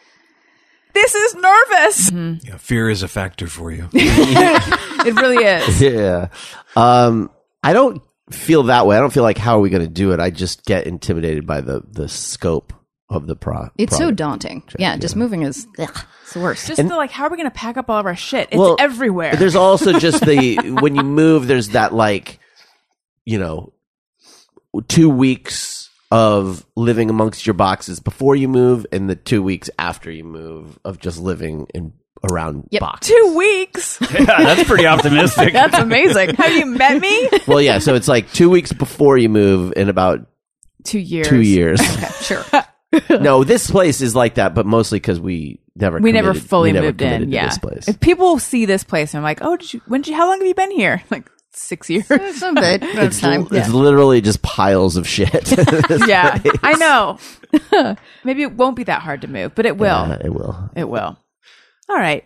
[SPEAKER 3] This is nervous.
[SPEAKER 4] Mm-hmm.
[SPEAKER 5] Yeah, fear is a factor for you.
[SPEAKER 3] It really is.
[SPEAKER 1] yeah. Um, I don't feel that way. I don't feel like how are we going to do it. I just get intimidated by the the scope of the pro.
[SPEAKER 4] It's so
[SPEAKER 1] product.
[SPEAKER 4] daunting. Yeah, just moving is ugh, it's the worst.
[SPEAKER 3] Just feel like, how are we going to pack up all of our shit? It's
[SPEAKER 1] Well,
[SPEAKER 3] everywhere.
[SPEAKER 1] There's also just the when you move, there's that like, you know, two weeks of living amongst your boxes before you move, and the two weeks after you move of just living in around
[SPEAKER 4] Yep.
[SPEAKER 1] boxes.
[SPEAKER 3] two weeks.
[SPEAKER 6] that's pretty optimistic.
[SPEAKER 4] That's amazing.
[SPEAKER 3] Have you met me?
[SPEAKER 1] Well, yeah. So it's like two weeks before you move, and about
[SPEAKER 3] Two years.
[SPEAKER 1] two years.
[SPEAKER 4] sure.
[SPEAKER 1] no, this place is like that, but mostly because we never
[SPEAKER 3] We never
[SPEAKER 1] committed-
[SPEAKER 3] fully
[SPEAKER 1] we never
[SPEAKER 3] moved
[SPEAKER 1] committed
[SPEAKER 3] in.
[SPEAKER 1] to
[SPEAKER 3] Yeah.
[SPEAKER 1] this place.
[SPEAKER 3] If people see this place, I'm like, oh, did you, when did you, how long have you been here? Like six years.
[SPEAKER 4] It's a bit of
[SPEAKER 1] It's,
[SPEAKER 4] time.
[SPEAKER 1] it's literally just piles of shit.
[SPEAKER 3] yeah. I know. Maybe it won't be that hard to move, but it will.
[SPEAKER 1] Yeah, Uh, it will.
[SPEAKER 3] It will. All right.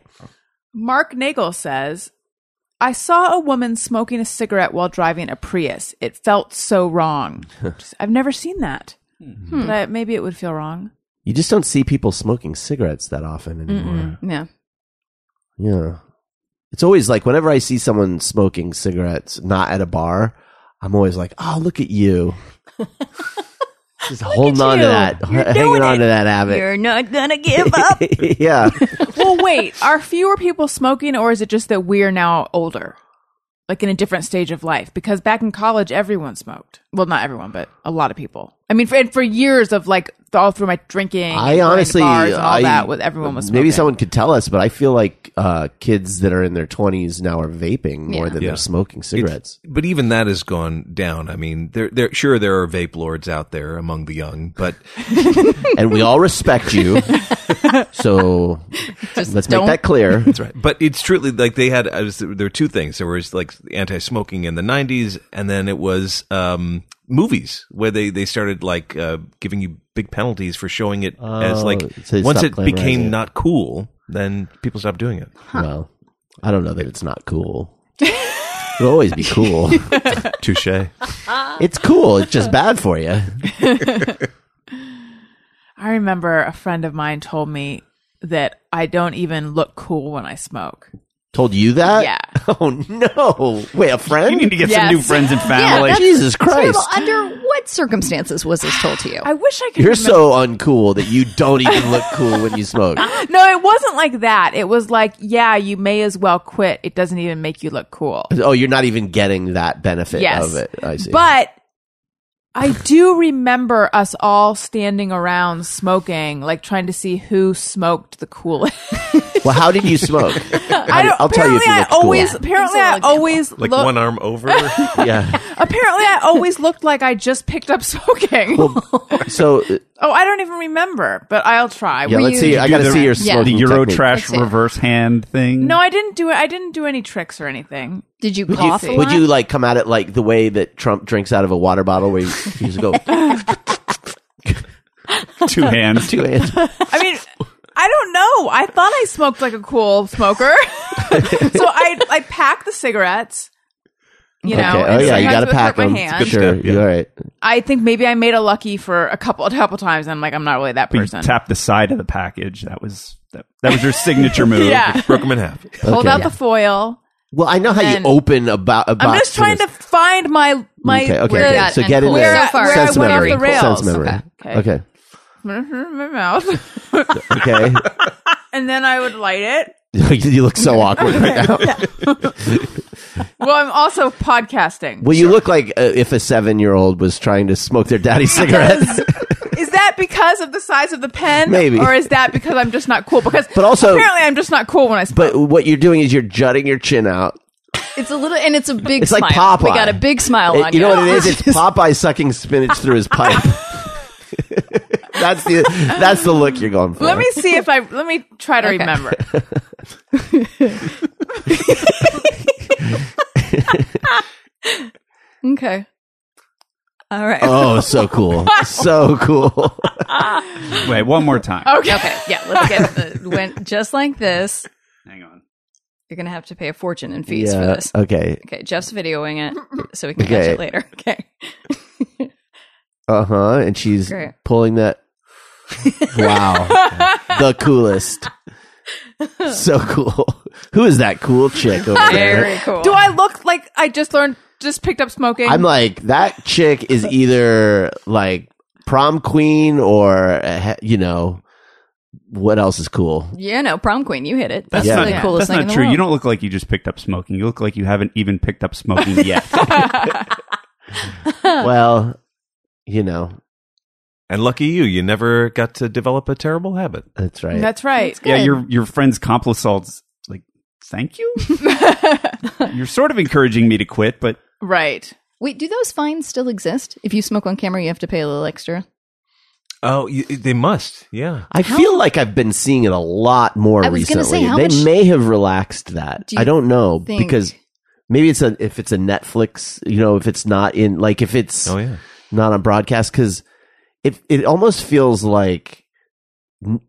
[SPEAKER 3] Mark Nagel says, I saw a woman smoking a cigarette while driving a Prius. It felt so wrong. Just- I've never seen that. But I, maybe it would feel wrong.
[SPEAKER 1] You just don't see people smoking cigarettes that often anymore.
[SPEAKER 4] Yeah.
[SPEAKER 1] Yeah. It's always like whenever I see someone smoking cigarettes, not at a bar, I'm always like, oh, look at you. Just holding on to
[SPEAKER 3] you.
[SPEAKER 1] that,
[SPEAKER 3] You're
[SPEAKER 1] hanging
[SPEAKER 3] doing
[SPEAKER 1] on to
[SPEAKER 3] it.
[SPEAKER 1] that habit.
[SPEAKER 4] You're not gonna give up.
[SPEAKER 1] yeah.
[SPEAKER 3] well, wait. Are fewer people smoking, or is it just that we're now older? Like in a different stage of life? Because back in college, everyone smoked. Well, not everyone, but a lot of people. I mean, for, and for years of like th- all through my drinking, and going
[SPEAKER 1] I
[SPEAKER 3] to
[SPEAKER 1] honestly,
[SPEAKER 3] bars and all
[SPEAKER 1] I,
[SPEAKER 3] that, with everyone was smoking.
[SPEAKER 1] Maybe someone could tell us, but I feel like uh, kids that are in their 20s now are vaping more than
[SPEAKER 5] Yeah.
[SPEAKER 1] they're smoking cigarettes.
[SPEAKER 5] but even that has gone down. I mean, there, there, sure, there are vape lords out there among the young, but
[SPEAKER 1] and we all respect you. so let's
[SPEAKER 4] don't.
[SPEAKER 1] make that clear.
[SPEAKER 5] that's right. But it's truly like they had. I was, there were two things. There was like anti-smoking in the '90s, and then it was um, movies where they they started like uh, giving you big penalties for showing it as
[SPEAKER 1] Oh,
[SPEAKER 5] like
[SPEAKER 1] so they
[SPEAKER 5] once it
[SPEAKER 1] stopped glamorizing
[SPEAKER 5] became
[SPEAKER 1] it.
[SPEAKER 5] not cool, then people stopped doing it.
[SPEAKER 1] Well, I don't know that it's not cool. It'll always be cool.
[SPEAKER 5] Touche.
[SPEAKER 1] it's cool. It's just bad for you.
[SPEAKER 3] I remember a friend of mine told me that I don't even look cool when I smoke.
[SPEAKER 1] Told you that?
[SPEAKER 3] Yeah.
[SPEAKER 1] Oh no! Wait, a
[SPEAKER 6] you need
[SPEAKER 1] friend?
[SPEAKER 6] to get
[SPEAKER 3] Yes.
[SPEAKER 6] some new friends and family.
[SPEAKER 4] that's
[SPEAKER 1] Jesus
[SPEAKER 4] Terrible.
[SPEAKER 1] Christ!
[SPEAKER 4] Under what circumstances was this told to you?
[SPEAKER 3] I wish I could.
[SPEAKER 1] You're
[SPEAKER 3] remember-
[SPEAKER 1] so uncool that you don't even look cool when you smoke.
[SPEAKER 3] No, it wasn't like that. It was like, yeah, you may as well quit. It doesn't even make you look cool.
[SPEAKER 1] Oh, you're not even getting that benefit of it. I see.
[SPEAKER 3] But I do remember us all standing around smoking, like trying to see who smoked the coolest.
[SPEAKER 1] well, how did you smoke?
[SPEAKER 3] I don't,
[SPEAKER 1] I'll tell you if
[SPEAKER 3] apparently
[SPEAKER 1] you
[SPEAKER 3] I
[SPEAKER 1] looked cool.
[SPEAKER 3] always
[SPEAKER 1] Yeah.
[SPEAKER 3] apparently
[SPEAKER 4] Give us a
[SPEAKER 3] I
[SPEAKER 4] little
[SPEAKER 3] always
[SPEAKER 5] Like
[SPEAKER 3] look-
[SPEAKER 5] one arm over.
[SPEAKER 1] yeah.
[SPEAKER 3] apparently I always looked like I just picked up smoking.
[SPEAKER 1] Well, so uh,
[SPEAKER 3] oh, I don't even remember, but I'll try.
[SPEAKER 1] yeah,
[SPEAKER 3] Were
[SPEAKER 1] let's
[SPEAKER 3] you-
[SPEAKER 1] see. I got to
[SPEAKER 6] the-
[SPEAKER 1] see your
[SPEAKER 4] Yeah.
[SPEAKER 1] smoking
[SPEAKER 6] the Euro
[SPEAKER 1] technique.
[SPEAKER 6] trash
[SPEAKER 4] That's it.
[SPEAKER 6] reverse hand thing.
[SPEAKER 3] No, I didn't do it. I didn't do any tricks or anything.
[SPEAKER 4] Did you
[SPEAKER 1] Would
[SPEAKER 4] cough a
[SPEAKER 1] you, would
[SPEAKER 4] lot?
[SPEAKER 1] you like come at it like the way that Trump drinks out of a water bottle, where you, you just go
[SPEAKER 6] two hands.
[SPEAKER 1] two hands?
[SPEAKER 3] I mean, I don't know. I thought I smoked like a cool smoker, so I I pack the cigarettes. You know,
[SPEAKER 1] Okay.
[SPEAKER 3] and
[SPEAKER 1] oh yeah, you
[SPEAKER 3] sometimes
[SPEAKER 1] got to
[SPEAKER 3] with
[SPEAKER 1] pack
[SPEAKER 3] my
[SPEAKER 1] them.
[SPEAKER 3] hand.
[SPEAKER 1] Sure,
[SPEAKER 5] step, yeah.
[SPEAKER 1] you're all right.
[SPEAKER 3] I think maybe I made a lucky for a couple a couple times. I'm like, I'm not really that
[SPEAKER 6] You
[SPEAKER 3] person.
[SPEAKER 6] tap the side of the package. That was that, that was your signature move.
[SPEAKER 3] yeah,
[SPEAKER 5] Broke them in half.
[SPEAKER 3] hold
[SPEAKER 1] Okay.
[SPEAKER 3] out the foil.
[SPEAKER 1] Well, I know how
[SPEAKER 3] then-
[SPEAKER 1] you open about. A
[SPEAKER 3] I'm
[SPEAKER 1] box
[SPEAKER 3] just trying to find my my.
[SPEAKER 1] okay, okay,
[SPEAKER 3] where
[SPEAKER 1] okay.
[SPEAKER 3] that-
[SPEAKER 1] So
[SPEAKER 4] and
[SPEAKER 1] get in
[SPEAKER 4] pull.
[SPEAKER 1] there.
[SPEAKER 3] Where I- where I
[SPEAKER 1] Sense
[SPEAKER 3] went off
[SPEAKER 1] memory.
[SPEAKER 3] the rails.
[SPEAKER 1] Sense memory.
[SPEAKER 3] Okay.
[SPEAKER 1] Okay.
[SPEAKER 3] my mouth,
[SPEAKER 1] Okay.
[SPEAKER 3] and then I would light it.
[SPEAKER 1] you look so awkward right now.
[SPEAKER 3] Well, I'm also podcasting.
[SPEAKER 1] Well, you look like uh, if a seven-year-old was trying to smoke their daddy's cigarette.
[SPEAKER 3] Is that because of the size of the pen?
[SPEAKER 1] Maybe.
[SPEAKER 3] Or is that because I'm just not cool? Because
[SPEAKER 1] But also-
[SPEAKER 3] apparently I'm just not cool when I smoke.
[SPEAKER 1] But what you're doing is you're jutting your chin out.
[SPEAKER 4] It's a little, and it's a big
[SPEAKER 1] It's
[SPEAKER 4] smile.
[SPEAKER 1] like Popeye.
[SPEAKER 4] We got a big smile
[SPEAKER 1] It-
[SPEAKER 4] on
[SPEAKER 1] you know
[SPEAKER 4] you.
[SPEAKER 1] what it is? It's Popeye sucking spinach through his pipe. that's the that's the look you're going for.
[SPEAKER 3] let me see if I let me try to
[SPEAKER 4] Okay.
[SPEAKER 3] remember.
[SPEAKER 4] Okay. All right.
[SPEAKER 1] Oh, so cool. so cool.
[SPEAKER 6] Wait, one more time.
[SPEAKER 3] Okay.
[SPEAKER 4] Okay. Yeah. Let's get the, when, just like this.
[SPEAKER 6] Hang on.
[SPEAKER 4] You're gonna have to pay a fortune in fees for this.
[SPEAKER 1] Okay.
[SPEAKER 4] Okay. Jeff's videoing it, so we can catch
[SPEAKER 1] Okay.
[SPEAKER 4] it later. Okay.
[SPEAKER 1] Uh huh. And she's
[SPEAKER 4] Great.
[SPEAKER 1] pulling that. Wow. the coolest. So cool. Who is that cool chick over there?
[SPEAKER 4] Very cool.
[SPEAKER 3] Do I look like I just learned just picked up smoking?
[SPEAKER 1] I'm like, that chick is either like prom queen or, uh, he- you know, what else is cool?
[SPEAKER 4] Yeah. No. Prom queen. You hit it. That's
[SPEAKER 1] Yeah.
[SPEAKER 4] the
[SPEAKER 1] not-
[SPEAKER 4] coolest
[SPEAKER 6] That's
[SPEAKER 4] thing in
[SPEAKER 6] not
[SPEAKER 4] the
[SPEAKER 6] true.
[SPEAKER 4] world.
[SPEAKER 6] You don't look like you just picked up smoking. You look like you haven't even picked up smoking yet.
[SPEAKER 1] well, you know,
[SPEAKER 5] And lucky you, you never got to develop a terrible habit.
[SPEAKER 1] that's right.
[SPEAKER 3] That's right.
[SPEAKER 6] yeah, your your friend's complisalt's like, thank you. You're sort of encouraging me to quit, but
[SPEAKER 3] Right.
[SPEAKER 4] Wait. Do those fines still exist? If you smoke on camera, you have to pay a little extra.
[SPEAKER 5] Oh, you, they must. Yeah.
[SPEAKER 1] I feel like I've been seeing it a lot more
[SPEAKER 4] I was gonna
[SPEAKER 1] recently.
[SPEAKER 4] say, how
[SPEAKER 1] they
[SPEAKER 4] much
[SPEAKER 1] may have relaxed that.
[SPEAKER 4] do
[SPEAKER 1] I
[SPEAKER 4] you
[SPEAKER 1] don't know
[SPEAKER 4] think-
[SPEAKER 1] because maybe it's a if it's a Netflix, you know, if it's not in like if it's
[SPEAKER 5] Oh, yeah.
[SPEAKER 1] not on broadcast because it it almost feels like n-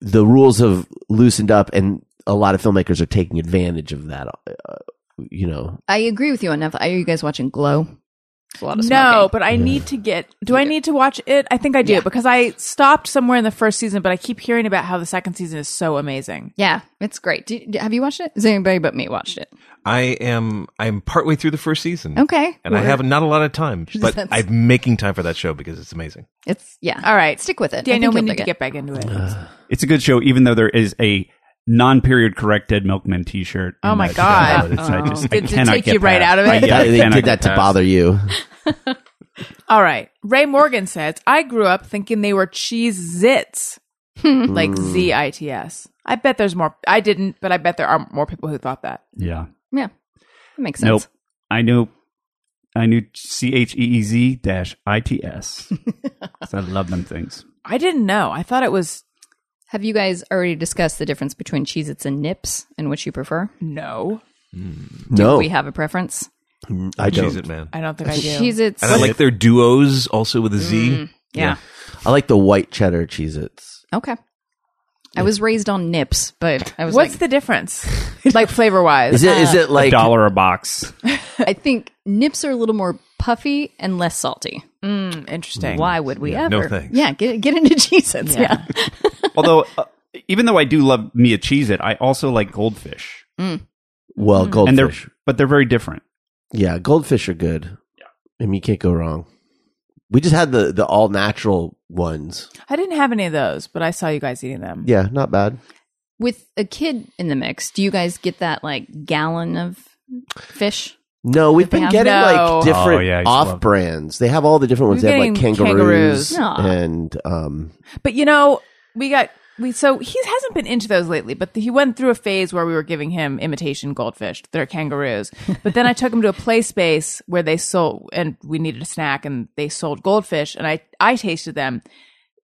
[SPEAKER 1] the rules have loosened up and a lot of filmmakers are taking advantage of that. Uh, you know,
[SPEAKER 4] I agree with you on Netflix. Are you guys watching Glow? It's a lot of
[SPEAKER 3] No,
[SPEAKER 4] smoking.
[SPEAKER 3] but I need to get. Do I need to watch it? I think I do
[SPEAKER 4] Yeah.
[SPEAKER 3] because I stopped somewhere in the first season, but I keep hearing about how the second season is so amazing.
[SPEAKER 4] Yeah, it's great. Do, do- have you watched it? Has anybody but me watched it?
[SPEAKER 5] I am I'm partway through the first season.
[SPEAKER 4] Okay.
[SPEAKER 5] And I have not a lot of time, but
[SPEAKER 4] That's-
[SPEAKER 5] I'm making time for that show because it's amazing.
[SPEAKER 4] It's yeah.
[SPEAKER 3] All right,
[SPEAKER 4] Stick with it. I
[SPEAKER 3] Daniel.
[SPEAKER 4] think
[SPEAKER 3] We
[SPEAKER 4] you'll
[SPEAKER 3] need
[SPEAKER 4] dig
[SPEAKER 3] to
[SPEAKER 4] it.
[SPEAKER 3] get back into it.
[SPEAKER 1] Uh.
[SPEAKER 6] it's a good show, even though there is a non-period correct Dead Milkman T-shirt. in
[SPEAKER 3] Oh my
[SPEAKER 6] that
[SPEAKER 3] God.
[SPEAKER 6] show. It's- I just, I
[SPEAKER 3] Did it
[SPEAKER 6] cannot
[SPEAKER 3] take
[SPEAKER 6] get
[SPEAKER 3] you right
[SPEAKER 6] past-
[SPEAKER 3] out of it?
[SPEAKER 6] I- yeah, I
[SPEAKER 1] That- they
[SPEAKER 6] cannot
[SPEAKER 1] did
[SPEAKER 6] get
[SPEAKER 1] that to
[SPEAKER 6] past.
[SPEAKER 1] bother you.
[SPEAKER 3] All right. Ray Morgan says, "I grew up thinking they were cheese zits, like
[SPEAKER 1] Mm.
[SPEAKER 3] Z I T S. I bet there's more. I didn't, but I bet there are more people who thought that.
[SPEAKER 6] Yeah.
[SPEAKER 4] Yeah, that makes sense.
[SPEAKER 6] Nope. I knew. I knew C H E E Z dash I T S. 'Cause I love them things.
[SPEAKER 3] I didn't know. I thought it was
[SPEAKER 4] Have you guys already discussed the difference between Cheez Its and Nips and which you prefer?
[SPEAKER 3] no.
[SPEAKER 1] No,
[SPEAKER 4] We have a preference.
[SPEAKER 1] I don't.
[SPEAKER 5] Cheese it, man.
[SPEAKER 3] I don't think I do.
[SPEAKER 4] Cheez Its.
[SPEAKER 5] And I like their duos also with a Z.
[SPEAKER 4] Mm. yeah.
[SPEAKER 1] I like the white cheddar Cheez-Its.
[SPEAKER 4] Okay. I was raised on Nips, but I was
[SPEAKER 3] What's
[SPEAKER 4] like,
[SPEAKER 3] the difference, like flavor wise?
[SPEAKER 1] Is it is it like
[SPEAKER 6] Dollar a box.
[SPEAKER 4] I think Nips are a little more puffy and less salty.
[SPEAKER 3] Hmm, interesting?
[SPEAKER 4] Why would we
[SPEAKER 5] Yeah,
[SPEAKER 4] ever?
[SPEAKER 5] no thanks.
[SPEAKER 4] Yeah, get get into Cheez Its. Yeah.
[SPEAKER 6] Although, uh, even though I do love me a cheese, it I also like goldfish,
[SPEAKER 1] well
[SPEAKER 6] Mm. and they're
[SPEAKER 1] goldfish?
[SPEAKER 6] but they're very different.
[SPEAKER 1] Yeah, goldfish are good. I mean, you can't go wrong. We just had the the all natural ones.
[SPEAKER 3] I didn't have any of those, but I saw you guys eating them.
[SPEAKER 1] Yeah, not bad.
[SPEAKER 4] With a kid in the mix, do you guys get that like gallon of fish?
[SPEAKER 1] No, we've been
[SPEAKER 4] have-
[SPEAKER 1] getting
[SPEAKER 3] No.
[SPEAKER 1] like different
[SPEAKER 6] Oh, yeah, I used to love
[SPEAKER 1] off brands. They have all the different ones.
[SPEAKER 3] We're
[SPEAKER 1] They have like
[SPEAKER 3] getting
[SPEAKER 1] kangaroos,
[SPEAKER 3] kangaroos.
[SPEAKER 4] Aw.
[SPEAKER 1] and um,
[SPEAKER 3] But you know, we got we so he hasn't been into those lately. But he went through a phase where we were giving him imitation goldfish. They're kangaroos. But then I took him to a play space where they sold, and we needed a snack, and they sold goldfish, and I I tasted them.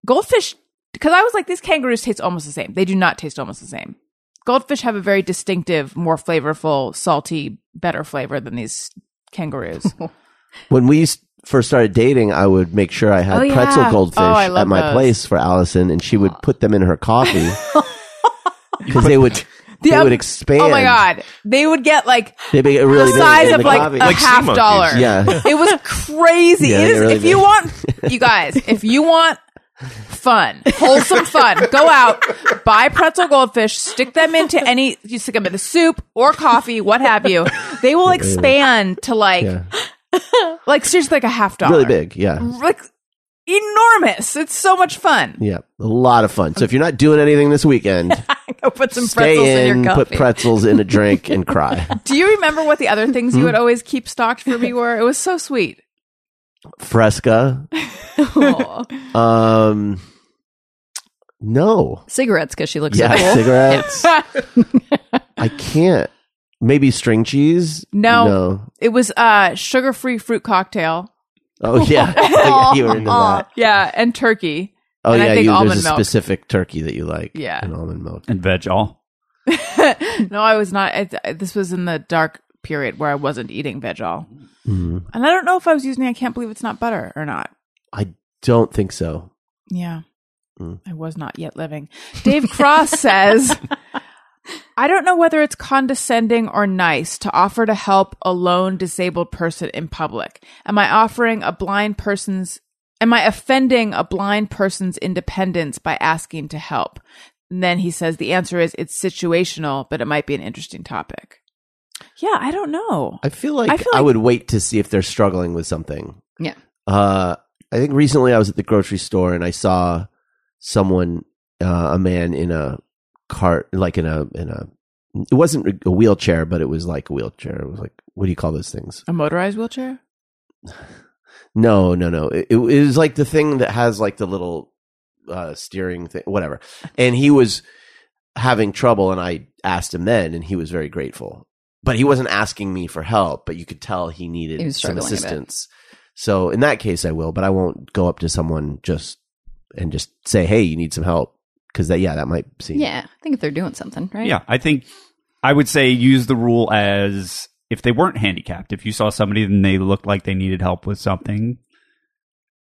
[SPEAKER 3] Goldfish, because I was like, these kangaroos taste almost the same. They do not taste almost the same. Goldfish have a very distinctive, more flavorful, salty, better flavor than these kangaroos. Oh
[SPEAKER 1] when we s- first started dating, I would make sure I had
[SPEAKER 3] Oh, yeah.
[SPEAKER 1] pretzel goldfish
[SPEAKER 3] Oh, I love
[SPEAKER 1] at my
[SPEAKER 3] those.
[SPEAKER 1] place for Allison, and she would put them in her coffee because they would they
[SPEAKER 3] Yeah.
[SPEAKER 1] would expand.
[SPEAKER 3] Oh my god, they would get like
[SPEAKER 1] They'd be really
[SPEAKER 3] the
[SPEAKER 1] big
[SPEAKER 3] size
[SPEAKER 1] in
[SPEAKER 3] of
[SPEAKER 1] the
[SPEAKER 3] like
[SPEAKER 1] coffee.
[SPEAKER 3] a
[SPEAKER 5] Like sea
[SPEAKER 3] half
[SPEAKER 5] monkeys.
[SPEAKER 3] dollar.
[SPEAKER 1] yeah.
[SPEAKER 3] It was crazy.
[SPEAKER 1] Yeah,
[SPEAKER 3] it
[SPEAKER 1] they
[SPEAKER 3] is,
[SPEAKER 1] really
[SPEAKER 3] if you
[SPEAKER 1] did.
[SPEAKER 3] want, you guys, if you want fun, wholesome fun, go out, buy pretzel goldfish, stick them into any, you stick them in the soup or coffee, what have you. They will expand to like,
[SPEAKER 1] Yeah.
[SPEAKER 3] like seriously, like a half dollar.
[SPEAKER 1] Really big, yeah.
[SPEAKER 3] Like enormous. It's so much fun.
[SPEAKER 1] Yeah, a lot of fun. So if you're not doing anything this weekend,
[SPEAKER 4] Go put some pretzels
[SPEAKER 1] stay
[SPEAKER 4] in
[SPEAKER 1] in,
[SPEAKER 4] your
[SPEAKER 1] put
[SPEAKER 4] coffee.
[SPEAKER 1] pretzels in a drink, and cry. Hmm?
[SPEAKER 3] Do you remember what the other things you would always keep stocked for me were? It was so sweet.
[SPEAKER 1] Fresca. um, no.
[SPEAKER 4] Cigarettes because she looks
[SPEAKER 1] Yeah,
[SPEAKER 4] so cool.
[SPEAKER 1] cigarettes. I can't. Maybe string cheese.
[SPEAKER 3] No.
[SPEAKER 1] No.
[SPEAKER 3] It was uh, sugar-free fruit cocktail.
[SPEAKER 1] Oh yeah, Oh, yeah, you were into that.
[SPEAKER 3] Yeah, and turkey.
[SPEAKER 1] Oh
[SPEAKER 3] And I
[SPEAKER 1] yeah,
[SPEAKER 3] think
[SPEAKER 1] you, there's
[SPEAKER 3] almond
[SPEAKER 1] a
[SPEAKER 3] milk.
[SPEAKER 1] specific turkey that you like.
[SPEAKER 3] Yeah.
[SPEAKER 1] and almond milk.
[SPEAKER 6] and veg all.
[SPEAKER 3] No, I was not. I, I- this was in the dark period where I wasn't eating veg all.
[SPEAKER 1] Mm-hmm.
[SPEAKER 3] And I don't know if I was using. I can't believe it's not butter or not.
[SPEAKER 1] I don't think so.
[SPEAKER 3] Yeah.
[SPEAKER 1] Mm.
[SPEAKER 3] I was not yet living. Dave Cross says, I don't know whether it's condescending or nice to offer to help a lone disabled person in public. Am I offering a blind person's am I offending a blind person's independence by asking to help? And then he says the answer is it's situational, but it might be an interesting topic. Yeah, I don't know.
[SPEAKER 1] I feel like I,
[SPEAKER 3] I feel like-
[SPEAKER 1] would wait to see if they're struggling with something.
[SPEAKER 4] Yeah.
[SPEAKER 1] Uh, I think recently I was at the grocery store and I saw someone, uh, a man in a cart, like in a in a. It wasn't a wheelchair, but it was like a wheelchair. It was like what do you call those things?
[SPEAKER 3] A motorized wheelchair?
[SPEAKER 1] No, no, no. It, it was like the thing that has like the little uh, steering thing, whatever. And he was having trouble, and I asked him then, and he was very grateful. But he wasn't asking me for help, but you could tell he needed
[SPEAKER 4] He was
[SPEAKER 1] some
[SPEAKER 4] struggling a bit.
[SPEAKER 1] assistance. So in that case, I will, but I won't go up to someone just and just say, "Hey, you need some help," because that, yeah, that might seem.
[SPEAKER 4] Yeah, I think if they're doing something, right?
[SPEAKER 6] Yeah, I think I would say use the rule as if they weren't handicapped. If you saw somebody and they looked like they needed help with something,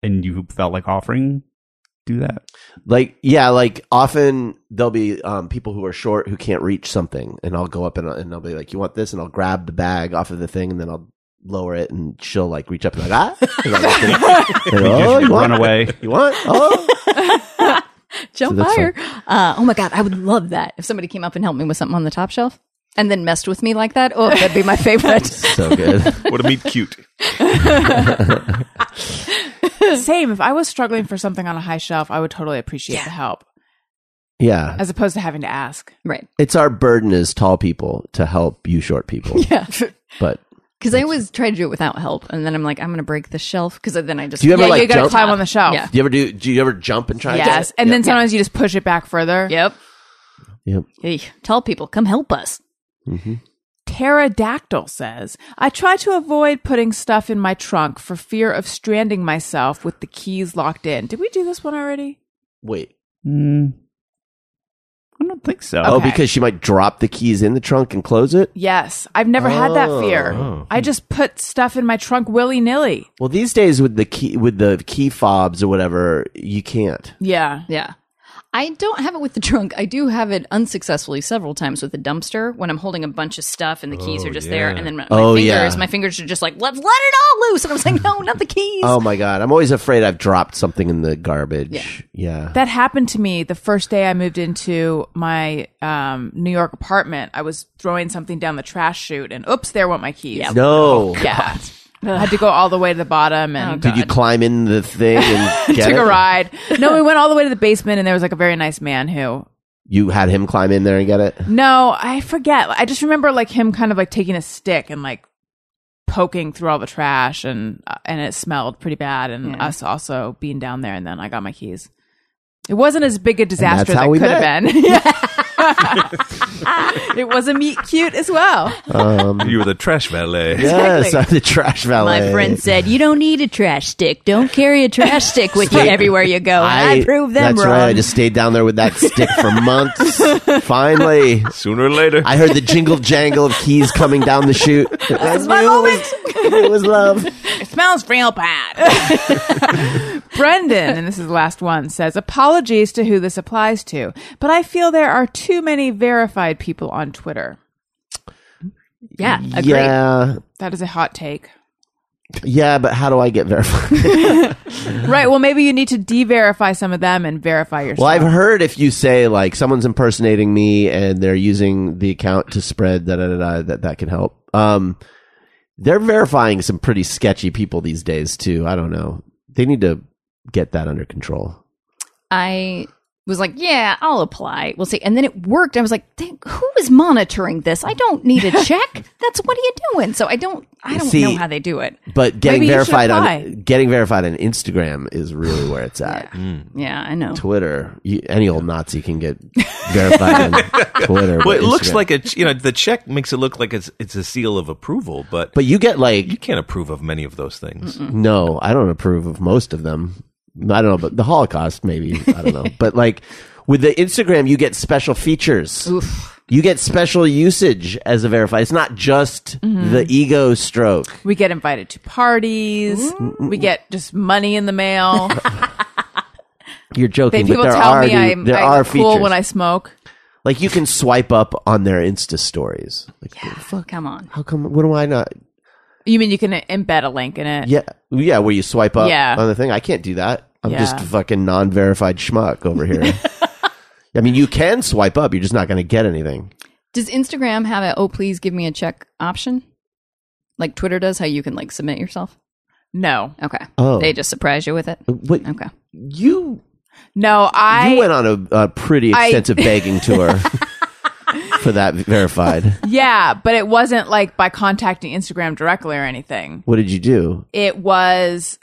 [SPEAKER 6] and you felt like offering, do that.
[SPEAKER 1] like yeah like often there'll be um, people who are short who can't reach something and i'll go up and, and i'll be like you want this and i'll grab the bag off of the thing and then i'll lower it and she'll like reach up and like ah And I'm like, and, oh,
[SPEAKER 6] Because
[SPEAKER 1] you
[SPEAKER 6] you run
[SPEAKER 1] want
[SPEAKER 6] away.
[SPEAKER 1] you want oh
[SPEAKER 4] Jump
[SPEAKER 1] So that's
[SPEAKER 4] higher. Uh, oh my God, I would love that. If somebody came up and helped me with something on the top shelf and then messed with me like that, oh, that'd be my favorite.
[SPEAKER 1] so good
[SPEAKER 5] What a meat cute.
[SPEAKER 3] Same. If I was struggling for something on a high shelf, I would totally appreciate the help
[SPEAKER 1] yeah
[SPEAKER 3] as opposed to having to ask.
[SPEAKER 4] right.
[SPEAKER 1] it's our burden as tall people to help you short people
[SPEAKER 4] Yeah.
[SPEAKER 1] but
[SPEAKER 4] Because I always try to do it without help. And then I'm like, I'm going to break the shelf because then I just.
[SPEAKER 1] Do you ever,
[SPEAKER 4] Yeah,
[SPEAKER 1] like,
[SPEAKER 3] you gotta
[SPEAKER 1] jump-
[SPEAKER 3] climb on the shelf.
[SPEAKER 4] Yeah.
[SPEAKER 1] do you ever do do you ever jump and try to
[SPEAKER 3] Yes, and then sometimes you just push it back further.
[SPEAKER 4] Yep.
[SPEAKER 1] Yep.
[SPEAKER 4] Eek. Tell people, come help us.
[SPEAKER 1] Mm-hmm.
[SPEAKER 3] Pterodactyl says, I try to avoid putting stuff in my trunk for fear of stranding myself with the keys locked in. Did we do this one already?
[SPEAKER 1] wait
[SPEAKER 6] Mm, I don't think so.
[SPEAKER 1] oh
[SPEAKER 3] Okay.
[SPEAKER 1] because she might drop the keys in the trunk and close it
[SPEAKER 3] Yes. I've never had that fear.
[SPEAKER 5] Oh.
[SPEAKER 3] I just put stuff in my trunk willy nilly.
[SPEAKER 1] well these days with the key with the key fobs or whatever you can't
[SPEAKER 3] Yeah.
[SPEAKER 4] Yeah. I don't have it with the trunk. I do have it unsuccessfully several times with the dumpster when I'm holding a bunch of stuff and the keys
[SPEAKER 5] Oh,
[SPEAKER 4] are just there.
[SPEAKER 5] yeah.
[SPEAKER 4] And then my, my
[SPEAKER 1] Oh,
[SPEAKER 4] fingers,
[SPEAKER 1] yeah.
[SPEAKER 4] my fingers are just like, let's let it all loose. And I'm just like, no, not the keys.
[SPEAKER 1] Oh my god, I'm always afraid I've dropped something in the garbage. Yeah.
[SPEAKER 3] That happened to me the first day I moved into my um, New York apartment. I was throwing something down the trash chute, and oops, there went my keys.
[SPEAKER 4] Oh,
[SPEAKER 1] no.
[SPEAKER 3] Yeah. I had to go all the way to the bottom and
[SPEAKER 1] Did you climb in the thing and get
[SPEAKER 3] took
[SPEAKER 1] it?
[SPEAKER 3] a ride. No, we went all the way to the basement, and there was like a very nice man who.
[SPEAKER 1] You had him climb in there and get it?
[SPEAKER 3] No, I forget. I just remember like him kind of like taking a stick and like poking through all the trash, and uh, and it smelled pretty bad, and
[SPEAKER 4] Yeah.
[SPEAKER 3] us also being down there, and then I got my keys. It wasn't as big a disaster as
[SPEAKER 1] how
[SPEAKER 3] it
[SPEAKER 1] we
[SPEAKER 3] could have been. Yeah. it was a meet cute as well.
[SPEAKER 5] You were the trash valet.
[SPEAKER 1] Yes, I'm the trash valet.
[SPEAKER 4] My friend said, "You don't need a trash stick. Don't carry a trash stick with you everywhere you go." And I, prove them
[SPEAKER 1] That's
[SPEAKER 4] wrong.
[SPEAKER 1] right. I just stayed down there with that stick for months. Finally.
[SPEAKER 5] Sooner or later.
[SPEAKER 1] I heard the jingle jangle of keys coming down the chute. I knew It was, it was love.
[SPEAKER 3] smells real bad. Brendan, and this is the last one, says apologies to who this applies to, but I feel there are too many verified people on Twitter.
[SPEAKER 4] yeah, agreed.
[SPEAKER 1] Yeah.
[SPEAKER 3] That is a hot take.
[SPEAKER 1] Yeah, but how do I get verified?
[SPEAKER 3] Right. Well, maybe you need to de verify some of them and verify yourself.
[SPEAKER 1] Well, I've heard if you say like someone's impersonating me and they're using the account to spread da da da, da that that can help. Um, they're verifying some pretty sketchy people these days too. I don't know. They need to get that under control.
[SPEAKER 4] I was like, yeah, I'll apply. We'll see. And then it worked. I was like, "Dang, who is monitoring this? I don't need a check. That's what are you doing? So I don't, I don't
[SPEAKER 1] See-
[SPEAKER 4] know how they do it.
[SPEAKER 1] But getting
[SPEAKER 3] Maybe you should
[SPEAKER 1] verified
[SPEAKER 3] apply.
[SPEAKER 1] on getting verified on Instagram is really where it's at.
[SPEAKER 4] Yeah, I know.
[SPEAKER 1] Twitter, you, any old Nazi can get verified on Twitter.
[SPEAKER 5] Well, it
[SPEAKER 1] but
[SPEAKER 5] looks
[SPEAKER 1] Instagram-
[SPEAKER 5] like a you know the check makes it look like it's it's a seal of approval, but
[SPEAKER 1] But you get
[SPEAKER 5] you
[SPEAKER 1] like
[SPEAKER 5] can't approve of many of those things.
[SPEAKER 1] no. I don't approve of most of them. I don't know, but the Holocaust maybe. I don't know. but like with the Instagram, you get special features. You get special usage as a verified. It's not just the ego stroke.
[SPEAKER 3] Mm-hmm. We get invited to parties. We get just money in the mail.
[SPEAKER 1] You're joking,
[SPEAKER 3] They, people
[SPEAKER 1] but there
[SPEAKER 3] tell
[SPEAKER 1] are
[SPEAKER 3] me I'm,
[SPEAKER 1] there
[SPEAKER 3] I'm
[SPEAKER 1] are
[SPEAKER 3] cool
[SPEAKER 1] features.
[SPEAKER 3] when I smoke.
[SPEAKER 1] like you can swipe up on their Insta stories. Like, fuck,
[SPEAKER 4] Come on.
[SPEAKER 1] how come? What do I not?
[SPEAKER 3] You mean you can embed a link in it?
[SPEAKER 1] Yeah, yeah. Where you swipe up
[SPEAKER 3] Yeah.
[SPEAKER 1] on the thing? I can't do that. I'm
[SPEAKER 3] Yeah.
[SPEAKER 1] just a fucking non-verified schmuck over here. I mean, you can swipe up. You're just not going to get anything.
[SPEAKER 4] Does Instagram have a, oh, please give me a check option? Like Twitter does, how you can like submit yourself?
[SPEAKER 3] No,
[SPEAKER 4] Okay.
[SPEAKER 1] Oh.
[SPEAKER 4] They just surprise you with it.
[SPEAKER 1] What
[SPEAKER 4] Okay.
[SPEAKER 1] you
[SPEAKER 3] no. I
[SPEAKER 1] you went on a, a pretty
[SPEAKER 3] I-
[SPEAKER 1] extensive begging tour for that verified.
[SPEAKER 3] yeah, but it wasn't like by contacting Instagram directly or anything.
[SPEAKER 1] What did you do?
[SPEAKER 3] It was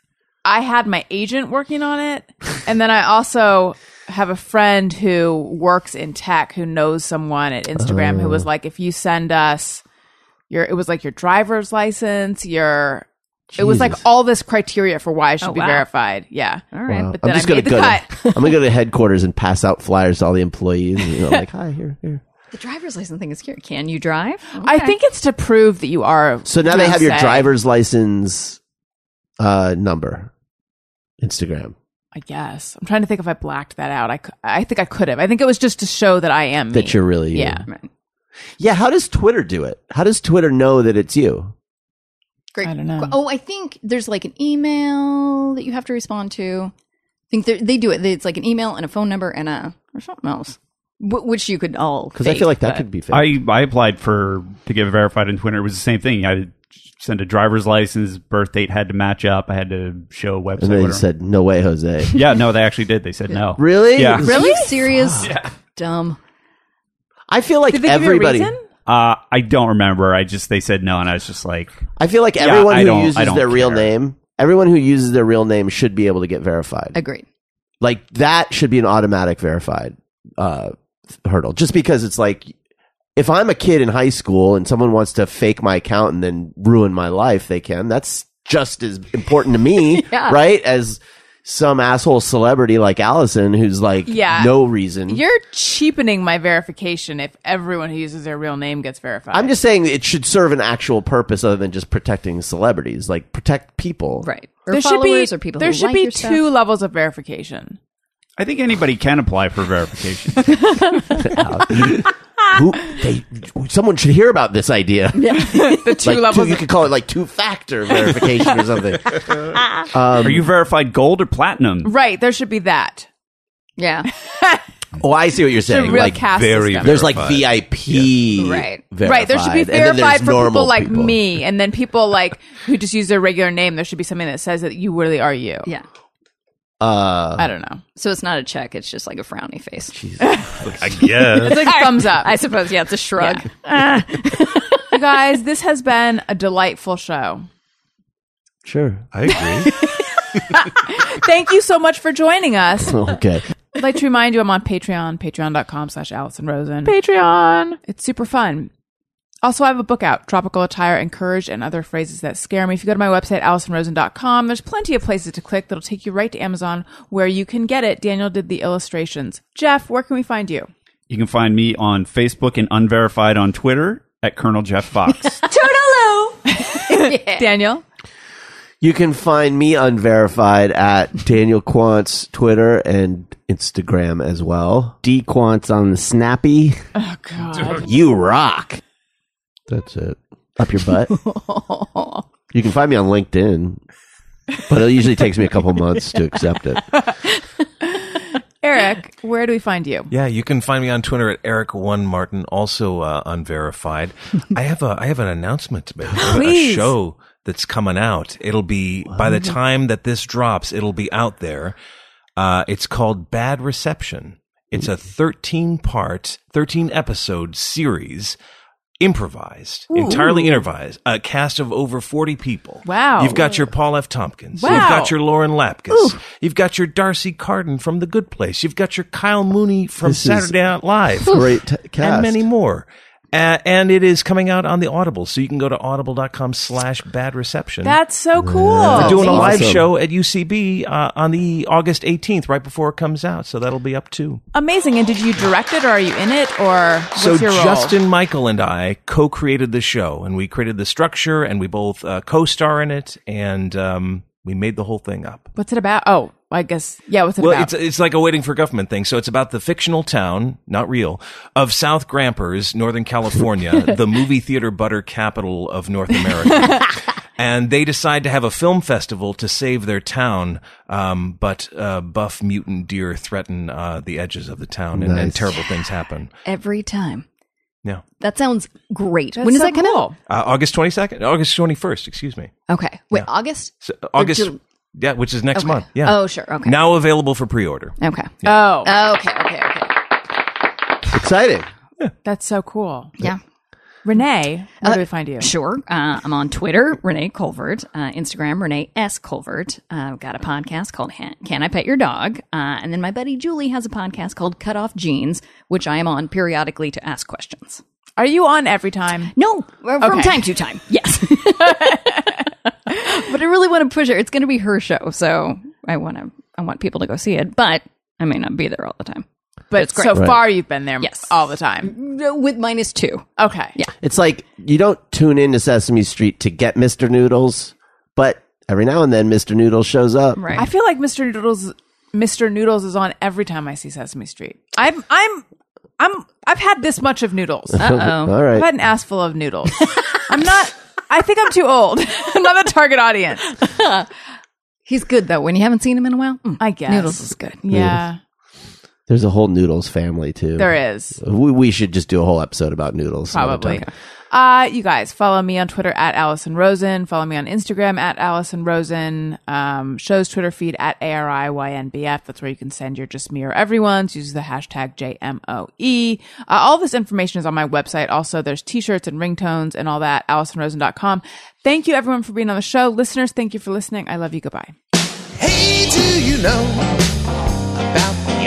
[SPEAKER 3] I had my agent working on it, and then I also have a friend who works in tech who knows someone at Instagram who was
[SPEAKER 1] Oh.
[SPEAKER 3] like, if you send us your, it was like your driver's license, your. It was like
[SPEAKER 1] Jesus.
[SPEAKER 3] all this criteria for why I should
[SPEAKER 4] Oh,
[SPEAKER 3] be
[SPEAKER 4] wow.
[SPEAKER 3] verified. Yeah.
[SPEAKER 4] All right.
[SPEAKER 1] Wow.
[SPEAKER 3] but
[SPEAKER 1] Oh, I'm
[SPEAKER 3] then
[SPEAKER 1] just
[SPEAKER 3] I
[SPEAKER 1] gonna
[SPEAKER 3] made the
[SPEAKER 1] go.
[SPEAKER 3] cut.
[SPEAKER 1] To, I'm gonna go to headquarters and pass out flyers to all the employees. You know, like, hi, here, here.
[SPEAKER 4] The driver's license thing is cute. Can you drive?
[SPEAKER 3] I think it's to prove that you are.
[SPEAKER 1] So now they have your
[SPEAKER 3] say.
[SPEAKER 1] driver's license uh, number, Instagram.
[SPEAKER 3] I guess. I'm trying to think if I blacked that out. I, cou- I think I could have. I think it was just to show that I am. me.
[SPEAKER 1] That you're really you.
[SPEAKER 3] Yeah.
[SPEAKER 4] Right.
[SPEAKER 1] Yeah. How does Twitter do it? How does Twitter know that it's you?
[SPEAKER 4] Great.
[SPEAKER 3] I don't know.
[SPEAKER 4] qu- Oh, I think there's like an email that you have to respond to. I think they're- they do it. It's like an email and a phone number and a or something else, Wh- which you could all.
[SPEAKER 1] Because I feel like that could be fake.
[SPEAKER 6] I, I applied for to get verified on Twitter. It was the same thing. I had to send a driver's license, birth date had to match up. I had to show a website.
[SPEAKER 1] and they
[SPEAKER 6] whatever.
[SPEAKER 1] said, "No way, Jose."
[SPEAKER 6] yeah, no, they actually did. They said no.
[SPEAKER 1] really?
[SPEAKER 6] Yeah.
[SPEAKER 4] really serious, dumb.
[SPEAKER 1] I feel like
[SPEAKER 3] Did they
[SPEAKER 1] everybody.
[SPEAKER 3] give you a reason?
[SPEAKER 6] Uh, I don't remember. I just they said no, and I was just like,
[SPEAKER 1] I feel like
[SPEAKER 6] Yeah,
[SPEAKER 1] everyone
[SPEAKER 6] I
[SPEAKER 1] who
[SPEAKER 6] don't- I
[SPEAKER 1] uses
[SPEAKER 6] don't
[SPEAKER 1] their real
[SPEAKER 6] care.
[SPEAKER 1] name, everyone who uses their real name, should be able to get verified.
[SPEAKER 4] Agreed.
[SPEAKER 1] like that should be an automatic verified uh, hurdle just because it's like if i'm a kid in high school and someone wants to fake my account and then ruin my life they can that's just as important to me
[SPEAKER 4] Yeah.
[SPEAKER 1] right as some asshole celebrity like allison who's like
[SPEAKER 3] Yeah.
[SPEAKER 1] no reason
[SPEAKER 3] You're cheapening my verification if everyone who uses their real name gets verified.
[SPEAKER 1] i'm just saying it should serve an actual purpose other than just protecting celebrities like protect people
[SPEAKER 4] Right. Or followers or people
[SPEAKER 3] there
[SPEAKER 4] who
[SPEAKER 3] should
[SPEAKER 4] like
[SPEAKER 3] be
[SPEAKER 4] your
[SPEAKER 3] two
[SPEAKER 4] stuff.
[SPEAKER 3] levels of verification.
[SPEAKER 6] I think anybody can apply for verification.
[SPEAKER 1] Who, they, someone should hear about this idea
[SPEAKER 3] The two
[SPEAKER 1] like two,
[SPEAKER 3] levels.
[SPEAKER 1] you
[SPEAKER 3] of,
[SPEAKER 1] could call it like two factor verification or something Um,
[SPEAKER 6] Are you verified gold or platinum?
[SPEAKER 3] right. There should be that.
[SPEAKER 4] Yeah.
[SPEAKER 1] Oh, I see what you're
[SPEAKER 3] The
[SPEAKER 1] saying.
[SPEAKER 3] real
[SPEAKER 1] like,
[SPEAKER 3] cast
[SPEAKER 5] very
[SPEAKER 3] system.
[SPEAKER 1] there's like
[SPEAKER 5] verified.
[SPEAKER 1] VIP,
[SPEAKER 4] Right.
[SPEAKER 3] Right, there should be
[SPEAKER 1] verified, and then there's
[SPEAKER 3] verified for
[SPEAKER 1] normal
[SPEAKER 3] people like
[SPEAKER 1] people.
[SPEAKER 3] me, and then people like who just use their regular name. There should be something that says that you really are you.
[SPEAKER 4] Yeah.
[SPEAKER 1] Uh,
[SPEAKER 3] I don't know.
[SPEAKER 4] So it's not a check. It's just like a frowny face.
[SPEAKER 5] I guess.
[SPEAKER 3] It's like thumbs up.
[SPEAKER 4] I suppose. Yeah. It's a shrug.
[SPEAKER 3] You guys, this has been a delightful show.
[SPEAKER 1] sure.
[SPEAKER 5] I agree.
[SPEAKER 3] Thank you so much for joining us.
[SPEAKER 1] Okay.
[SPEAKER 3] I'd like to remind you I'm on Patreon, patreon.com slash Allison Rosen. Patreon. It's super fun. Also, I have a book out, Tropical Attire, Encourage, and Other Phrases That Scare Me. If you go to my website, AllisonRosen.com, there's plenty of places to click that'll take you right to Amazon where you can get it. Daniel did the illustrations. Jeff, where can we find you?
[SPEAKER 6] You can find me on Facebook and unverified on Twitter at Colonel Jeff Fox.
[SPEAKER 2] Toodaloo!
[SPEAKER 3] Daniel?
[SPEAKER 1] You can find me unverified at Daniel Quant's Twitter and Instagram as well. D Quant's on the Snappy. Oh God. You rock. That's it. Up your butt. you can find me on LinkedIn, but it usually takes me a couple months to accept it.
[SPEAKER 3] Eric, where do we find you?
[SPEAKER 5] Yeah, you can find me on Twitter at Eric One Martin, also uh, unverified. I have a I have an announcement to make. I have a
[SPEAKER 3] Please.
[SPEAKER 5] show that's coming out. It'll be by the time that this drops, it'll be out there. Uh, it's called Bad Reception. It's a 13 part, 13 episode series, improvised, entirely improvised, a cast of over 40 people.
[SPEAKER 3] Wow.
[SPEAKER 5] You've got your Paul F. Tompkins.
[SPEAKER 3] Wow.
[SPEAKER 5] You've got your Lauren Lapkus. You've got your Darcy Carden from The Good Place. You've got your Kyle Mooney from
[SPEAKER 1] This is-
[SPEAKER 5] Saturday Night Live
[SPEAKER 1] Great t- cast.
[SPEAKER 5] and many more. Uh, and it is coming out on the Audible, so you can go to audible.com slash bad reception.
[SPEAKER 3] That's so cool.
[SPEAKER 5] We're doing a
[SPEAKER 1] amazing.
[SPEAKER 5] live
[SPEAKER 1] Awesome.
[SPEAKER 5] show at UCB uh, on the August 18th, right before it comes out, so that'll be up too.
[SPEAKER 3] Amazing. And did you direct it or are you in it or what's
[SPEAKER 5] so
[SPEAKER 3] your role?
[SPEAKER 5] Justin Michael and I co-created the show, and we created the structure, and we both uh, co-star in it, and um, we made the whole thing up.
[SPEAKER 3] What's it about? Oh, I guess. Yeah, what's it
[SPEAKER 5] well,
[SPEAKER 3] about?
[SPEAKER 5] it's it's like a waiting for government thing. So it's about the fictional town, not real, of South Grampers, Northern California, the movie theater butter capital of North America. And they decide to have a film festival to save their town, um, but uh, buff mutant deer threaten uh, the edges of the town, and, and
[SPEAKER 1] Nice.
[SPEAKER 5] terrible things happen.
[SPEAKER 4] every time.
[SPEAKER 5] Yeah,
[SPEAKER 4] That sounds great.
[SPEAKER 3] That's
[SPEAKER 4] when does
[SPEAKER 3] so
[SPEAKER 4] that come out?
[SPEAKER 3] cool.
[SPEAKER 5] uh, August twenty second, August twenty first. Excuse me,
[SPEAKER 4] Okay. Wait, August?
[SPEAKER 5] so, August.
[SPEAKER 4] Ju-
[SPEAKER 5] yeah, which is next
[SPEAKER 4] Okay.
[SPEAKER 5] month. Yeah.
[SPEAKER 4] Oh, sure. Okay.
[SPEAKER 5] Now available for pre order.
[SPEAKER 4] Okay.
[SPEAKER 3] Oh,
[SPEAKER 4] Okay. Okay. Okay.
[SPEAKER 1] Exciting.
[SPEAKER 3] that's so cool.
[SPEAKER 4] Yeah.
[SPEAKER 3] Renee, where do
[SPEAKER 4] Uh,
[SPEAKER 3] we find you?
[SPEAKER 4] Sure. Uh, I'm on Twitter, Renee Colvert, uh, Instagram, Renee S. Colvert. Uh, I've got a podcast called Han- Can I Pet Your Dog? Uh, and then my buddy Julie has a podcast called Cut Off Jeans, which I am on periodically to ask questions.
[SPEAKER 3] Are you on every time?
[SPEAKER 4] No, uh, from
[SPEAKER 3] Okay.
[SPEAKER 4] time to time. Yes. but I really want to push her. It's going to be her show, so I want to. I want people to go see it, but I may not be there all the time.
[SPEAKER 3] But
[SPEAKER 4] great.
[SPEAKER 3] so far you've been there
[SPEAKER 4] Yes. Mm-hmm.
[SPEAKER 3] all the time.
[SPEAKER 4] With minus two.
[SPEAKER 3] Okay. Yeah.
[SPEAKER 1] It's like you don't tune into Sesame Street to get Mr. Noodles, but every now and then Mr. Noodles shows up.
[SPEAKER 4] Right.
[SPEAKER 3] I feel like Mr. Noodles Mr. Noodles is on every time I see Sesame Street. I'm I'm I'm I've had this much of noodles.
[SPEAKER 1] All
[SPEAKER 3] I've
[SPEAKER 1] right.
[SPEAKER 3] had an ass full of noodles. I'm not I think I'm too old. I'm not the target audience.
[SPEAKER 4] He's good though. When you haven't seen him in a while, Mm.
[SPEAKER 3] I guess.
[SPEAKER 4] Noodles is good.
[SPEAKER 3] Yeah.
[SPEAKER 1] There's a whole Noodles family, too.
[SPEAKER 3] There is.
[SPEAKER 1] We, we should just do a whole episode about noodles. another
[SPEAKER 3] Probably.
[SPEAKER 1] time.
[SPEAKER 3] Uh, you guys follow me on Twitter at Allison Rosen. Follow me on Instagram at Allison Rosen. Um, show's Twitter feed at ARIYNBF. That's where you can send your just me or everyone's. Use the hashtag JMOE. Uh, all this information is on my website. Also, there's t shirts and ringtones and all that. AllisonRosen.com. Thank you everyone for being on the show. Listeners, thank you for listening. I love you. Goodbye.
[SPEAKER 7] Hey, do you know about the